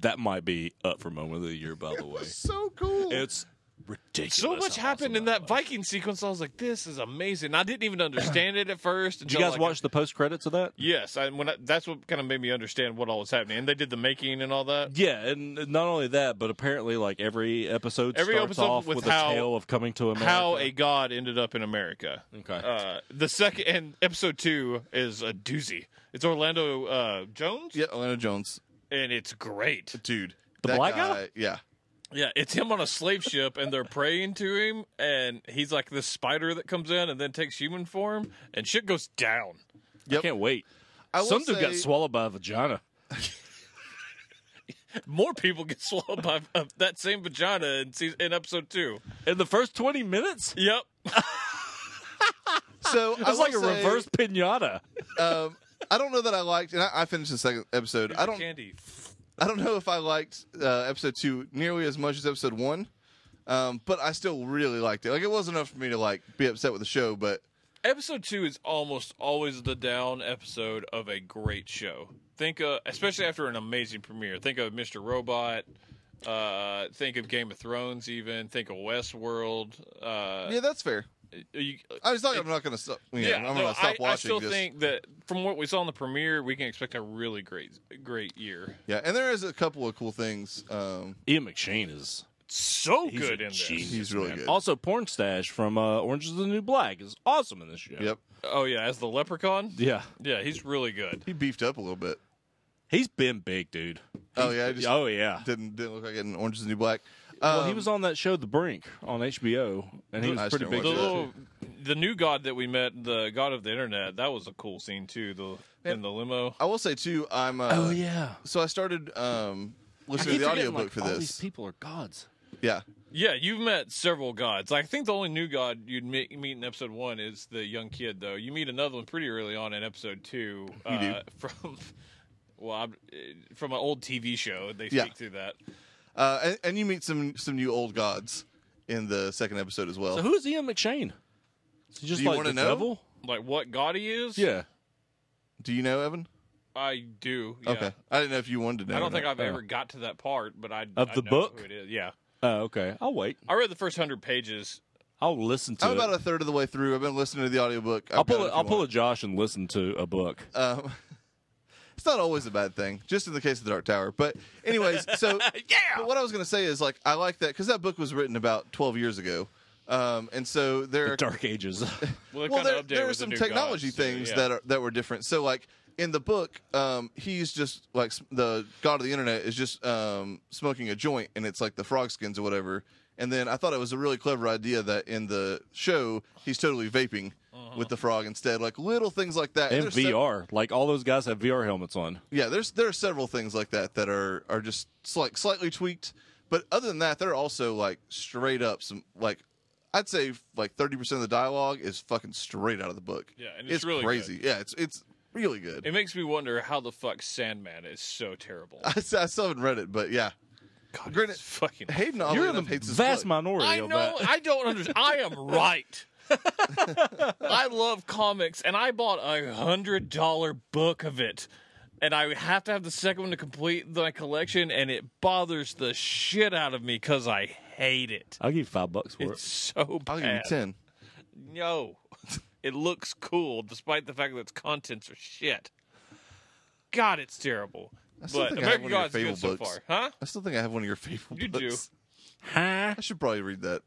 That might be up for moment of the year, by the way. So cool. It's ridiculous. so how much awesome happened in that was. Viking sequence. I was like, "This is amazing." I didn't [clears throat] even understand it at first. Did you guys watch the post credits of that? Yes, I, when I, that's what kind of made me understand what all was happening. And they did the making and all that. Yeah, and not only that, but apparently, like every episode Every starts episode off with with, how- a tale of coming to America. How a god ended up in America. Okay. Uh, the second and episode two is a doozy. It's Orlando uh, Jones, yeah, Orlando Jones, and it's great. dude. The that black guy? Yeah. Yeah, it's him on a slave ship, and they're praying to him, and he's like this spider that comes in and then takes human form, and shit goes down. I can't wait. I will Some dude got say- swallowed by a vagina. More people get [laughs] swallowed by uh, that same vagina in, season, in episode two. In the first 20 minutes? Yep. So I [laughs] It's like a will say, reverse pinata. [laughs] Um, I don't know that I liked, and I, I finished the second episode. I don't. Candy. I don't know if I liked uh, episode two nearly as much as episode one, um, but I still really liked it. Like it wasn't enough for me to like be upset with the show, but Episode two is almost always the down episode of a great show. Think, uh, especially after an amazing premiere. Think of Mr. Robot. Uh, think of Game of Thrones. Even think of Westworld. Uh, yeah, that's fair. you- I was like, I'm not gonna stop. You know, I'm no, gonna stop I, watching. I still just- think that from what we saw in the premiere, we can expect a really great, great year. Yeah, and there is a couple of cool things. Um, Ian McShane is So He's good a in this. genius, He's really man. good. Also, Porn Stash from uh, Orange is the New Black is awesome in this show. Yep, Oh yeah, as the leprechaun. Yeah. Yeah, he's really good. he beefed up a little bit. He's been big, dude. Oh yeah, I just oh, yeah. didn't didn't look like it in Orange Is the New Black. Um, well, he was on that show, The Brink, on HBO, and he I was just pretty big. didn't The watch there. that. little, the new god that we met, the god of the internet. That was a cool scene too. The in the limo. I will say too, I'm. Uh, Oh, yeah. So I started um, listening keep to forgetting, the audiobook like, for all these this. people are gods. Yeah, Yeah, you've met several gods. I think the only new god you'd meet, meet in episode one is the young kid, though. You meet another one pretty early on in episode two. uh, You do. [laughs] from well, I'm, uh, from an old TV show. They Yeah. speak through that. uh, and, and you meet some some new old gods in the second episode as well. So who's Ian McShane? Is he just Do you like wanna the know? devil? Like what god he is? Yeah. Do you know Evan? I do. Yeah. Okay, I didn't know if you wanted to know. I or don't think not. I've ever got to that part, but I Of I the know book? Who it is. Yeah, Oh, okay. I'll wait. I read the first hundred pages. I'll listen to I'm it. about a third of the way through. I've been listening to the audiobook. I'll pull it. I'll pull a Josh and listen to a book. Um, [laughs] it's not always a bad thing, just in the case of the Dark Tower. But anyways, [laughs] so [laughs] yeah. But what I was going to say is like I like that because that book was written about 12 years ago, um, and so there [laughs] are Dark Ages. Well, well there, updated there are with the some new technology gods, so, things yeah. that are that were different. So like in the book, um, he's just like s- the god of the internet is just um, smoking a joint, and it's like the frog skins or whatever. And then I thought it was a really clever idea that in the show he's totally vaping Uh-huh. with the frog instead, like little things like that. and And there's sev- VR. Like all those guys have VR helmets on. yeah, there's there are several things like that that are are just slight, slightly tweaked, but other than that, there are also like straight up some like I'd say like thirty percent of the dialogue is fucking straight out of the book. Yeah, and it's really crazy. Yeah, it's it's really good. It makes me wonder how the fuck Sandman is so terrible. [laughs] I, s- I still haven't read it, but yeah, God, Ah, granted- it's fucking. Hayden oddly You're in the enough hates this vast book. minority I of know. that. I don't understand. I [laughs] am right. I love comics, and I bought a hundred dollar book of it, and I have to have the second one to complete my collection, and it bothers the shit out of me because I hate it. I'll give you five bucks for It's so bad. I'll give you ten. No, [laughs] it looks cool despite the fact that its contents are shit. God, it's terrible. still But think I have American one of your God's good so Fable far, books. huh? I still think I have one of your favorite You do. books. it. Huh? [laughs] I should probably read that.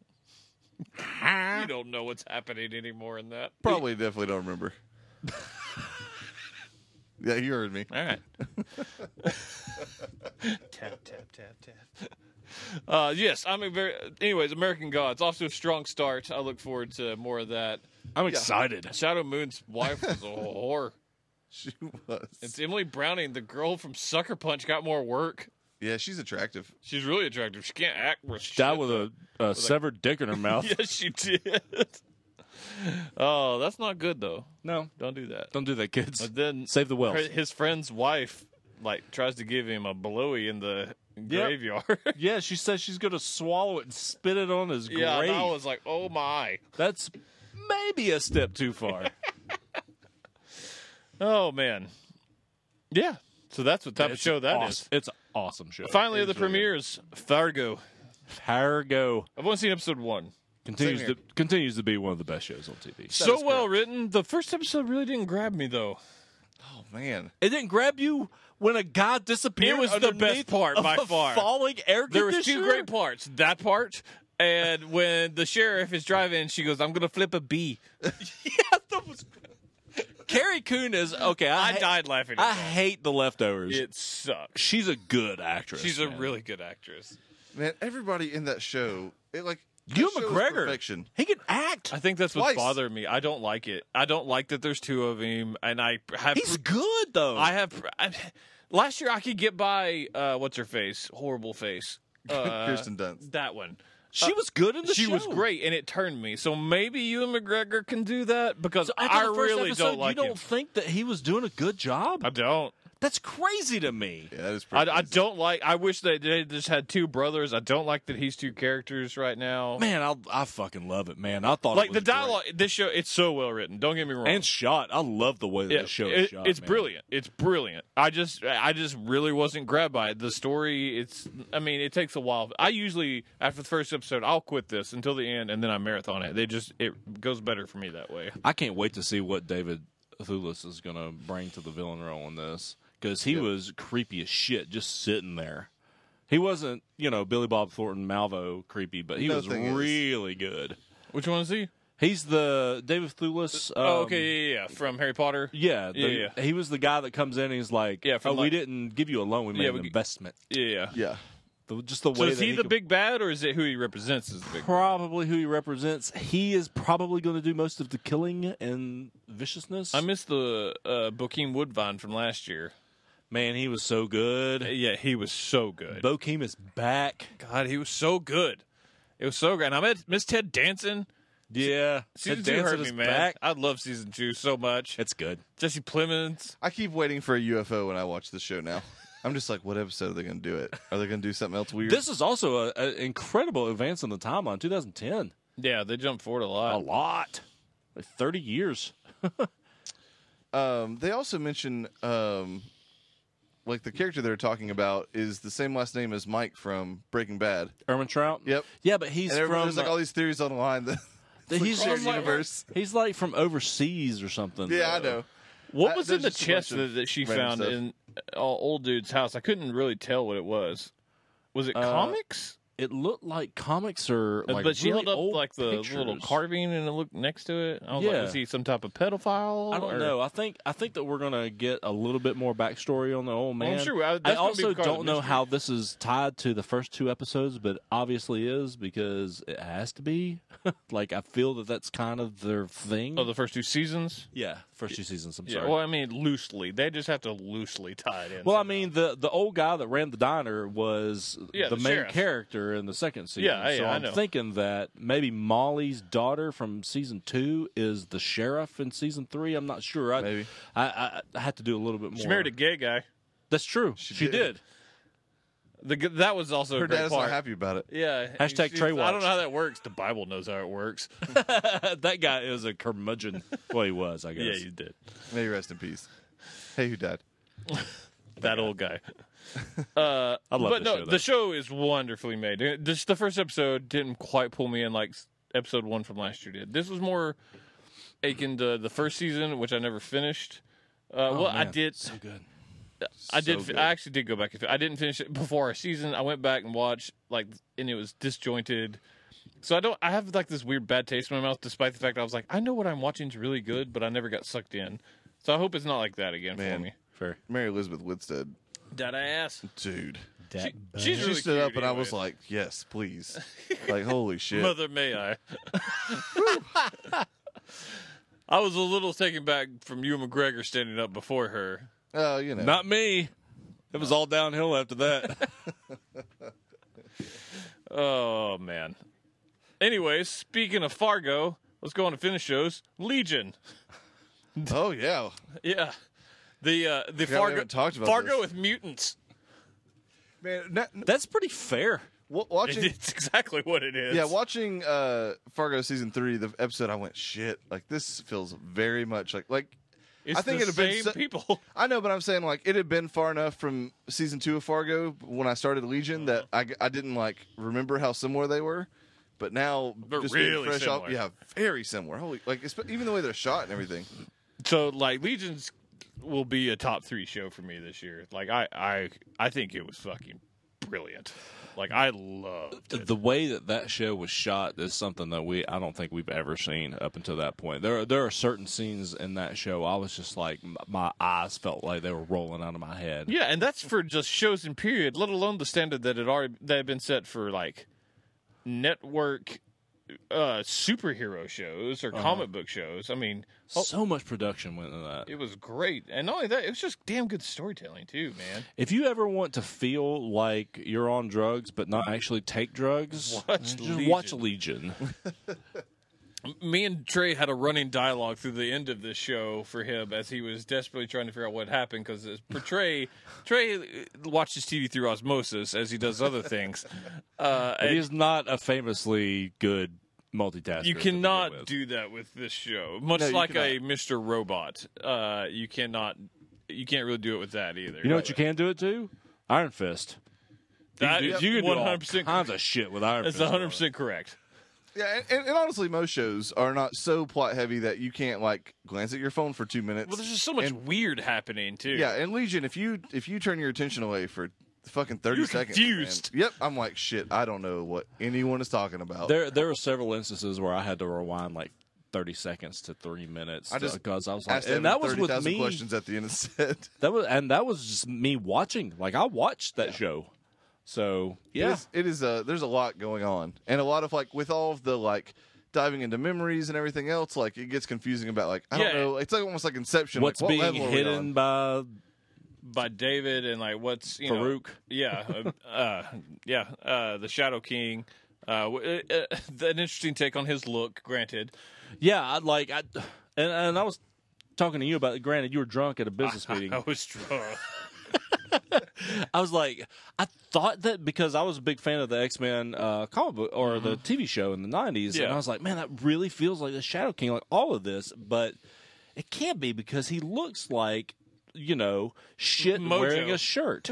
You don't know what's happening anymore in that. Probably definitely don't remember. [laughs] yeah, you heard me. [laughs] All right. tap tap tap tap. Uh, yes, I'm a very. Anyways, American Gods off to a strong start. I look forward to more of that. I'm excited. Shadow Moon's wife was a whore. She was. It's Emily Browning, the girl from Sucker Punch, got more work. Yeah, she's attractive. She's really attractive. She can't act for shit. Died with a, a severed dick in her mouth. [laughs] yes, she did. oh, that's not good though. No, Don't do that. don't do that, kids. But then Save the wealth. her- his friend's wife like tries to give him a blowy in the graveyard. [laughs] Yeah, she says she's gonna swallow it and spit it on his Yeah, and grave. I was like, oh my. That's maybe a step too far. Oh man. Yeah. So that's what type of It's show [laughs] that is. awesome. It's an awesome show. Finally, the premieres. Fargo. Fargo I've only seen episode one. continues Same to here. continues to be one of the best shows on TV. so is well written. The first episode really didn't grab me though. Oh man. It didn't grab you when a guy disappeared. It was the best underneath part of by a far. Falling air There was two conditioner? great parts. That part. And when the sheriff is driving, she goes, "I'm gonna flip a bee." yeah, [laughs] that was. Carrie Coon is okay. I, I ha- died laughing. At I that. hate the leftovers. It sucks. She's a good actress. She's a man. really good actress. Man, everybody in that show, it like that Ewan show is McGregor. perfection. [laughs] He can act. I think that's what Twice. bothered me. I don't like it. I don't like that there's two of him, and I have He's good though. I have I, Last year I could get by. Uh, what's her face? Horrible [laughs] face. Uh, Kirsten Dunst. That one. She was good in the uh, she show. was great, and it turned me. So maybe you and McGregor can do that because So after I the first really episode, don't like You don't him. think that he was doing a good job? I don't. That's crazy to me. Yeah, that is I, pretty. I crazy. don't like. I wish they, they just had two brothers. I don't like that he's two characters right now. Man, I I fucking love it, man. I thought it like was the great. dialogue, this show, it's so well written. Don't get me wrong. and shot. I love the way that Yeah, the show is it- shot. it's man. brilliant. It's brilliant. I just, I just really wasn't grabbed by it. The story, it's. I mean, it takes a while. I usually after the first episode, I'll quit this until the end, and then I marathon it. They just, it goes better for me that way. I can't wait to see what David Thewlis is going to bring to the villain role in this because he was creepy as shit just sitting there. He wasn't, you know, Billy Bob Thornton Malvo creepy, but he No was thing is- really good. Which one is he? He's the David Thewlis. Um, oh, okay, yeah, yeah, yeah, from Harry Potter. Yeah, the, Yeah, he was the guy that comes in and he's like, Yeah, oh, from we like- didn't give you a loan, we made Yeah, an we g- investment." Yeah, yeah. Yeah. The- just the So way is that he the could- big bad, or is it who he represents as the big? probably who he represents. He is probably going to do most of the killing and viciousness. I miss the uh, Bokeem Woodvine from last year. Man, he was so good. Yeah, he was so good. Bokeem is back. God, he was so good. It was so great. And I met Miss Ted Danson. Yeah, Season Ted two Danson hurt is me, man. I love season two so much. It's good. Jesse Plemons. I keep waiting for a UFO when I watch the show now. [laughs] I'm just like, what episode are they going to do it? Are they going to do something else weird? This is also a- a incredible advance in the timeline. 2010, Yeah, they jump forward a lot. a lot, Like 30 years. um, they also mention, um, like, the character they're talking about is the same last name as Mike from Breaking Bad. Erwin Trout. Yep. Yeah, but he's And everyone- from there's like "Oh, all these theories online. That the- [laughs] he's shared from, like- universe. He's like from overseas or something. [laughs] yeah, I though. know. what that- was in there's the just a bunch chest of that, that she random found stuff. in uh, old dude's house? I couldn't really tell what it was. Was it Uh, comics? It looked like comics are like Uh, but she really held up old like the little pictures. carving and it looked next to it. I was Yeah. like, was he some type of pedophile? I don't or- know. I think I think that we're gonna get a little bit more backstory on the old Well, man. I'm sure. I, that's gonna I be also part of the don't know mystery. how this is tied to the first two episodes, but obviously is because it has to be. [laughs] like I feel that that's kind of their thing. Oh, the first two seasons. yeah, first two seasons. I'm Yeah. sorry. Well, Well, I mean, loosely. They just have to loosely tie it in. I mean the the old guy that ran the diner was Yeah, the, the main sheriff. character in the second season. Yeah, yeah, so I am know. thinking that maybe Molly's daughter from season two is the sheriff in season three. I'm not sure. I Maybe. I, I, I had to do a little bit more. she married a gay guy. That's true. She, did. did. The, g- that was also a Her great dad's part. not happy about it. Yeah. Hashtag She- Trey I don't watched. know how that works. The Bible knows how it works. [laughs] that guy is [laughs] a curmudgeon. well, he was, I guess. yeah, you did. May you rest in peace. Hey, who died? That old guy. Uh, I but love no, this show, though. the show is wonderfully made. It- This the first episode didn't quite pull me in like s- episode one from last year did. This was more akin to the first season, which I never finished. Uh, well, I did. Oh, So good. I So did. fi- good. I actually did go back. and fi- I didn't finish it before our season. I went back and watched like, and it was disjointed. So I don't. I have like this weird bad taste in my mouth, despite the fact I was like, I know what I'm watching is really good, but I never got sucked in. So I hope it's not like that again Man. for me. Fair. Mary Elizabeth Winstead. That ass. Dude. She, she's She really stood up cute and I was anyway. like, yes, [laughs] please. like, holy shit. "Mother, may [laughs] I?" [laughs] I was a little taken back from you McGregor standing up before her. Oh, you know. Not me. It was all downhill [laughs] after that. Oh man. Anyways, speaking of Fargo, let's go on to finish shows. Legion. oh, yeah. Yeah. The uh the we Fargo haven't talked about Fargo this. with [laughs] mutants. Man, not, That's pretty fair. wa- watching It's exactly what it is. Yeah, watching uh Fargo season three, the episode, I went shit. Like this feels very much like like it's I think the it'd have same been so- [laughs] people. I know, but I'm saying like it had been far enough from season two of Fargo when I started Legion that Uh-huh. I, I didn't like remember how similar they were, but now They're just being really fresh off- similar. yeah, very similar. Holy, like it's, even the way they're shot and everything. So like Legions will be a top three show for me this year. Like I I I think it was fucking brilliant. Like I loved it. The way that that show was shot is something that we I don't think we've ever seen up until that point. There are, there are certain scenes in that show I was just like m- my eyes felt like they were rolling out of my head. Yeah, and that's for just shows in period, let alone the standard that had already that had been set for like network uh, superhero shows or Uh-huh. comic book shows. I mean, oh, So much production went into that. it was great, and not only that, it was just damn good storytelling too, man. If you ever want to feel like you're on drugs but not actually take drugs, Watch just watch Legion. [laughs] Me and Trey had a running dialogue through the end of this show for him as he was desperately trying to figure out what happened because for Trey, [laughs] Trey uh, watches TV through osmosis as he does other [laughs] things. Uh, But and he is not a famously good multitasker. you to begin cannot with. do that with this show, much No, you like a Mr. Robot. Uh, you cannot. You can't really do it with that either. You know what you can do it to? Iron Fist. That you can is do, you can do all 100% kinds of shit with Iron That's Fist. 100 percent correct. Yeah, and- and, and honestly, most shows are not so plot heavy that you can't like glance at your phone for two minutes. Well, there's just so much weird happening too. yeah, and Legion, if you if you turn your attention away for fucking 30 You're seconds, confused. man, yep, I'm like shit. I don't know what anyone is talking about. There, there were several instances where I had to rewind like thirty seconds to three minutes I just because I was I like, asked them and that was with 30,000 me. questions at the end of the set. [laughs] That was, and that was just me watching. Like I watched that show. So It yeah, is, it is a there's a lot going on and a lot of like with all of the like diving into memories and everything else like it gets confusing about like I Yeah. don't know it's like almost like inception what's like, what being level are we hidden on? by by David and like what's you know Farouk? yeah, uh, uh, yeah, uh, the Shadow King. Uh, w- uh, uh, an interesting take on his look, granted. Yeah, I like I, and and I was talking to you about. it. Granted, you were drunk at a business [laughs] [laughs] meeting. I was drunk. I was like, I thought that because I was a big fan of the X Men uh, comic book or the TV show in the '90s, and Mm-hmm. Yeah. I was like, man, that really feels like the Shadow King, like all of this, but it can't be because he looks like you know shit Mojo. wearing [laughs] a shirt.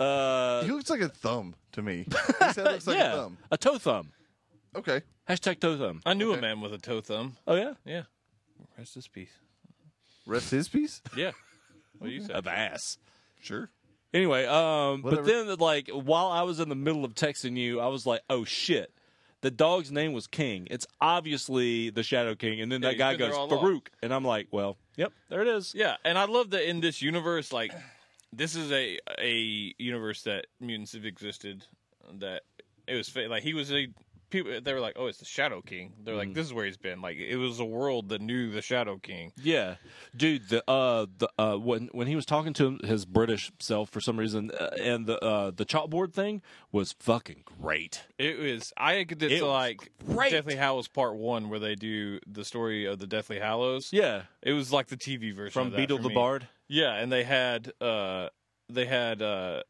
uh, he looks like a thumb [laughs] to me his head looks like yeah, a thumb a toe thumb. okay Hashtag toe thumb. I knew a man with a toe thumb. Oh yeah, Yeah, rest his peace. rest his piece Yeah, what you said? of ass. sure Anyway, um, but Whatever. then like while I was in the middle of texting you, I was like, "Oh shit." The dog's name was King. It's obviously the Shadow King, and then Yeah, that he's guy been there goes all along. Farouk, and I'm like, "Well, yep, there it is." Yeah, and I love that in this universe, like this is a a universe that mutants have existed. That it was fa- like he was a people. They were like, oh, it's the Shadow King. They're like, this is where he's been. Like it was a world that knew the Shadow King. Yeah, dude. The uh, the uh, when when he was talking to his British self for some reason, uh, and the uh, the chalkboard thing was fucking great. It was I could It it's was like great. Deathly Hallows Part One where they do the story of the Deathly Hallows. Yeah, It was like the TV version from of that Beetle for the me. Bard, Yeah, and they had uh they had uh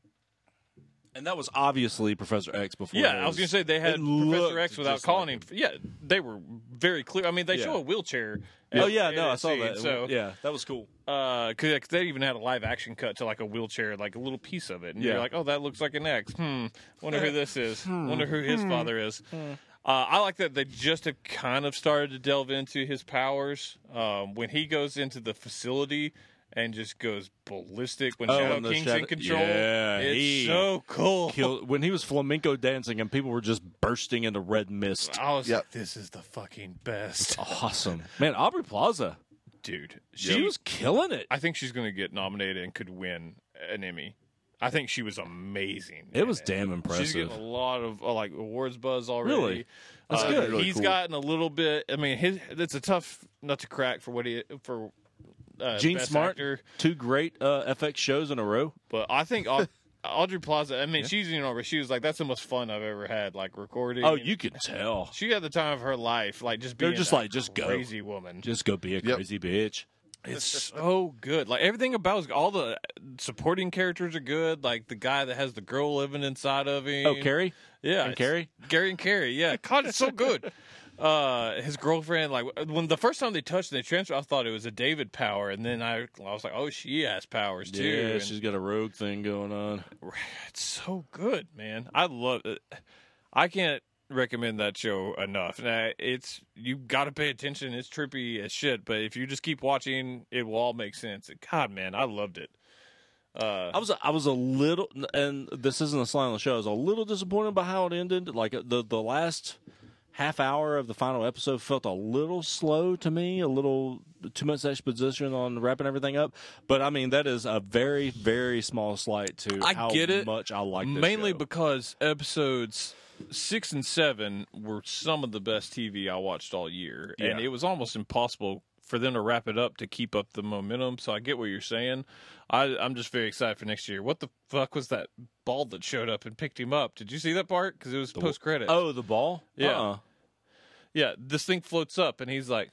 and that was obviously Professor X before. yeah, I was his- gonna say they it had looked Professor X without just calling like him. Yeah, they were very clear. I mean, they Yeah. show a wheelchair. Oh in- yeah, in no, I that saw scene, that. So yeah, that was cool. uh, cause like, they even had a live action cut to like a wheelchair, like a little piece of it, and Yeah. you're like, oh, that looks like an X. Hmm. Wonder who this is. Wonder who his father is. Uh, I like that they just have kind of started to delve into his powers. Um, when he goes into the facility and just goes ballistic when Oh, Shadow when the King's Shadow- in control, Yeah, it's he so cool. killed when he was flamenco dancing and people were just bursting into red mist. I was Yep. like, this is the fucking best, Awesome. Man, Aubrey Plaza. dude. She was killing it. I think she's gonna get nominated and could win an Emmy. I think she was amazing. It was damn. damn She's impressive. getting a lot of uh, like awards buzz already. Really? That's Uh, good. Really he's cool. gotten a little bit. I mean, his it's a tough nut to crack for what he for. Uh, Gene best Smart, actor, two great uh, FX shows in a row. but I think [laughs] Au- Audrey Plaza. I mean, she's you know, she was like that's the most fun I've ever had, like recording. Oh, you could tell. She had the time of her life, like just They're being just a like, just go. crazy woman. Just go be a Yep. crazy bitch. It's so good. Like everything about is, all the supporting characters are good. Like the guy that has the girl living inside of him. Oh, Carrie? Yeah, And it's- Carrie? Gary and Carrie. Yeah, God, it's so good. [laughs] Uh, his girlfriend, like when the first time they touched and they transferred, I thought it was a David power, and then I, I was like, oh, she has powers too. Yeah, and she's got a rogue thing going on. it's so good, man. I love it. I can't recommend that show enough. Now, it's you got to pay attention. It's trippy as shit, but if you just keep watching, it will all make sense. God, man, I loved it. Uh, I was I was a little, and this isn't a slight on the show. I was a little disappointed by how it ended. Like the the last half hour of the final episode felt a little slow to me, a little too much exposition on wrapping everything up. But I mean, that is a very, very small slight to I how get it. much I like this mainly show. because episodes six and seven were some of the best TV I watched all year, and Yeah. it was almost impossible for them to wrap it up to keep up the momentum. So I get what you're saying. I, I'm just very excited for next year. What the fuck was that ball that showed up and picked him up? Did you see that part? Because it was post credit. oh, the ball. Yeah. Uh-uh. yeah, this thing floats up, and he's like.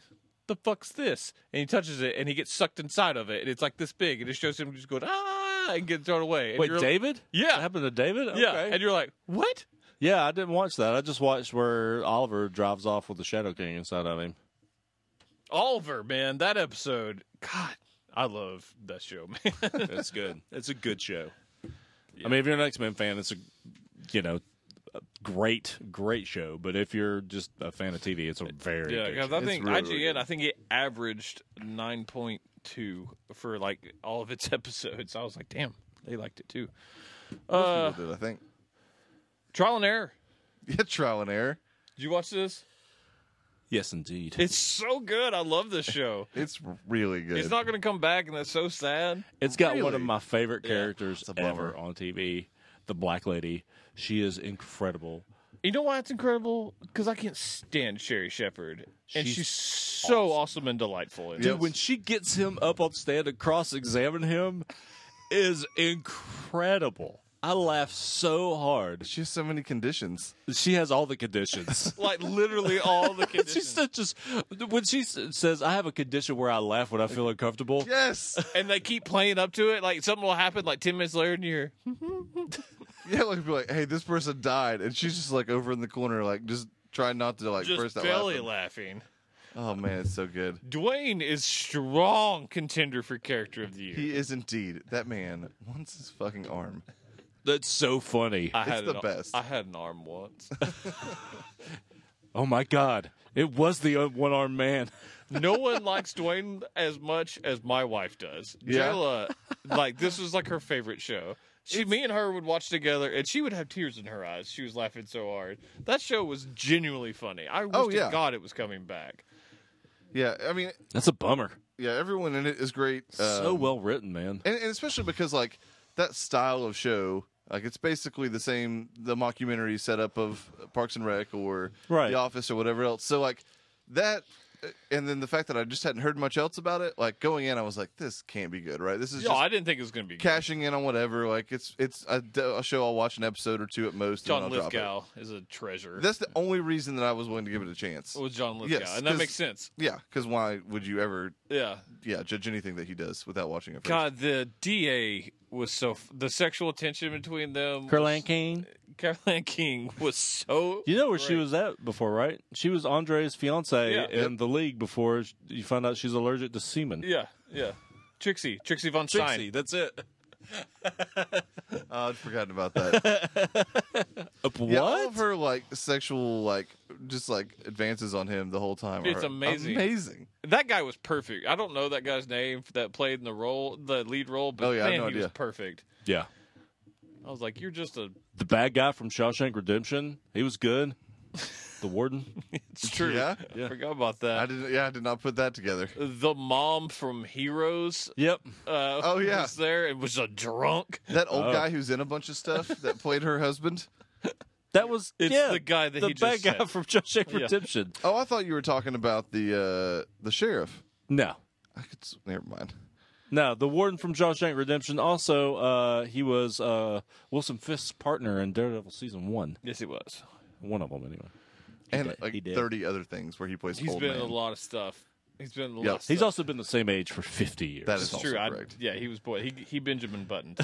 The fuck's this? And he touches it, and he gets sucked inside of it, and it's like this big, and it shows him just going ah, and getting thrown away. And Wait, you're- David? Yeah. That happened to David? Okay. yeah, and you're like, what? Yeah, I didn't watch that. I just watched where Oliver drives off with the Shadow King inside of him. Oliver, man, that episode. God, I love that show, [laughs] man. It's good. it's a good show. I mean, if you're an X Men fan, it's a you know a great, great show. But if you're just a fan of TV, it's a very yeah, good because show. I think really, IGN, really good. I think it averaged nine point two for like all of its [laughs] episodes. I was like, damn, they liked it too. Uh, People did, I think. [laughs] Trial and Error. Yeah, trial and error. Did you watch this? Yes, indeed. It's so good. I love this show. It's really good. It's not going to come back, and that's so sad. It's got one of Really? my favorite characters It's a ever bummer. on TV, the Black Lady. She is incredible. You know why it's incredible? Because I can't stand Sherry Shepard, and she's, She's so awesome. and delightful. In Dude, this. When she gets him up on stand and cross examine him, is incredible. I laugh so hard. She has so many conditions. She has all the [laughs] conditions. like literally all [laughs] the conditions. She's such just when she s- says, "I have a condition where I laugh when I feel uncomfortable." Yes. and they keep playing up to it. Like something will happen like ten minutes later, and you're [laughs] yeah, like be like, hey, this person died, and she's just like over in the corner, like just trying not to like just burst out belly laughing. laughing. Oh man, it's so good. Dwayne is strong contender for character of the year. He is indeed that man. Wants his fucking arm. That's so funny. I the an- best. I had an arm once. Oh my god, it was the one armed man. no one likes Dwayne as much as my wife does. Yeah. Jayla, like this was like her favorite show. She, me and her would watch together, and she would have tears in her eyes. She was laughing so hard. That show was genuinely funny. I wish Oh, to yeah. God it was coming back. Yeah, I mean, That's a bummer. yeah, everyone in it is great. so um, well written, man. and, and especially because like that style of show like it's basically the same the mockumentary setup of parks and rec or Right. the office or whatever else so like that uh, and then the fact that i just hadn't heard much else about it like going in i was like this can't be good right this is Yo, just I didn't think it was going to be good. cashing in on whatever like it's it's a, d- a show i'll watch an episode or two at most John and then I'll drop it. Lithgow is a treasure. that's the only reason that i was willing to give it a chance was John Lithgow, Yes, and that 'cause- makes sense. yeah because why would you ever Yeah, yeah judge anything that he does without watching it first? God, the DA was so f- the sexual tension between them. was- Caroline Kane. Caroline King was so. You know where she great. was at before, right? She was Andre's fiance Yeah. in the league before sh- you find out she's allergic to semen. Yeah, yeah. Trixie, Trixie von Stein. that's it. Oh, i'd forgotten [laughs] about that what? Yeah, all of her like sexual like just like advances on him the whole time. It's are amazing. Amazing. That guy was perfect. I don't know that guy's name that played in the role, the lead role, but Oh, yeah, I have man, no he was idea. perfect. yeah. I was like, you're just a. The bad guy from Shawshank Redemption. He [laughs] was good. The warden. It's true. Yeah? I forgot about I that. didn't. Yeah, I did not put that together. The mom from Heroes. yep. Uh, Oh, yeah. was there and was a drunk. That old Oh. guy who's in a bunch of stuff that played her husband. That was It's yeah, the guy that the he bad just guy said. from Shawshank Yeah. Redemption. Oh, I thought you were talking about the uh the sheriff. No, I could. s- Never mind. no, the warden from Shawshank Redemption. Also, uh, he was uh, Wilson Fisk's partner in Daredevil season one. Yes, he was. One of them, anyway. And did- he like did. thirty other things where he plays He's old been man. in a lot of stuff. He's been in a Yeah, lot. Of He's stuff. also been the same age for fifty years. [laughs] That is It's also true. I, correct. yeah, he was boy. He he Benjamin [laughs] Button.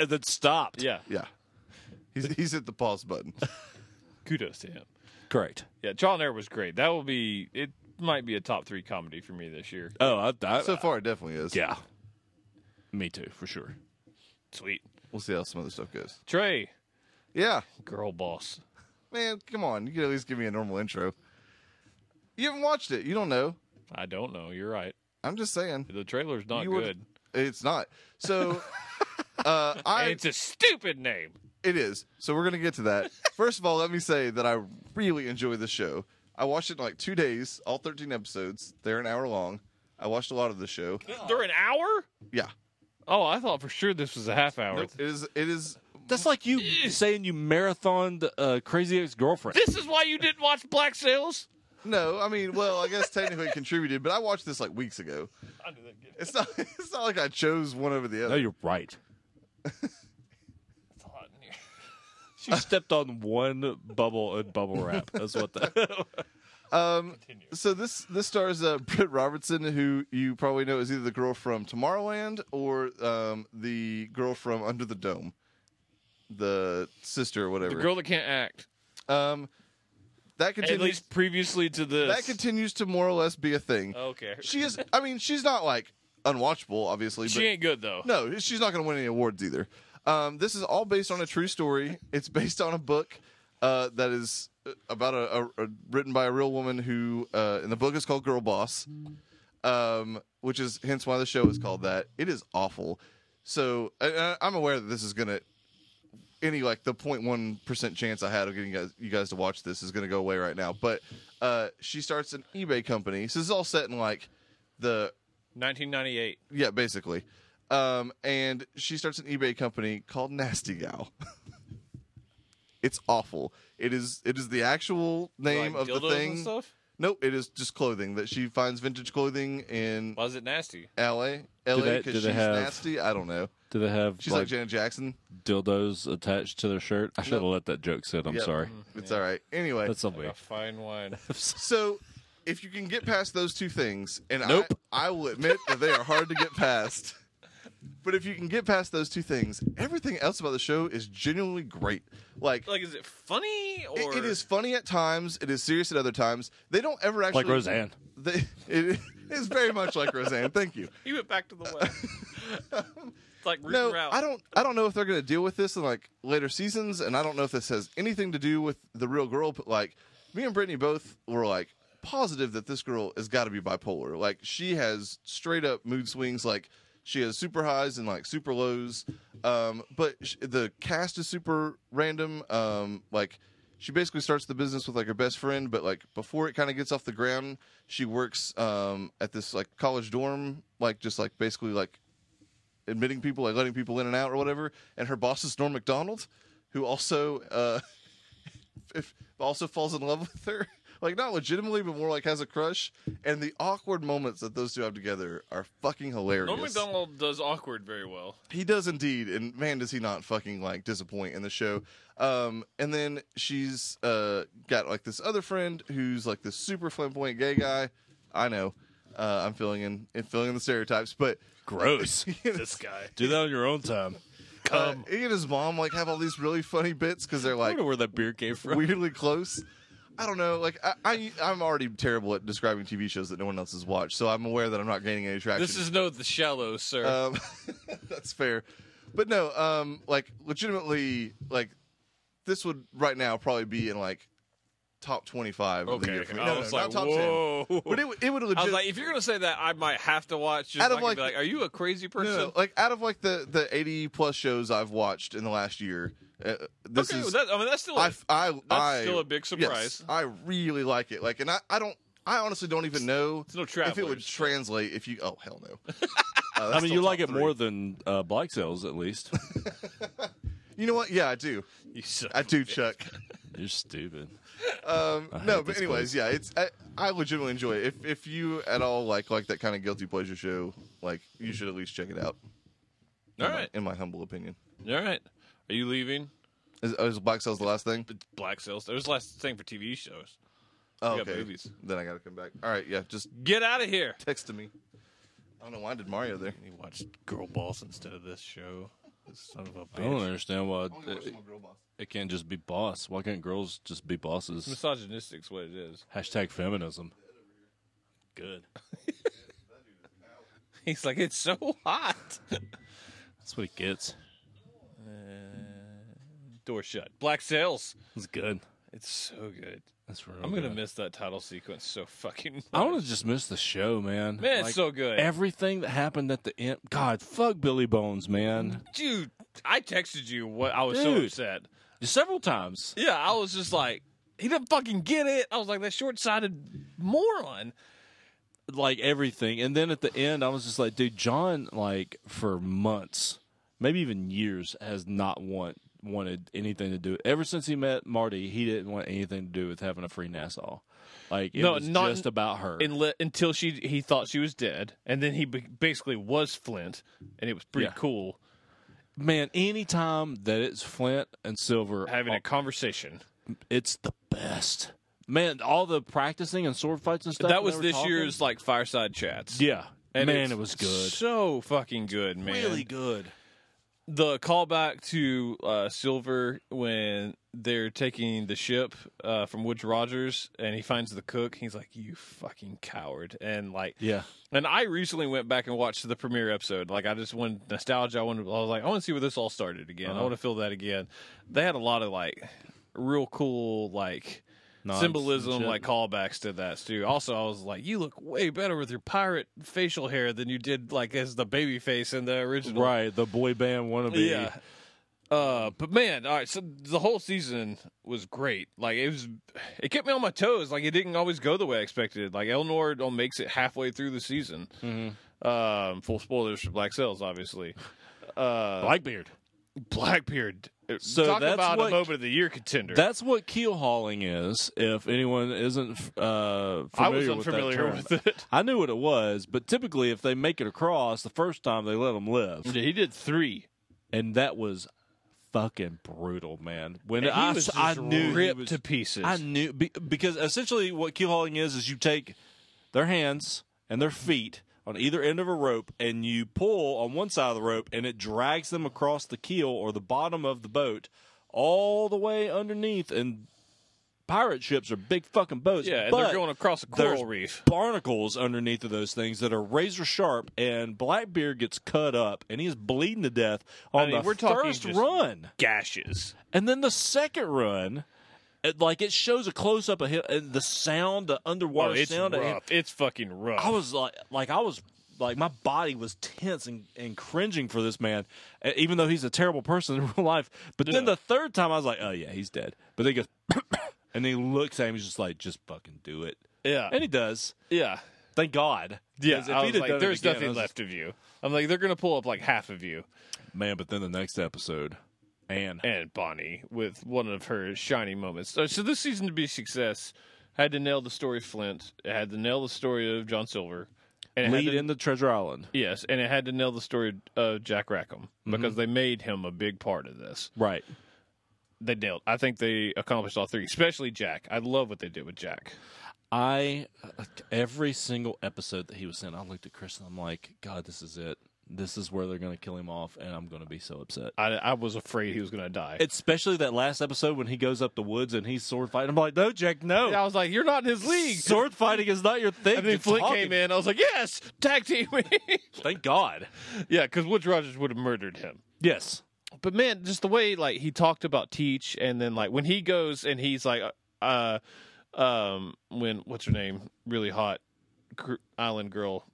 and then stopped. Yeah, yeah. He's, he's hit the pause button. kudos to him. correct. Yeah, Trial and Error was great. That will be. It might be a top three comedy for me this year. Oh, I, I, So far, it definitely is. yeah. Me too, for sure. Sweet. We'll see how some other stuff goes. Trey, Yeah. girl boss. Man, come on. You could at least give me a normal intro. You haven't watched it. You don't know. I don't know. You're right. I'm just saying. The trailer's not You would- good. It's not. So uh, I And it's a stupid name. It is. So we're gonna get to that. First of all, let me say that I really enjoy the show. I watched it in like two days, all thirteen episodes. They're an hour long. I watched a lot of the show. They're an hour? Yeah, Oh, I thought for sure this was a half hour. Nope, it is. It is. That's like you saying you marathoned uh, Crazy Ex Girlfriend. This is why you didn't watch Black Sails? No, I mean, well, I guess technically it contributed, but I watched this like weeks ago. It's not. [laughs] It's not like I chose one over the other. No, you're right. It's hot in here. She stepped on one bubble and bubble wrap. That's what the. [laughs] Um, so this this stars uh, [laughs] Britt Robertson, who you probably know is either the girl from Tomorrowland or um, the girl from Under the Dome, the sister or whatever. The girl that can't act. um, that At continues. least previously to this. that continues to more or less be a thing. okay. She is. I mean, she's not like unwatchable, obviously. She but ain't good, though. No, she's not going to win any awards either. Um, this is all based on a true story. It's based on a book uh, that is uh, about a, a, a written by a real woman who, uh, in the book, is called Girl Boss, um, which is hence why the show is called that. It is awful. So I, I'm aware that this is going to any like the 0.1 percent chance I had of getting guys, you guys to watch this is going to go away right now. But uh, she starts an eBay company. So this is all set in like the 1998. yeah, basically. Um, and she starts an eBay company called Nasty Gal. [laughs] it's awful. It is it is the actual name Like of the dildos and thing. stuff? Nope, it is just clothing that she finds vintage clothing in Why is it nasty? LA. LA they- because do she's they have- nasty. I don't know. Do they have She's like, Janet Jackson. dildos attached to their shirt? I should have let that joke sit. I'm Yep. Mm-hmm. sorry. It's all right. Anyway, That's something. A fine [laughs] wine. so if you can get past those two things, and Nope. I, I will admit that they are hard to get past. But if you can get past those two things, everything else about the show is genuinely great. Like like, is it funny It- or it is funny at times. It is serious at other times. They don't ever actually Like Roseanne. They, [laughs] it is very much like Roseanne. Thank you. He went back to [laughs] the west. it's like rooting No, her out. I don't. I don't know if they're going to deal with this in like later seasons, and I don't know if this has anything to do with the real girl. But like, me and Brittany both were like positive that this girl has got to be bipolar. Like, she has straight up mood swings. Like, she has super highs and like super lows. Um, but sh- the cast is super random. Um, like, she basically starts the business with like her best friend, but like before it kind of gets off the ground, she works um, at this like college dorm, like just like basically like admitting people, like letting people in and out or whatever. And her boss is Norm Macdonald, who also uh, [laughs] if, also falls in love with her, [laughs] like not legitimately, but more like has a crush. And the awkward moments that those two have together are fucking hilarious. Norm McDonald does awkward very well. [laughs] He does indeed, and man, does he not fucking like disappoint in the show. Um, and then she's uh, got like this other friend who's like this super flamboyant gay guy. I know, uh, I'm filling in, in filling in the stereotypes, but Gross. this guy. Do that on your own time. uh, he and his mom like have all these really funny bits because they're I like [laughs] wonder where that beer came from. weirdly close. I don't know. Like I, I, I'm already terrible at describing TV shows that no one else has watched, so I'm aware that I'm not gaining any traction. This is no The Shallow, sir. [laughs] Um, [laughs] that's fair. But no, um, like legitimately, like this would right now probably be in like top twenty-five of the okay. year for me. I No, no, was not like, top whoa. ten. But it, would- it would legit. I was like, if you're gonna say that, I might have to watch. Just out Out of, of like, like- are you a crazy no, person? no, like out of like the the eighty plus shows I've watched in the last year, uh, this okay, is well, that, I mean that's still. I, I, I, that's I- still a big surprise. Yes, I really like it. Like, and I, I don't, I honestly don't even know it's no if it would Travelers. translate if you. Oh hell [laughs] no. Uh, I that's mean, still you like it top more three. than uh, Black Sales, at least. You know what? Yeah, I do. you suck. [laughs] I do, Chuck. [laughs] You're stupid. Um, I hate no, but this anyways, yeah, it's I, I legitimately enjoy it. If if you at all like like that kind of guilty pleasure show, like you should at least check it out. All in my- right. in my humble opinion, All right. Are you leaving? is, oh, is Black Sails the last thing? It's Black sales. That was the last thing for TV shows. Oh, we got okay, movies. then I gotta come back. All right, yeah, just Get out of here. text to me. I don't know why I did Mario there. He watched Girl Boss instead of this show. Son of a I don't bitch. understand why Uh, it, it can't just be boss. Why can't girls just be bosses? Misogynistic's what it is. [laughs] Hashtag feminism. Good. He's like, it's so [laughs] hot. That's what it gets. Door shut. Black sales. It's good. It's so good. That's real. I'm gonna good. miss that title sequence so fucking. Much. I want to just miss the show, man. Man, it's so good. Everything that happened at the end. God, fuck Billy Bones, man. dude. I texted you what I was so Dude. upset. Several times. Yeah, I was just like, he didn't fucking get it. I was like, that short sighted moron. like everything. And then at the end, I was just like, dude, John, like for months, maybe even years, has not want wanted anything to do. Ever since he met Marty, he didn't want anything to do with having a free Nassau. Like it No, was not- just about her. Unle- until she he thought she was dead, and then he b- basically was Flint, and it was pretty Yeah. cool Man, anytime that it's Flint and Silver, having oh, a conversation. it's the best. Man, all the practicing and sword fights and stuff. that when was they were this talking- year's like fireside chats. Yeah, And man, it's it was good. So fucking good, man. good. the callback to uh, Silver when they're taking the ship uh, from Woods Rogers, and he finds the cook. He's like, "You fucking coward!" And like, Yeah, and I recently went back and watched the premiere episode. Like, I just wanted nostalgia. I wanted. I was like, I want to see where this all started again. I Uh-huh. want to feel that again. They had a lot of like real cool like Nods and symbolism, shit. like callbacks to that too. Also, I was like, you look way better with your pirate facial hair than you did like as the baby face in the original. right. The boy band wannabe. Yeah. Uh, but man, all right. So the whole season was great. Like it was, it kept me on my toes. Like it didn't always go the way I expected. Like Elnor don't makes it halfway through the season. Mm-hmm. Um, full spoilers for Black Sails, obviously. Uh, Blackbeard. Blackbeard. So Talk that's about a what- moment of the year contender. That's what keel hauling is. If anyone isn't uh, familiar I was with that unfamiliar term. with, it. I knew what it was, but typically, if they make it across the first time, they let them live, he did three. and that was fucking brutal, man. When And I, he was just I knew he ripped was- to pieces. I knew be, because essentially what keel hauling is is you take their hands and their feet on either end of a rope and you pull on one side of the rope and it drags them across the keel or the bottom of the boat all the way underneath and pirate ships are big fucking boats yeah, and but they're going across a there's coral reef. barnacles underneath of those things that are razor sharp and blackbeard gets cut up and he's bleeding to death on mean, the we're talking first just- run Gashes. and then the second run, it, like it shows a close up of him and the sound, the Oh, underwater it's sound. of him. rough. It's fucking rough. I was like, like I was like my body was tense and, and cringing for this man, e- even though he's a terrible person in [laughs] real life. But then Yeah. the third time, I was like, oh yeah, he's dead. But then he goes, [coughs] and then he looks at him, he's just like, just fucking do it, yeah, and he does. yeah. Thank God. Yeah, 'Cause if I he'd was have like, done it there's again, I nothing was left of you. I'm like, they're gonna pull up like half of you just- man. But then the next episode, and and Bonnie with one of her shining moments. So, so this season to be a success had to nail the story of Flint. It had to nail the story of John Silver. And it had lead to- into Treasure Island, yes, and it had to nail the story of Jack Rackham because Mm-hmm. they made him a big part of this. right? They nailed. I think they accomplished all three, especially Jack. I love what they did with Jack. I every single episode that he was in, I looked at Chris and I'm like, God, this is it. This is where they're going to kill him off, and I'm going to be so upset. I, I was afraid he was gonna die. Especially that last episode when he goes up the woods and he's sword fighting. I'm like, no, Jack, no. I was like, "You're not in his league." Sword fighting is not your thing. and then You're Flint talking- came in. I was like, "Yes, tag team." Thank God. [laughs] Yeah, because Woods Rogers would have murdered him. Yes. But man, just the way like he talked about teach, and then like when he goes and he's like, uh, um, when what's her name, really hot gr- island girl,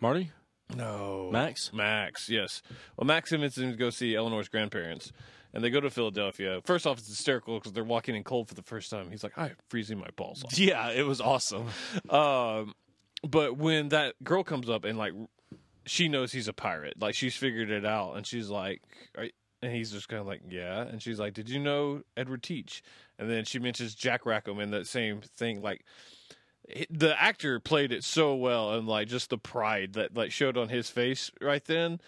Marty? no Max? Max, yes. Well, Max and Vincent go see Eleanor's grandparents, and they go to Philadelphia. First off, it's hysterical because they're walking in cold for the first time. He's like, I'm freezing my balls off. Yeah, it was awesome. Um, but when that girl comes up and like she knows he's a pirate, like she's figured it out, and she's like, Are y- and he's just kind of like, yeah, and she's like, did you know Edward Teach? And then she mentions Jack Rackham in that same thing, like. h- The actor played it so well, and like just the pride that like showed on his face right then,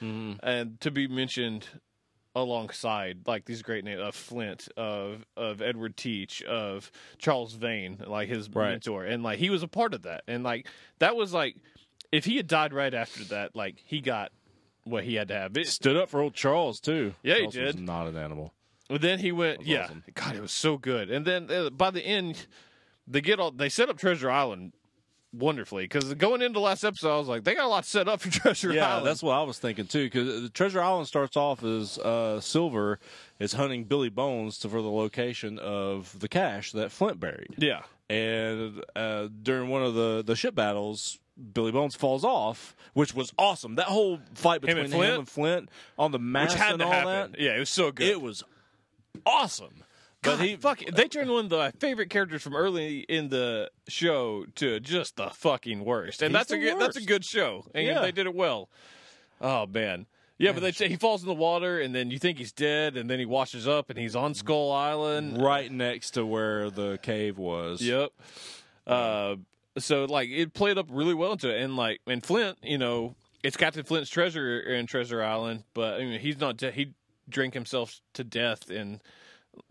and to be mentioned alongside like these great names of Flint, of of Edward Teach, of Charles Vane, like his Right. mentor, and like he was a part of that, and like that was like if he had died right after that, like he got what he had to have. It, Stood up for old Charles, too. Yeah, he Charles was did. not an animal. but then he went, was yeah, awesome. God, it was so good. And then uh, by the end, they get all they set up Treasure Island wonderfully because going into last episode, I was like, they got a lot set up for [laughs] Treasure yeah, Island. that's what I was thinking too. Because Treasure Island starts off as uh, Silver is hunting Billy Bones to, for the location of the cache that Flint buried, yeah. and uh, during one of the the ship battles, Billy Bones falls off, which was awesome. That whole fight between and him and Flint, Flint? on the mast which had and to all happen. that, Yeah, it was so good. it was awesome. But God, he fuck, they turned one of my favorite characters from early in the show to just the fucking worst, and He's that's a the good, that's a worst. good show, and Yeah. they did it well. Oh man, yeah, but they, he falls in the water, and then you think he's dead, and then he washes up, and he's on Skull Island. right next to where the cave was. Yep. Uh, so like it played up really well into it, and like and Flint, you know, it's Captain Flint's treasure in Treasure Island, but I mean, he's not de- he drank himself to death in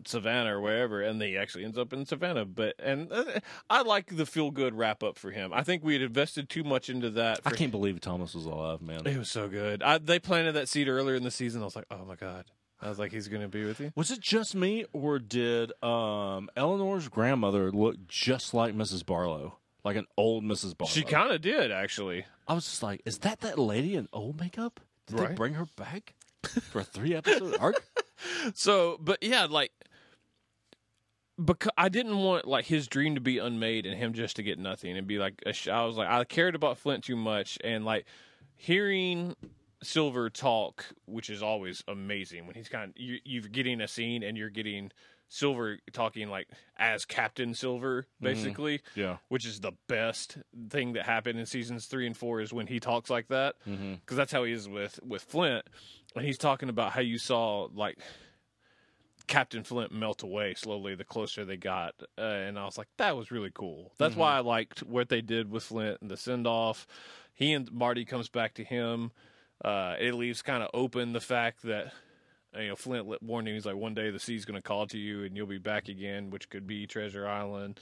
Savannah or wherever, and he actually ends up in Savannah. But and uh, I like the feel good wrap up for him. I think we had invested too much into that. I for- can't believe Thomas was alive, It man. was so good. I, they planted that seed earlier in the season. I was like, oh my god. I was like, he's gonna be with you. Was it just me, or did um, Eleanor's grandmother look just like Mrs. Barlow, like an old Mrs. Barlow? She kind of did actually. I was just like, is that that lady in old makeup? Did they Right. bring her [laughs] back for a three episode arc? So, but yeah, like because I didn't want like his dream to be unmade and him just to get nothing and be like a sh- I was like I cared about Flint too much and like hearing Silver talk, which is always amazing when he's kind of you, you're getting a scene and you're getting Silver talking like as Captain Silver basically Yeah. which is the best thing that happened in seasons three and four is when he talks like that because Mm-hmm. that's how he is with with Flint, and he's talking about how you saw like Captain Flint melt away slowly the closer they got, uh, and I was like that was really cool. That's why I liked what they did with Flint and the send off. He and Marty comes back to him. Uh, it leaves kind of open the fact that you know, Flint let- warned him. He's like, one day the sea's going to call to you, and you'll be back again, which could be Treasure Island.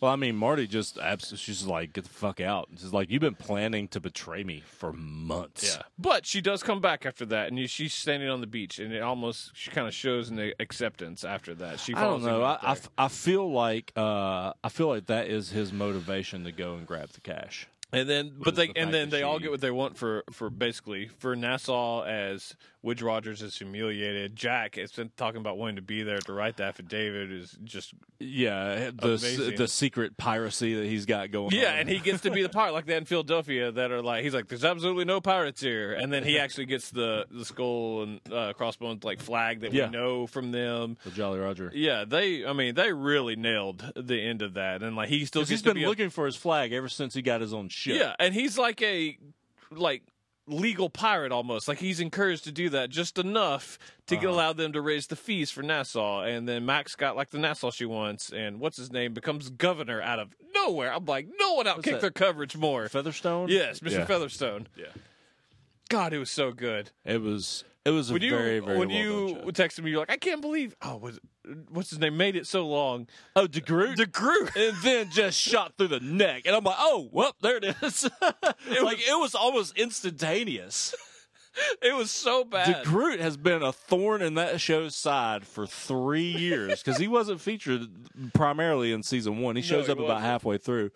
Well, I mean, Marty just abs- she's just like, get the fuck out. She's like, you've been planning to betray me for months. Yeah, but she does come back after that, and you- she's standing on the beach, and it almost she kind of shows an acceptance after that. She I don't follows him know. I, out I, there. f- I feel like uh, I feel like that is his motivation to go and grab the cash. and then but they the fact and then that they all she- get what they want for for basically for Nassau as Wood Rogers is humiliated. Jack has been talking about wanting to be there to write the affidavit is just Yeah, the s- Amazing. the secret piracy that he's got going. [laughs] yeah, on. and he gets [laughs] to be the pirate like that in Philadelphia that are like he's like there's absolutely no pirates here, and then he [laughs] actually gets the the skull and uh, crossbones like flag that Yeah. we know from them. the Jolly Roger. Yeah, they. I mean, they really nailed the end of that, and like he still 'Cause gets he's to been be a- looking for his flag ever since he got his own ship. yeah, and he's like a like legal pirate almost. Like he's encouraged to do that just enough to Uh-huh. get- allow them to raise the fees for Nassau, and then Max got like the Nassau she wants, and what's his name becomes governor out of nowhere. I'm like, no one outkicked that? their coverage more. Featherstone. yes, Mr. Yeah. Featherstone. Yeah. God, it was so good. It was it was a When you very very when well you done show. texted me, you're like, I can't believe. Oh, was, what's his name? Made it so long. oh DeGroot The Groot. [laughs] and then just shot through the neck and I'm like oh well there it is [laughs] like it was almost instantaneous. It was so bad. DeGroot has been a thorn in that show's side for three years because he wasn't featured primarily in season one. He shows he up about wasn't. halfway through.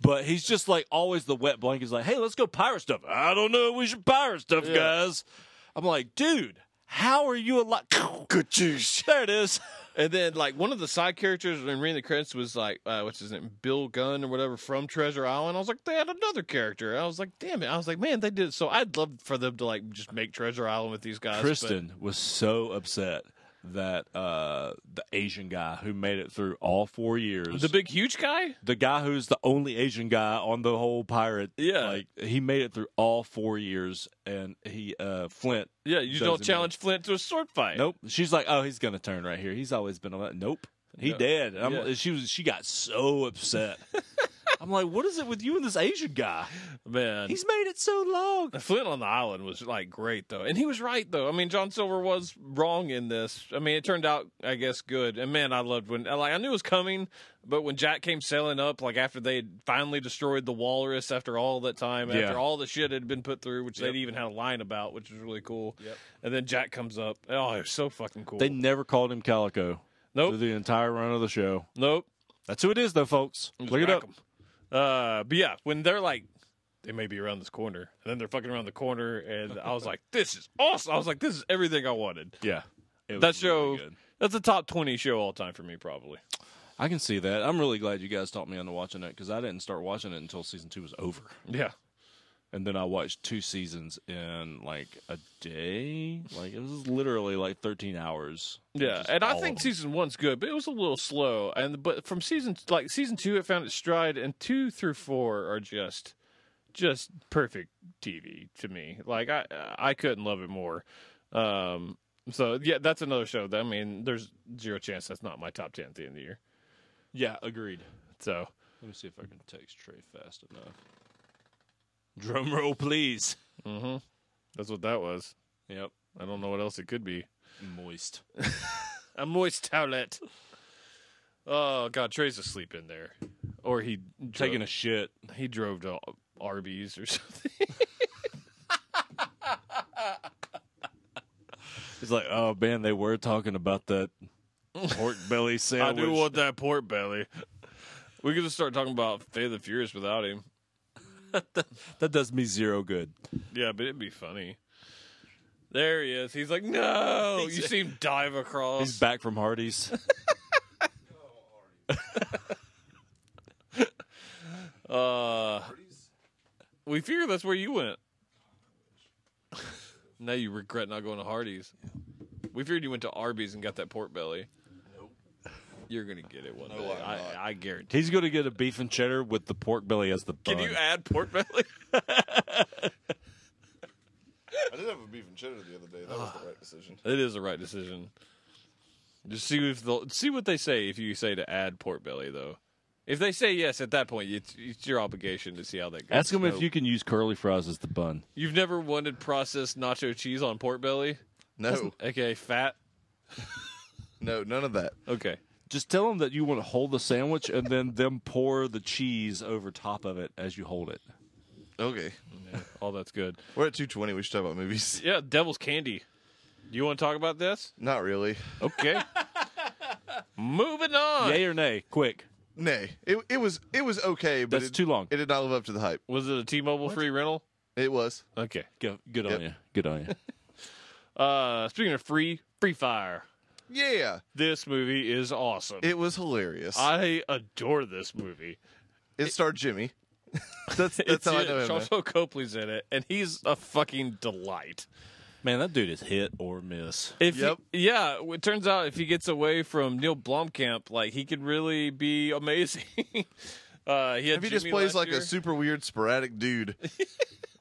But he's just like always the wet blanket. He's like, hey, let's go pirate stuff. I don't know. We should pirate stuff, guys. I'm like, dude, how are you [laughs] alive? Good juice. There it is. and then like one of the side characters when reading the credits was like uh, what's his name, Bill Gunn or whatever from Treasure Island. I was like, they had another character. I was like, damn it. I was like, man, they did it. so. I'd love for them to like just make Treasure Island with these guys. Kristen was so upset that uh, the Asian guy who made it through all four years, but- the big huge guy. the guy who's the only Asian guy on the whole pirate. Yeah. like he made it through all four years, and he uh Flint. Yeah, you Doesn't don't challenge Flint to a sword fight. Nope. She's like, oh, he's gonna turn right here. He's always been on that. Nope. He No. dead. And I'm, Yeah. She was. She got [laughs] so upset. I'm like, what is it with you and this Asian guy? man. He's made it so long. Flint on the island was like great though, and he was right though. I mean, John Silver was wrong in this. I mean, it turned out, I guess, good. And man, I loved when like I knew it was coming, but when Jack came sailing up, like after they had finally destroyed the Walrus after all that time, Yeah. after all the shit had been put through, which they'd even had a line about, which was really cool. Yep. And then Jack comes up. Oh, it was so fucking cool. They never called him Calico nope, through the entire run of the show. nope. That's who it is, though, folks. Just Look it whack up. 'em. Uh, but yeah, when they're like, they may be around this corner, and then they're fucking around the corner, and I was like, this is awesome. I was like, this is everything I wanted. Yeah, It was that show really good. that's a top 20 show all time for me probably I can see that. I'm really glad you guys taught me into watching it because I didn't start watching it until season two was over, Yeah. and then I watched two seasons in like a day. Like it was literally like 13 hours. Yeah, Just and I all think of 'em. season one's good, but it was a little slow. And but from season like season two, it found its stride, and two through four are just just perfect TV to me. Like I I couldn't love it more. Um, so yeah, that's another show. That I mean, there's zero chance that's not my top ten at the end of the year. yeah, agreed. So Let me see if I can text Trey fast enough. Drum roll, please. hmm that's what that was. Yep, I don't know what else it could be. moist. A moist towelette. Oh God, Trey's asleep in there, or he Taking drove- a shit. He drove to Arby's or [laughs] something. He's like, oh man, they were talking about that [laughs] pork belly I sandwich. do want that pork belly. We could just start talking about Fate of the Furious without him. that does me zero good. Yeah, but it'd be funny. There he is. He's like, no. you see him dive across. He's back [laughs] from Hardee's. Uh, we figure that's where you went. [laughs] now you regret not going to Hardee's. We figured you went to Arby's and got that pork belly. Nope. You're gonna get it one day. I'm I, not. I guarantee. He's going to get a beef and cheddar with the pork belly as the bun. Can you add pork belly? [laughs] I did have a beef and cheddar the other day. That was the right decision. It is the right decision. Just see if they'll see what they say if you say to add pork belly though. If they say yes at that point, it's, it's your obligation to see how that goes. Ask him No. if you can use curly fries as the bun. you've never wanted processed nacho cheese on pork belly, No, aka fat. no, none of that. Okay, Just tell him that you want to hold the sandwich and then them pour the cheese over top of it as you hold it. Okay, all Oh, that's good. we're at two twenty. We should talk about movies. Yeah, Devil's Candy. Do you want to talk about this? Not really. Okay. Moving on. Yay or nay? Quick. Nay, it it was it was okay, but That's it, too long. It did not live up to the hype. Was it a T-Mobile free rental? It was. Okay. Go, good Yep. on you. Good on you. Uh, speaking of free, Free Fire. Yeah, This movie is awesome. it was hilarious. I adore this movie. it [laughs] starred Jimmy. that's that's It's how I it. know him. man. Charles Copley's in it, and he's a fucking delight. [laughs] Man, that dude is hit or miss. If Yep. he- yeah, it turns out if he gets away from Neil Blomkamp, like he could really be amazing. [laughs] uh, he had If he just Jimmy plays last like year. a super weird [laughs] sporadic dude,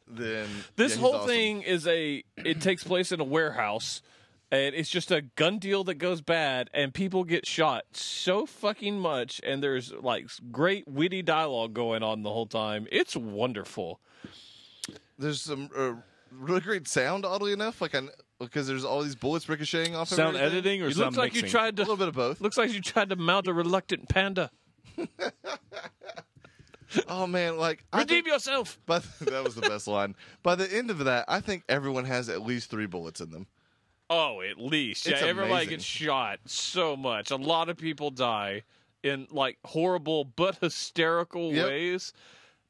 then This yeah, he's whole awesome. thing is a. It takes place in a warehouse, and it's just a gun deal that goes bad, and people get shot so fucking much, and there's like great witty dialogue going on the whole time. It's wonderful. There's some uh, really great sound, oddly enough. Like, I, because there's all these bullets ricocheting off. of Sound everything. editing or It sound looks like mixing? you tried to A little bit of [laughs] both. Looks like you tried to mount a reluctant panda. Oh man, like I Redeem think, yourself. but [laughs] that was the best line. By the end of that, I think everyone has at least three bullets in them. Oh, at least. It's yeah, everybody amazing. gets shot so much. A lot of people die in like horrible [laughs] but hysterical Yep. ways.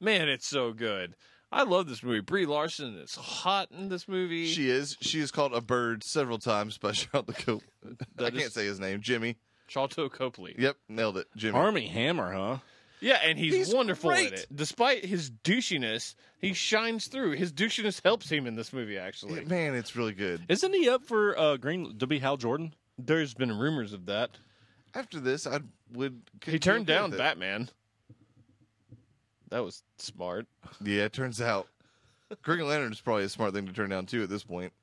Man, it's so good. I love this movie. Brie Larson is hot in this movie. She is. She is called a bird several times by [laughs] Charles the Cope. I That is- can't say his name. Jimmy. Charlton Copley. Yep, nailed it. Jimmy. Army Hammer, huh? Yeah, and he's, He's wonderful great. in it. Despite his douchiness, he shines through. His douchiness helps him in this movie actually. Man, it's really good. Isn't he up for uh, Green to be Hal Jordan? There's been rumors of that. After this, I would. He turned be okay down with it. Batman. That was smart. Yeah, it turns out Green Lantern is probably a smart thing to turn down too at this point.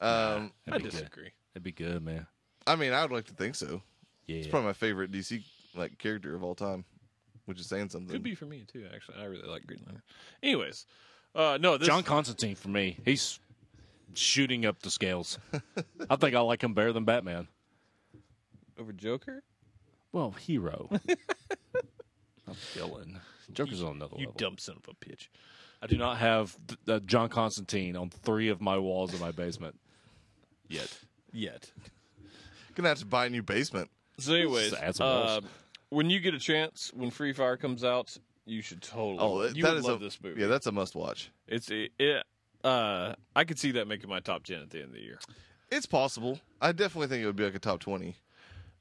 Um, I That'd be good. disagree. That'd be good, man. I mean, I would like to think so. Yeah. It's probably my favorite DC like character of all time, which is saying something. Could be for me too. Actually, I really like Green Lantern. Anyways, uh, no, this John Constantine for me. He's shooting up the [laughs] scales. I think I like him better than Batman. over Joker. Well, hero. [laughs] I'm villain. Joker's on another You level. dumb son of a bitch. I do not have th- uh, John Constantine on three of my walls in my basement yet. [laughs] Yet. Gonna have to buy a new basement. So, anyways, That's what uh, else. when you get a chance, when Free Fire comes out, you should totally. Oh, you that would is love a, this movie. Yeah, that's a must watch. it's it. it uh, I could see that making my top ten at the end of the year. It's possible. I definitely think it would be like a top twenty.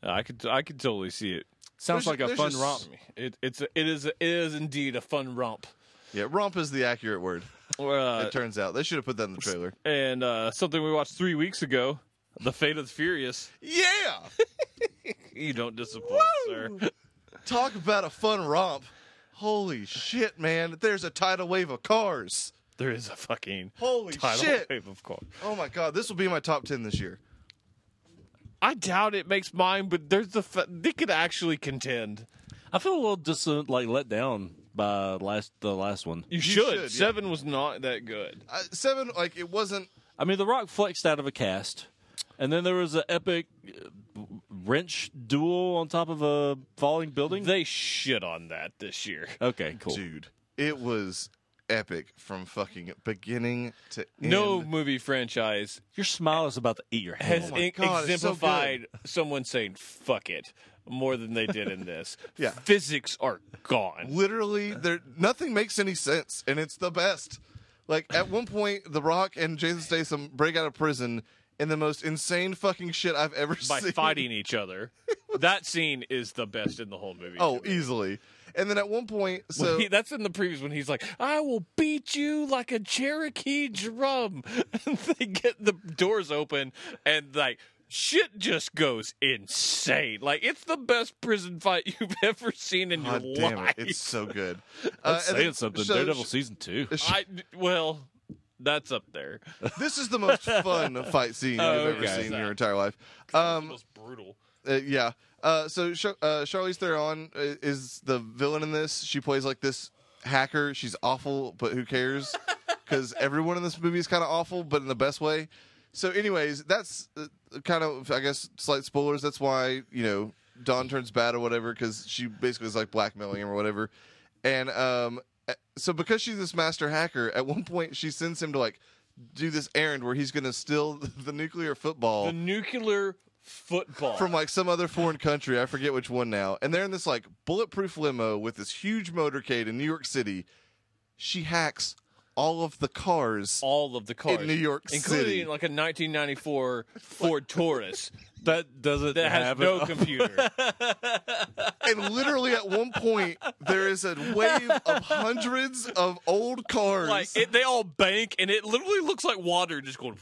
Uh, I could I could totally see it Sounds There's- like a there's fun just- romp. It, it's a, it is it is indeed a fun romp. Yeah, romp is the accurate word. Uh, it turns out they should have put that in the trailer. and uh, something we watched three weeks ago, The Fate of the Furious. Yeah, You don't disappoint, sir. [laughs] talk about a fun romp. Holy shit, man! There's a tidal wave of cars. There is a fucking Holy tidal shit! wave of course. Oh my god, this will be my top ten this year. I doubt it makes mine, but there's the fa- they could actually contend. I feel a little dis- uh, like let down by last the last one. You, should, should. yeah. Seven was not that good. Uh, seven, like it wasn't. I mean, The Rock flexed out of a cast, and then there was an epic uh, wrench duel on top of a falling building. They shit on that this year. okay, cool. dude it was epic from fucking beginning to end No movie franchise Your smile is about to eat your head. has Oh my in- God, it's so exemplified someone saying "fuck it" more than they did in this. [laughs] Yeah. physics are gone. literally there nothing makes any sense and it's the best like at one point the rock and jason statham break out of prison in the most insane fucking shit i've ever [laughs] by seen fighting each other. that scene is the best in the whole movie. oh easily and then at one [laughs] point When so he- that's in the previous when he's like, "I will beat you like a Cherokee drum." [laughs] And they get the doors open, and like shit just goes insane. Like it's the best prison fight [laughs] you've ever seen in god your damn life. it it's so good Uh, I'm and saying then- something. so- Daredevil season two. [laughs] I well, that's up there. this is the [laughs] most fun fight scene you've Oh, ever okay. seen in your entire life um Most brutal. Uh, yeah. Uh, so Sh- uh, Charlize Theron i- is the villain in this. She plays like this hacker. She's awful, but who cares? Because everyone in this movie is kind of awful, but in the best way. So, anyways, that's uh, kind of I guess slight spoilers. That's why you know Dawn turns bad or whatever because she basically is like blackmailing him or whatever. And um, uh, so because she's this master hacker, at one point she sends him to like do this errand where he's going to steal [laughs] the nuclear football The nuclear football from like some other foreign country. I forget which one now. And they're in this like bulletproof limo with this huge motorcade in New York City. She hacks all of the cars. all of the cars In New York including City. like a 1994 [laughs] Ford Taurus That doesn't that has have no an- computer. And literally at one point, there is a wave of hundreds of old cars like like, it, they all bank, and it literally looks like water just going.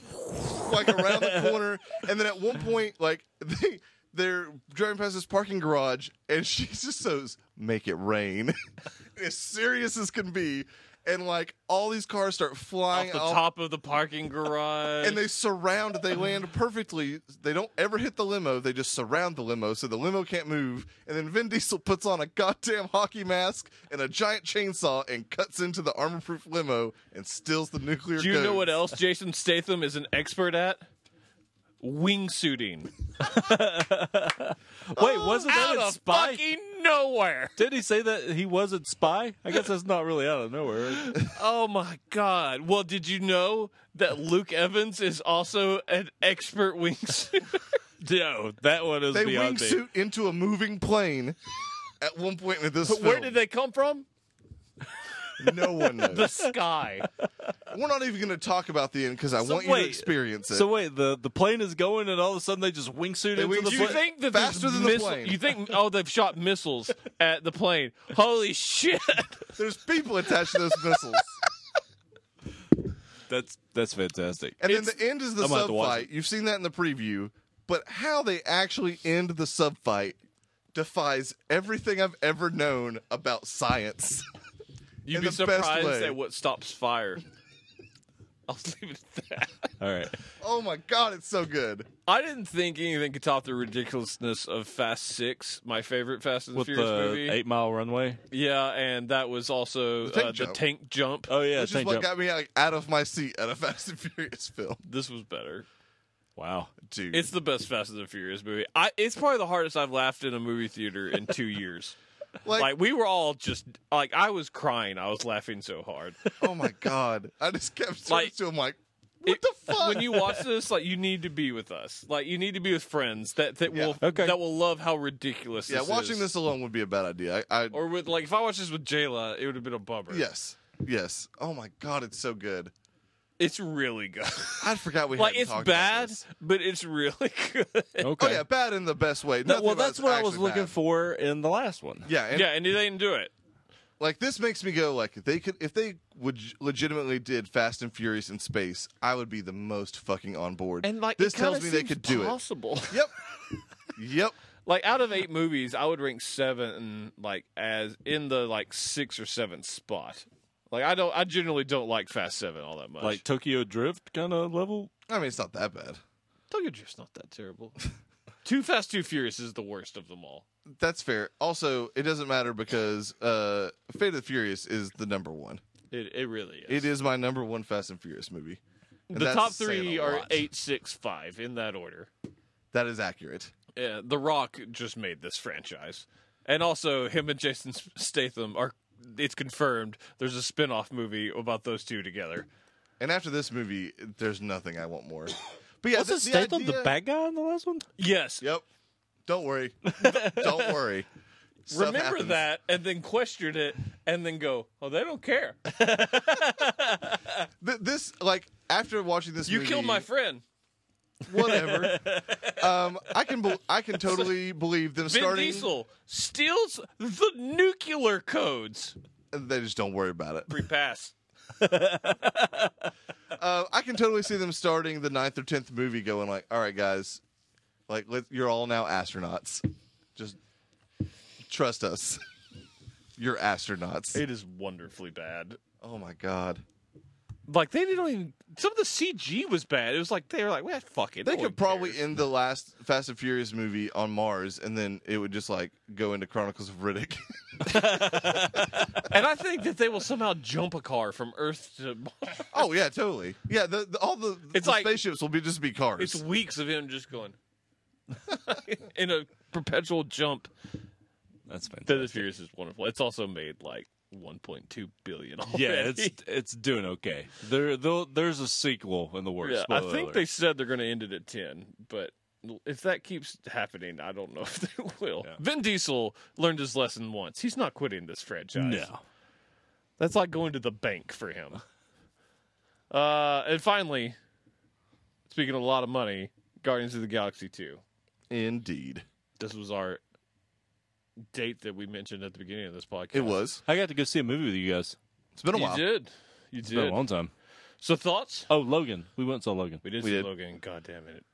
around the corner. And then at one point, like they they're driving past this parking garage, and she [laughs] just says, "Make it rain," [laughs] as serious as can be. And like all these cars start flying off the off top of the parking garage. and they surround they land perfectly they don't ever hit the limo they just surround the limo so the limo can't move and then vin diesel puts on a goddamn hockey mask and a giant chainsaw and cuts into the armor proof limo and steals the nuclear Do you code. know what else Jason Statham is an expert at? Wingsuiting Wait, wasn't that out in of Spy? fucking nowhere. Did he say that he wasn't Spy? I guess that's not really out of nowhere. [laughs] Oh my god! Well, did you know that Luke Evans is also an expert [laughs] wingsuit? no, that one is they beyond me. wingsuit into a moving plane at one point in this Where film. did they come from? no [laughs] one The knows [laughs] sky. we're not even going to talk about the end because i So want you wait, to experience it So wait, the, the plane is going, and all of a sudden they just wingsuit They into the wingsuit- You But plane. think that faster there's than the missile- plane. You think? Oh, they've shot missiles at the plane. Holy shit! there's people attached to those missiles That's that's fantastic. And then the end is the I'm gonna have sub to watch fight. You've seen that in the preview, but how they actually end the sub fight defies everything I've ever known about science. [laughs] You'd In be the best surprised way. at what stops fire. [laughs] I'll leave it at that. All right. oh my god, it's so good. I didn't think anything could top the ridiculousness of Fast Six, my favorite Fast and the With Furious the movie. eight mile runway. Yeah, and that was also The tank uh, the jump. tank jump. Oh yeah, Which is tank what jump. got me like, out of my seat at a Fast and Furious film. This was better. Wow. Dude. It's the best Fast and the Furious movie. I, it's probably the hardest I've laughed in a movie theater in two [laughs] years. like, like we were all just like I was crying. I was laughing so hard. [laughs] oh my god. I just [laughs] kept turning Like- to him like, what It- the fuck? when you watch this, like you need to be with us. Like you need to be with friends that that Yeah. will Okay. that will love how ridiculous. yeah, this watching is. this alone would be a bad idea. I, I or with like if I watched this with Jayla, it would have been a bummer. yes. Yes. Oh my god, it's so good. It's really good. [laughs] I forgot we like hadn't it's talked about bad, this. but it's really [laughs] good. Okay. [laughs] Oh yeah, bad in the best way. That- Nothing well, about that's it's what I was actually looking bad. for in the last one. Yeah, and yeah, and they didn't do it. like this makes me go like if they could if they would legitimately did Fast and Furious in space, I would be the most fucking on board. And like this tells me they could do Possible. it. Yep. yep. [laughs] like out of eight movies, I would rank seven like as in the like six or seven spot. Like I don't, I generally don't like Fast Seven all that much. Like Tokyo Drift kind of level. I mean, it's not that bad. Tokyo Drift's not that terrible. [laughs] Too Fast, Too Furious is the worst of them all. That's fair. Also, it doesn't matter because uh Fate of the Furious is the number one. It it really is. It is my number one Fast and Furious movie. And The that's top saying three a are lot. eight, six, five in that order. That is accurate. Yeah, The Rock just made this franchise, and also him and Jason S- Statham are. It's confirmed. There's a spin-off movie about those two together. And after this movie, there's nothing I want more. But yeah, was the, it Statham the idea- bad guy in the last one? Yes, Yep. Don't worry. Don't worry. Stuff remember happens. that, and then question it, and then go, "Oh, they don't care. Th- this like after watching this You movie, killed [laughs] my friend." whatever um i can bel i can totally believe them Vin starting Diesel steals the nuclear codes. they just don't worry about it Free pass. uh, i can totally see them starting the ninth or tenth movie going like all right guys like let, you're all now astronauts just trust us [laughs] you're astronauts It is wonderfully bad. oh my god Like they didn't even. Some of the CG was bad. It was like they were like, "Well, fuck it." they no one could probably cares." end the last fast and furious movie on mars and then it would just like go into chronicles of riddick [laughs] And I think that they will somehow jump a car from Earth to Mars. oh yeah totally yeah the, the, all the, It's the like- spaceships will be just be cars It's weeks of him just going [laughs] in a perpetual jump. That's fantastic. Fast and Furious is wonderful. It's also made like 1.2 billion. Already. Yeah, it's it's doing okay. There, though, there's a sequel in the [laughs] works. Yeah, I Spoiler think alert. they said they're going to end it at 10, but if that keeps happening, I don't know [laughs] if they will. Yeah. Vin Diesel learned his lesson once. He's not quitting this franchise. No. That's like going to the bank for [laughs] him. Uh, and finally, speaking of a lot of money, Guardians of the Galaxy 2. indeed This was our date that we mentioned at the beginning of this podcast. it was I got to go see a movie with you guys. it's been a You while did. You It's been did. a long time. So, thoughts? Oh, Logan. We went and saw Logan. We did We see did. Logan. God damn it.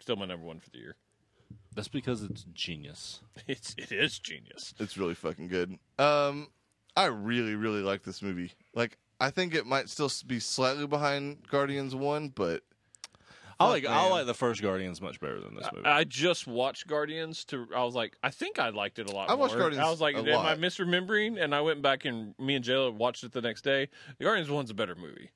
Still my number one for the year. [laughs] That's because it's genius. It's, it is genius. It's really fucking good. Um, I really, really like this movie. Like, I think it might still s- be slightly behind Guardians One, but I like I man. like the first Guardians much better than this movie. I just watched Guardians to I was like I think I liked it a lot. I watched more. Guardians I was like, a am lot. I misremembering? And I went back and me and Jayla watched it the next day. The Guardians one's a better movie.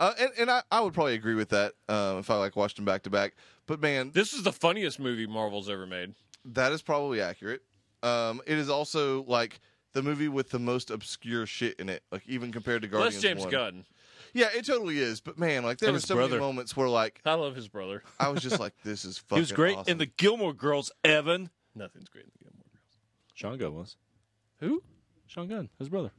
uh, and and I, I would probably agree with that um, if I like watched them back to back. But man, This is the funniest movie Marvel's ever made. that is probably accurate. Um, it is also like the movie with the most obscure shit in it, like even compared to Guardians. Less James 1. Gunn. Yeah, it totally is. But man, like there And were his so brother. many moments where like I love his brother. I was just like, this is fucking. he was great awesome. in the Gilmore Girls. Evan. Nothing's great in the Gilmore Girls. Sean Gunn was. Who? Sean Gunn, his brother.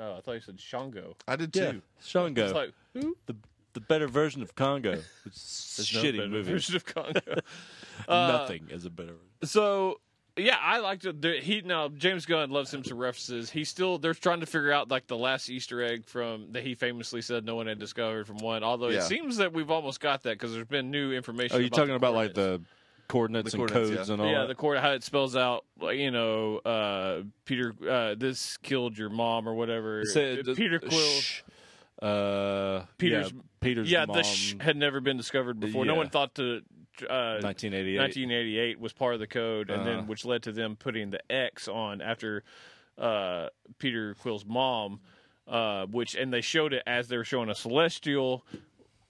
Oh, I thought you said Shango. I did Yeah, too. Sean It's Gunn. like who? the the better version of [laughs] Congo. It's a There's no shitty better movie. Version of [laughs] Congo. Uh, Nothing is a better. So yeah, I liked it. There- He now James Gunn loves him to references. He still they're trying to figure out like the last Easter egg from that he famously said no one had discovered from one. Although Yeah. it seems that we've almost got that because there's been new information. Are Oh, you talking the about like coordinates. the coordinates, The and coordinates, codes yeah. and all? yeah that? the court how it spells out like, you know uh, Peter uh, this killed your mom or whatever. Said Uh, the- Peter Quill. shh, uh, Peter's- yeah, Peter's yeah, mom, the sh had never been discovered before. No Yeah. one thought to. Uh, 1988. 1988 was part of the code, and Uh-huh. then which led to them putting the X on after uh, Peter Quill's mom, uh, which and they showed it as they were showing a celestial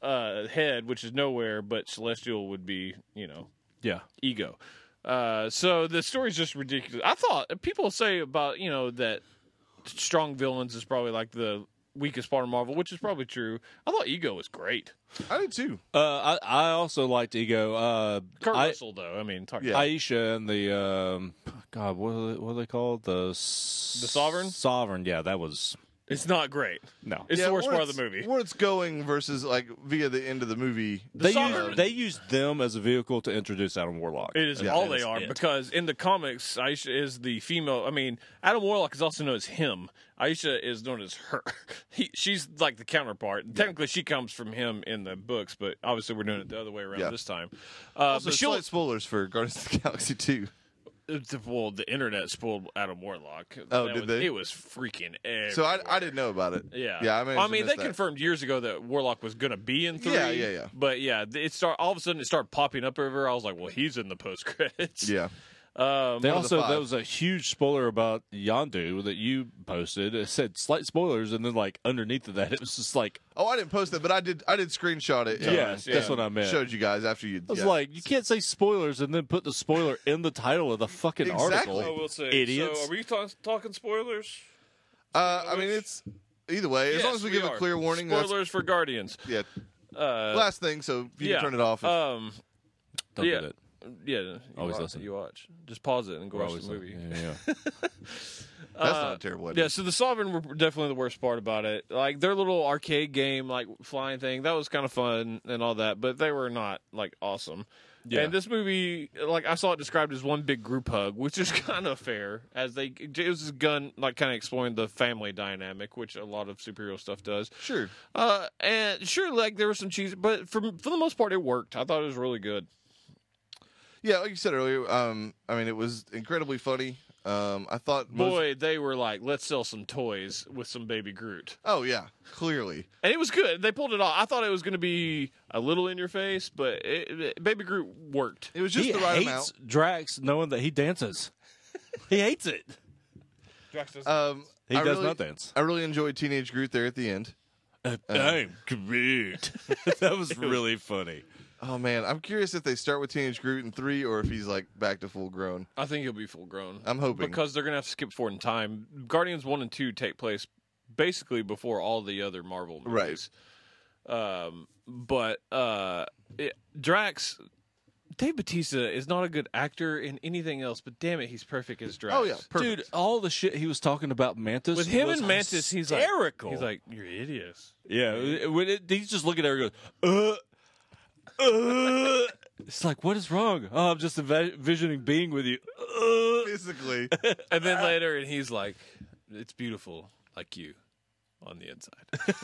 uh, head, which is nowhere, but celestial would be you know yeah, ego. Uh, so the story's just ridiculous. I thought people say about you know that strong villains is probably like the weakest part of Marvel, which is probably true. I thought Ego was great. I did too. Uh, I, I also liked Ego. Uh, Kurt I, Russell, though, I mean, talk Yeah. Aisha and the um, God, what are they, what are they called? The The Sovereign? Sovereign. Yeah, that was It's not great. No. It's Yeah, the worst where part of it's- the movie. Where it's going versus like via the end of the movie. they soccer- use, they use them as a vehicle to introduce Adam Warlock. It is Yeah. all That they is are it. because in the comics, Aisha is the female. I mean, Adam Warlock is also known as him. Aisha is known as her. [laughs] He, she's like the counterpart. Technically, she comes from him in the books, but obviously, we're doing it the other way around Yeah. this time. Uh, Also, but she'll, slight spoilers for Guardians of the Galaxy Two. uh, well, the internet spoiled Adam Warlock. Oh, That did was- they? It was freaking. Everywhere. So I, I didn't know about it. Yeah, yeah. I, managed I to mean, miss they that. confirmed years ago that Warlock was going to be in three. Yeah, yeah, yeah. But yeah, th- it start all of a sudden it started popping up everywhere. I was like, well, he's in the post credits. Yeah, [laughs] Um, They One of the also five. there was a huge spoiler about Yondu that you posted. It said slight spoilers, and then like underneath of that, it was just like, Oh, I didn't post that, but I did. I did screenshot it. yeah, and that's what I meant. Showed you guys after you. I was yeah. like, you can't say spoilers and then put the spoiler in the title of the fucking Exactly. article. I will say, Idiots. we talking spoilers? Uh, I mean, it's either way. as long as we, give a clear warning. that's- Spoilers for Guardians. yeah. Uh, Last thing, so you yeah. can turn it off. if- Um, Don't Yeah. do that. yeah, you Always watch, listen. You watch. Just pause it and go We're watch always the movie. like, yeah, yeah. that's uh, not a terrible. idea. Yeah, so the Sovereign were definitely the worst part about it. Like their little arcade game, like flying thing, that was kind of fun and all that, but they were not like awesome. Yeah. And this movie, like I saw it described as one big group hug, which is [laughs] kind of fair, as they it was this gun like kind of exploring the family dynamic, which a lot of superhero stuff does. Sure. Uh, and sure, like there was some cheese, but for for the most part, it worked. I thought it was really good. Yeah, like you said earlier. Um, I mean, it was incredibly funny. Um, I thought. most- Boy, they were like, let's sell some toys with some baby Groot. oh yeah, clearly. And it was good. They pulled it off. I thought it was going to be a little in your face, but it, it- Baby Groot worked. It was just he the right hates amount. Drax knowing that he dances. [laughs] he hates it. Um, He I does really- not [laughs] dance. I really enjoyed Teenage Groot there at the end. I'm Groot. [laughs] that was really funny. Oh man, I'm curious if they start with Teenage Groot in three or if he's like back to full grown. I think he'll be full grown. I'm hoping. Because they're going to have to skip forward in time. Guardians 1 and 2 take place basically before all the other Marvel movies. Right. Um, but uh, it- Drax, Dave Batista is not a good actor in anything else, but damn it, he's perfect as Drax. oh yeah, perfect. Dude, all the shit he was talking about Mantis With him was and Mantis, he's like, hysterical. he's like, you're idiots. Yeah, it- when it, he's just looking at her, and goes, uh, uh. It's like, what is wrong? Oh, I'm just envi- envisioning being with you. Uh. Basically, And then later, and he's like, "It's beautiful, like you, on the inside."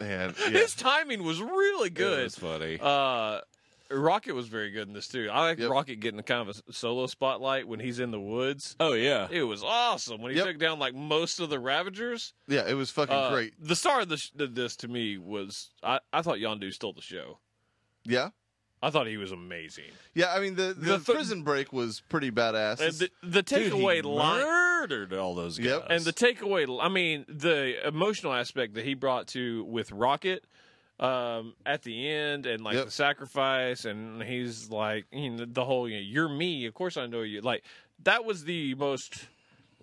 man. Yeah. His timing was really good. That's funny. uh, Rocket was very good in this too. I like Yep. Rocket getting kind of a solo spotlight when he's in the woods. oh yeah, It was awesome when he Yep. took down like most of the Ravagers. yeah, it was fucking Uh, great. The star of this, of this to me was I, I thought Yondu stole the show. Yeah, I thought he was amazing. yeah. I mean, the the, The th- prison break was pretty badass. And the, the Dude, he takeaway line murdered all those guys. Yep. And the takeaway, I mean, the emotional aspect that he brought to with Rocket um, at the end, and like Yep. the sacrifice, and he's like, you know, the whole, you know, you're me. Of course, I know you. Like that was the most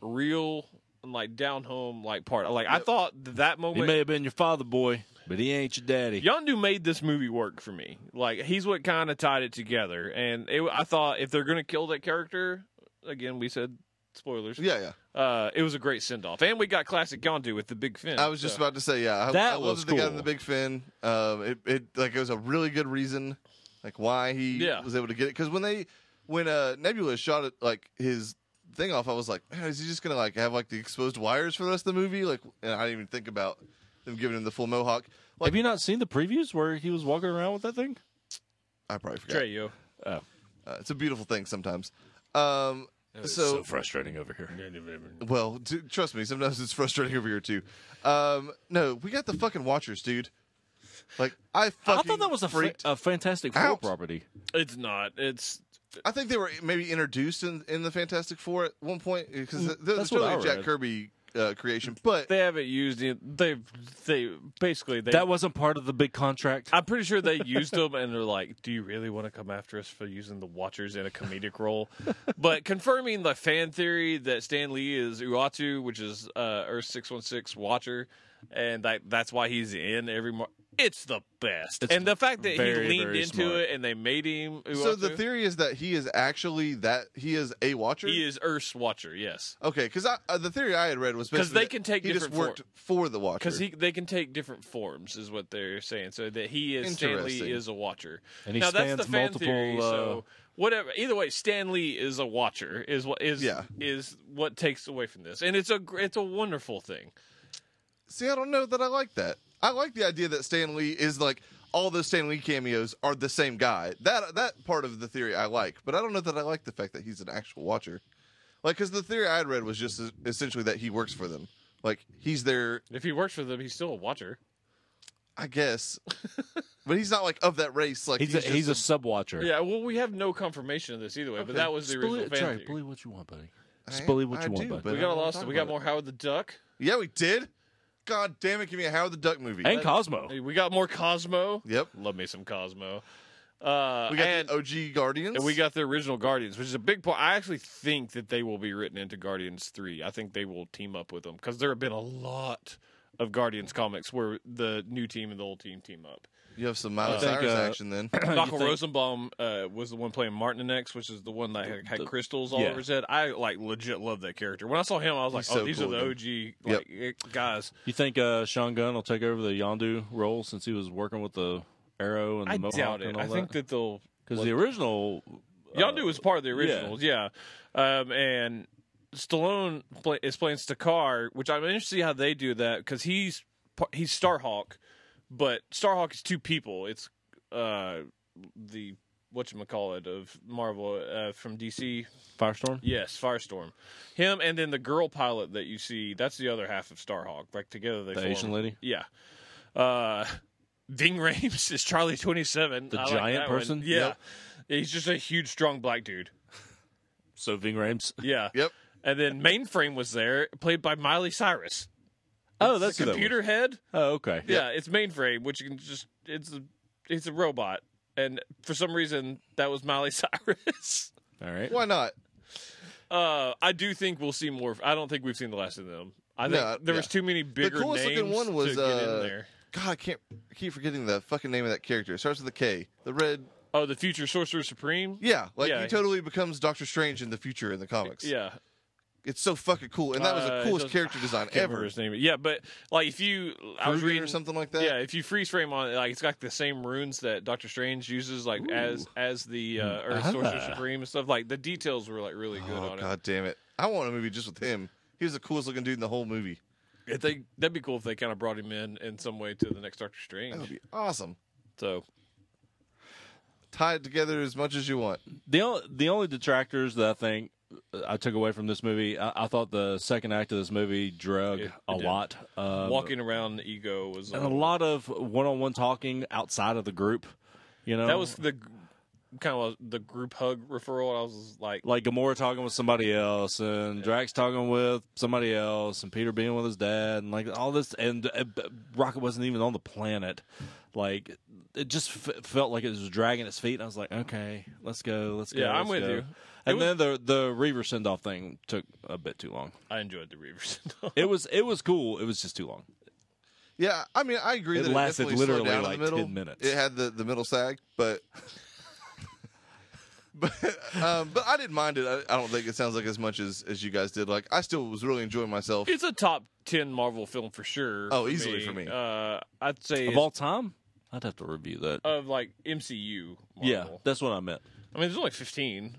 real, like down home, like part. Like I thought that, that he moment. may have been your father, boy, but he ain't your daddy. Yondu made this movie work for me. Like he's what kind of tied it together, and it, I thought if they're gonna kill that character, again, we said spoilers. yeah, yeah. Uh, it was a great send off, and we got classic Yondu with the big [laughs] fin. I was just so- about to say, yeah, I, That I love was that they got in cool. the big fin. Um, it, it like it was a really good reason, like why he Yeah. was able to get it. Because when they when uh, Nebula shot it, like his thing off, I was like, man, is he just gonna like have like the exposed wires for the rest of the movie? Like, and I didn't even think about them giving him the full mohawk. Like, Have you not seen the previews where he was walking around with that thing? I probably forgot. Treyo. Uh, it's a beautiful thing sometimes. Um, so frustrating over here. Well, t- trust me, sometimes it's frustrating over here too. Um, no, we got the fucking Watchers, dude. Like I fucking I thought that was a, fa- freaked. a fantastic Four out. property. It's not. It's I think they were maybe introduced in, in the Fantastic Four at one point Mm, because th- th- that's that's what totally I Jack read. Kirby uh, creation. But they haven't used it. They've they basically they. That wasn't part of the big contract. I'm pretty sure they used them, and they're like, "Do you really want to come after us for using the Watchers in a comedic role?" But confirming the fan theory that Stan Lee is Uatu, which is uh, Earth six one six Watcher. and that that's why he's in every. Mar- it's the best, and the fact that very, he leaned very into smart. it and they made him. So the Uatu, theory is that he is actually that he is a watcher. he is Earth's Watcher, yes, Okay, because uh, the theory I had read was 'Cause basically they that can take he just different form- worked for the watcher. because he they can take different forms, is what they're saying. So that he is Stanley Interesting. is a Watcher, And he now that's the spans fan multiple, theory. uh, so whatever, either way, Stanley is a Watcher. Is what is Yeah. is what takes away from this, and it's a gr- it's a wonderful thing. See, I don't know that I like that. I like the idea that Stan Lee is like all those Stan Lee cameos are the same guy. That that part of the theory I like, but I don't know that I like the fact that he's an actual watcher. Like, because the theory I had read was just es- essentially that he works for them. Like he's there, If he works for them, he's still a Watcher. I guess, but he's not like of that race. Like He's, a, just he's a sub watcher. Yeah, well, we have no confirmation of this either way, but that was the original fan sorry, theory. believe what you want, buddy. I- Just believe what I you want, do, buddy. but We I got a don't wanna lost. talk We got about more Howard the Duck. it. Yeah, we did. God damn it! Give me a Howard the Duck movie. and Cosmo. [clears throat] Hey, We got more Cosmo. yep, Love me some Cosmo. Uh, we got and, the OG Guardians. and we got the original Guardians, which is a big part. I actually think that they will be written into Guardians three. I think they will team up with them because there have been a lot of Guardians comics where the new team and the old team team up. you have some Miley I think, Cyrus uh, action then. [coughs] Michael think- Rosenbaum uh, was the one playing Martinex, which is the one that had, had the- crystals all yeah. over his head. I like legit love that character. When I saw him, I was like, He's "Oh, so these cool are the looking. OG like eh, guys." You think uh, Sean Gunn will take over the Yondu role since he was working with the arrow and the I mohawk doubt and it. all I that? think that they'll Because the original, uh, Yondu was part of the originals, yeah. Um, and Stallone play, is playing Stakar, which I'm interested to see how they do that because he's par- he's Starhawk, but Starhawk is two people. It's uh, the what you call it of Marvel uh, from DC. Firestorm. Yes, Firestorm. Him and then the girl pilot that you see. That's the other half of Starhawk. Like together they The form. Asian lady? Yeah. Uh, [laughs] Ding Rames is Charlie Twenty Seven. The giant person? Yeah. Yep. He's just a huge, strong black dude. So Ving Rhames. [laughs] Yeah. Yep. And then Mainframe was there, played by Miley Cyrus. Oh, It's that's the who that was. computer head. Oh, okay. Yeah, it's Mainframe, which you can just it's a it's a robot, and for some reason that was Miley [laughs] Cyrus. All right. Why not? Uh, I do think we'll see more. I don't think we've seen the last of them. I think No, there yeah. was too many bigger coolest names looking one was, to get uh, in there. God, I can't I keep forgetting the fucking name of that character. It starts with a K. The red. Oh, the future sorcerer supreme. Yeah, like Yeah. he totally becomes Doctor Strange in the future in the comics. Yeah, it's so fucking cool, and that was Uh, the it coolest doesn't- character I design can't remember ever. His name. Yeah, but like if you, I was Fruity reading or something like that. Yeah, if you freeze frame on it, like it's got the same runes that Doctor Strange uses, like as as the uh, Earth Sorcerer Supreme and stuff. Like the details were like really good Hmm. Ah. Oh on god damn it! I want a movie just with him. He was the coolest looking dude in the whole movie. it. If they that'd be cool if they kind of brought him in in some way to the next Doctor That would Strange. be awesome. So Tie it together as much as you want. The only, the only detractors that I think uh, I took away from this movie, I, I thought the second act of this movie drug It- a it did. lot. Um, walking around the ego was uh, and a lot of one-on-one talking outside of the group. You know, That Um, was the kind of the group hug referral. I was like, like Gamora talking with somebody else, and Drax talking with somebody else, and Peter being with his dad, and like all this. And uh, b- Rocket wasn't even on the planet. Like it just f- felt like it was dragging its feet. And I was like, okay, let's go, let's go. Yeah, I'm with let's go. you. And was- then the the Reaver send off thing took a bit too long. I enjoyed the Reavers. [laughs] It was it was cool. It was just too long. Yeah, I mean, I agree It that lasted it definitely slowed literally down like in the middle. 10 minutes. It had the, the middle sag, but [laughs] but um, but I didn't mind it. I, I don't think it sounds like as much as as you guys did. Like I still was really enjoying myself. it's a top ten Marvel film for sure. Oh, easily for me. Uh, I'd say Of it's- all time, I'd have to review that. of like MCU. Marvel. yeah, that's what I meant. I mean, there's only 15.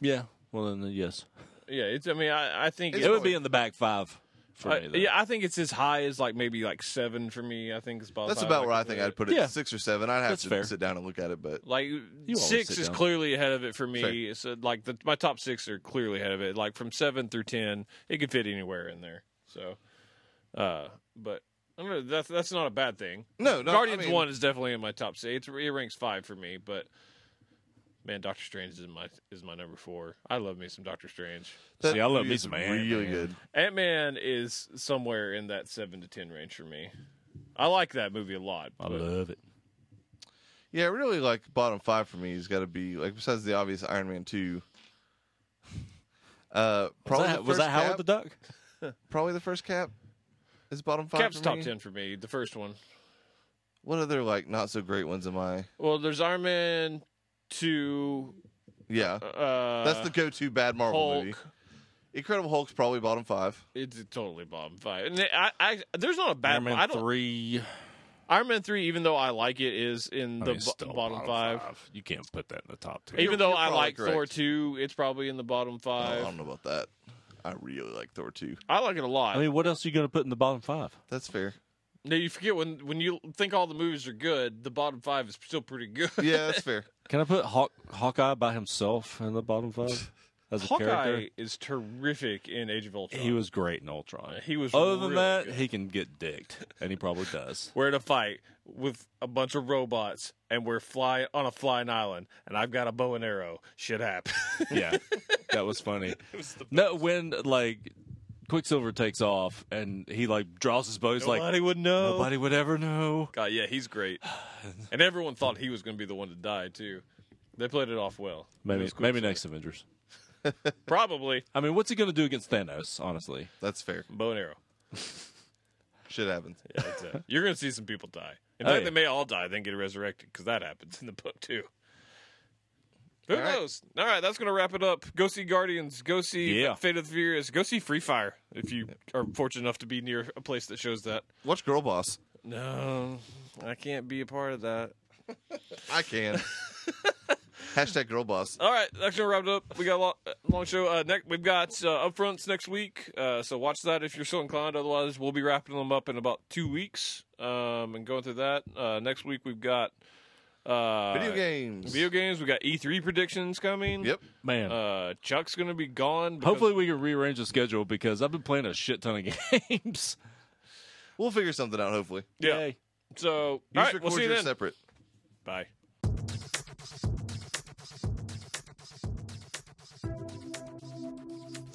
Yeah. Well then, yes, Yeah, it's. I mean, I, I think It's it it's- would be in the back five for I- me. Though. yeah, I think it's as high as like maybe like seven for me. I think it's about That's about where I think I'd put it. Yeah. Six or seven. I'd have That's to fair. sit down and look at it, but Like always six sit is down. clearly ahead of it for me. So like the, my top six are clearly ahead of it. Like from seven through ten, it could fit anywhere in there. So, uh, but I don't know. That's that's not a bad thing. No, no, I Guardians mean- one is definitely in my top six. It's, it ranks five for me. But man, Doctor Strange is my is my number four. I love me some Doctor Strange. that See, I love movie me is some Ant-Man. really good. Ant Man is somewhere in that seven to ten range for me. I like that movie a lot. I but- love it. Yeah, really like bottom five for me has got to be like besides the obvious Iron Man two. [laughs] Uh, probably was that, the was first that Howard Cap, the Duck? Probably the first Cap. is bottom five. Cap's for top me? ten for me. The first one. What other like not so great ones am I? Well, there's Iron Man two. Yeah, Uh, that's the go-to bad Marvel Hulk. movie. Incredible Hulk's probably bottom five. It's totally bottom five. And I, I, there's not a bad Iron Man one. I don't, three. Iron Man three, even though I like it, is in I the mean, bo- still bottom, five. You can't put that in the top 10 Even You're- though you're I probably like Thor correct. two, it's probably in the bottom Oh, I five. don't know about that. I really like Thor two. I like it a lot. I mean, what else are you going to put in the bottom five? That's fair. now you forget when when you think all the movies are good, the bottom five is still pretty good. [laughs] [laughs] Yeah, that's fair. Can I put Hawk, Hawkeye by himself in the bottom [laughs] five as a character? Hawkeye is terrific in Age of Ultron. He was great in Ultron. He was Other than really that, good. he can get dicked, and he probably [laughs] does. we're in a fight with a bunch of robots, and we're fly on a flying island, and I've got a bow and arrow. Shit happens. [laughs] Yeah, that was funny. No, when like Quicksilver takes off and he like draws his bow, he's like Nobody would know. nobody would ever know. God, yeah, he's [sighs] great. And everyone thought he was going to be the one to die too. They played it off well. It Maybe was maybe Quicksilver. next Avengers. Probably I mean, what's he going to do against Thanos? Honestly, That's fair. bow and arrow. Shit happens. Yeah, that's it. You're going to see some people die. In Oh, fact, yeah. they may all die, then get resurrected because that happens in the book too. Who All right. knows? All right, that's going to wrap it up. Go see Guardians. Go see Yeah. Fate of the Furious. Go see Free Fire if you are fortunate enough to be near a place that shows that. Watch Girl Boss. No, I can't be a part of that. I [laughs] can. Hashtag Girl Boss. All right, that's gonna wrap it up. We got a lot, long show. Uh, next, we've got uh, upfronts next week, uh, so watch that if you're so inclined. Otherwise, we'll be wrapping them up in about two weeks um, and going through that. Uh, next week, we've got uh, Video games. Video games. We got E3 predictions coming. Yep. man. Uh, Chuck's gonna be gone. because- Hopefully, we can rearrange the schedule because I've been playing a shit ton of [laughs] games. We'll figure something out. Hopefully. yeah. Yay. So, all Each right, we'll records see you are then. Separate. Bye.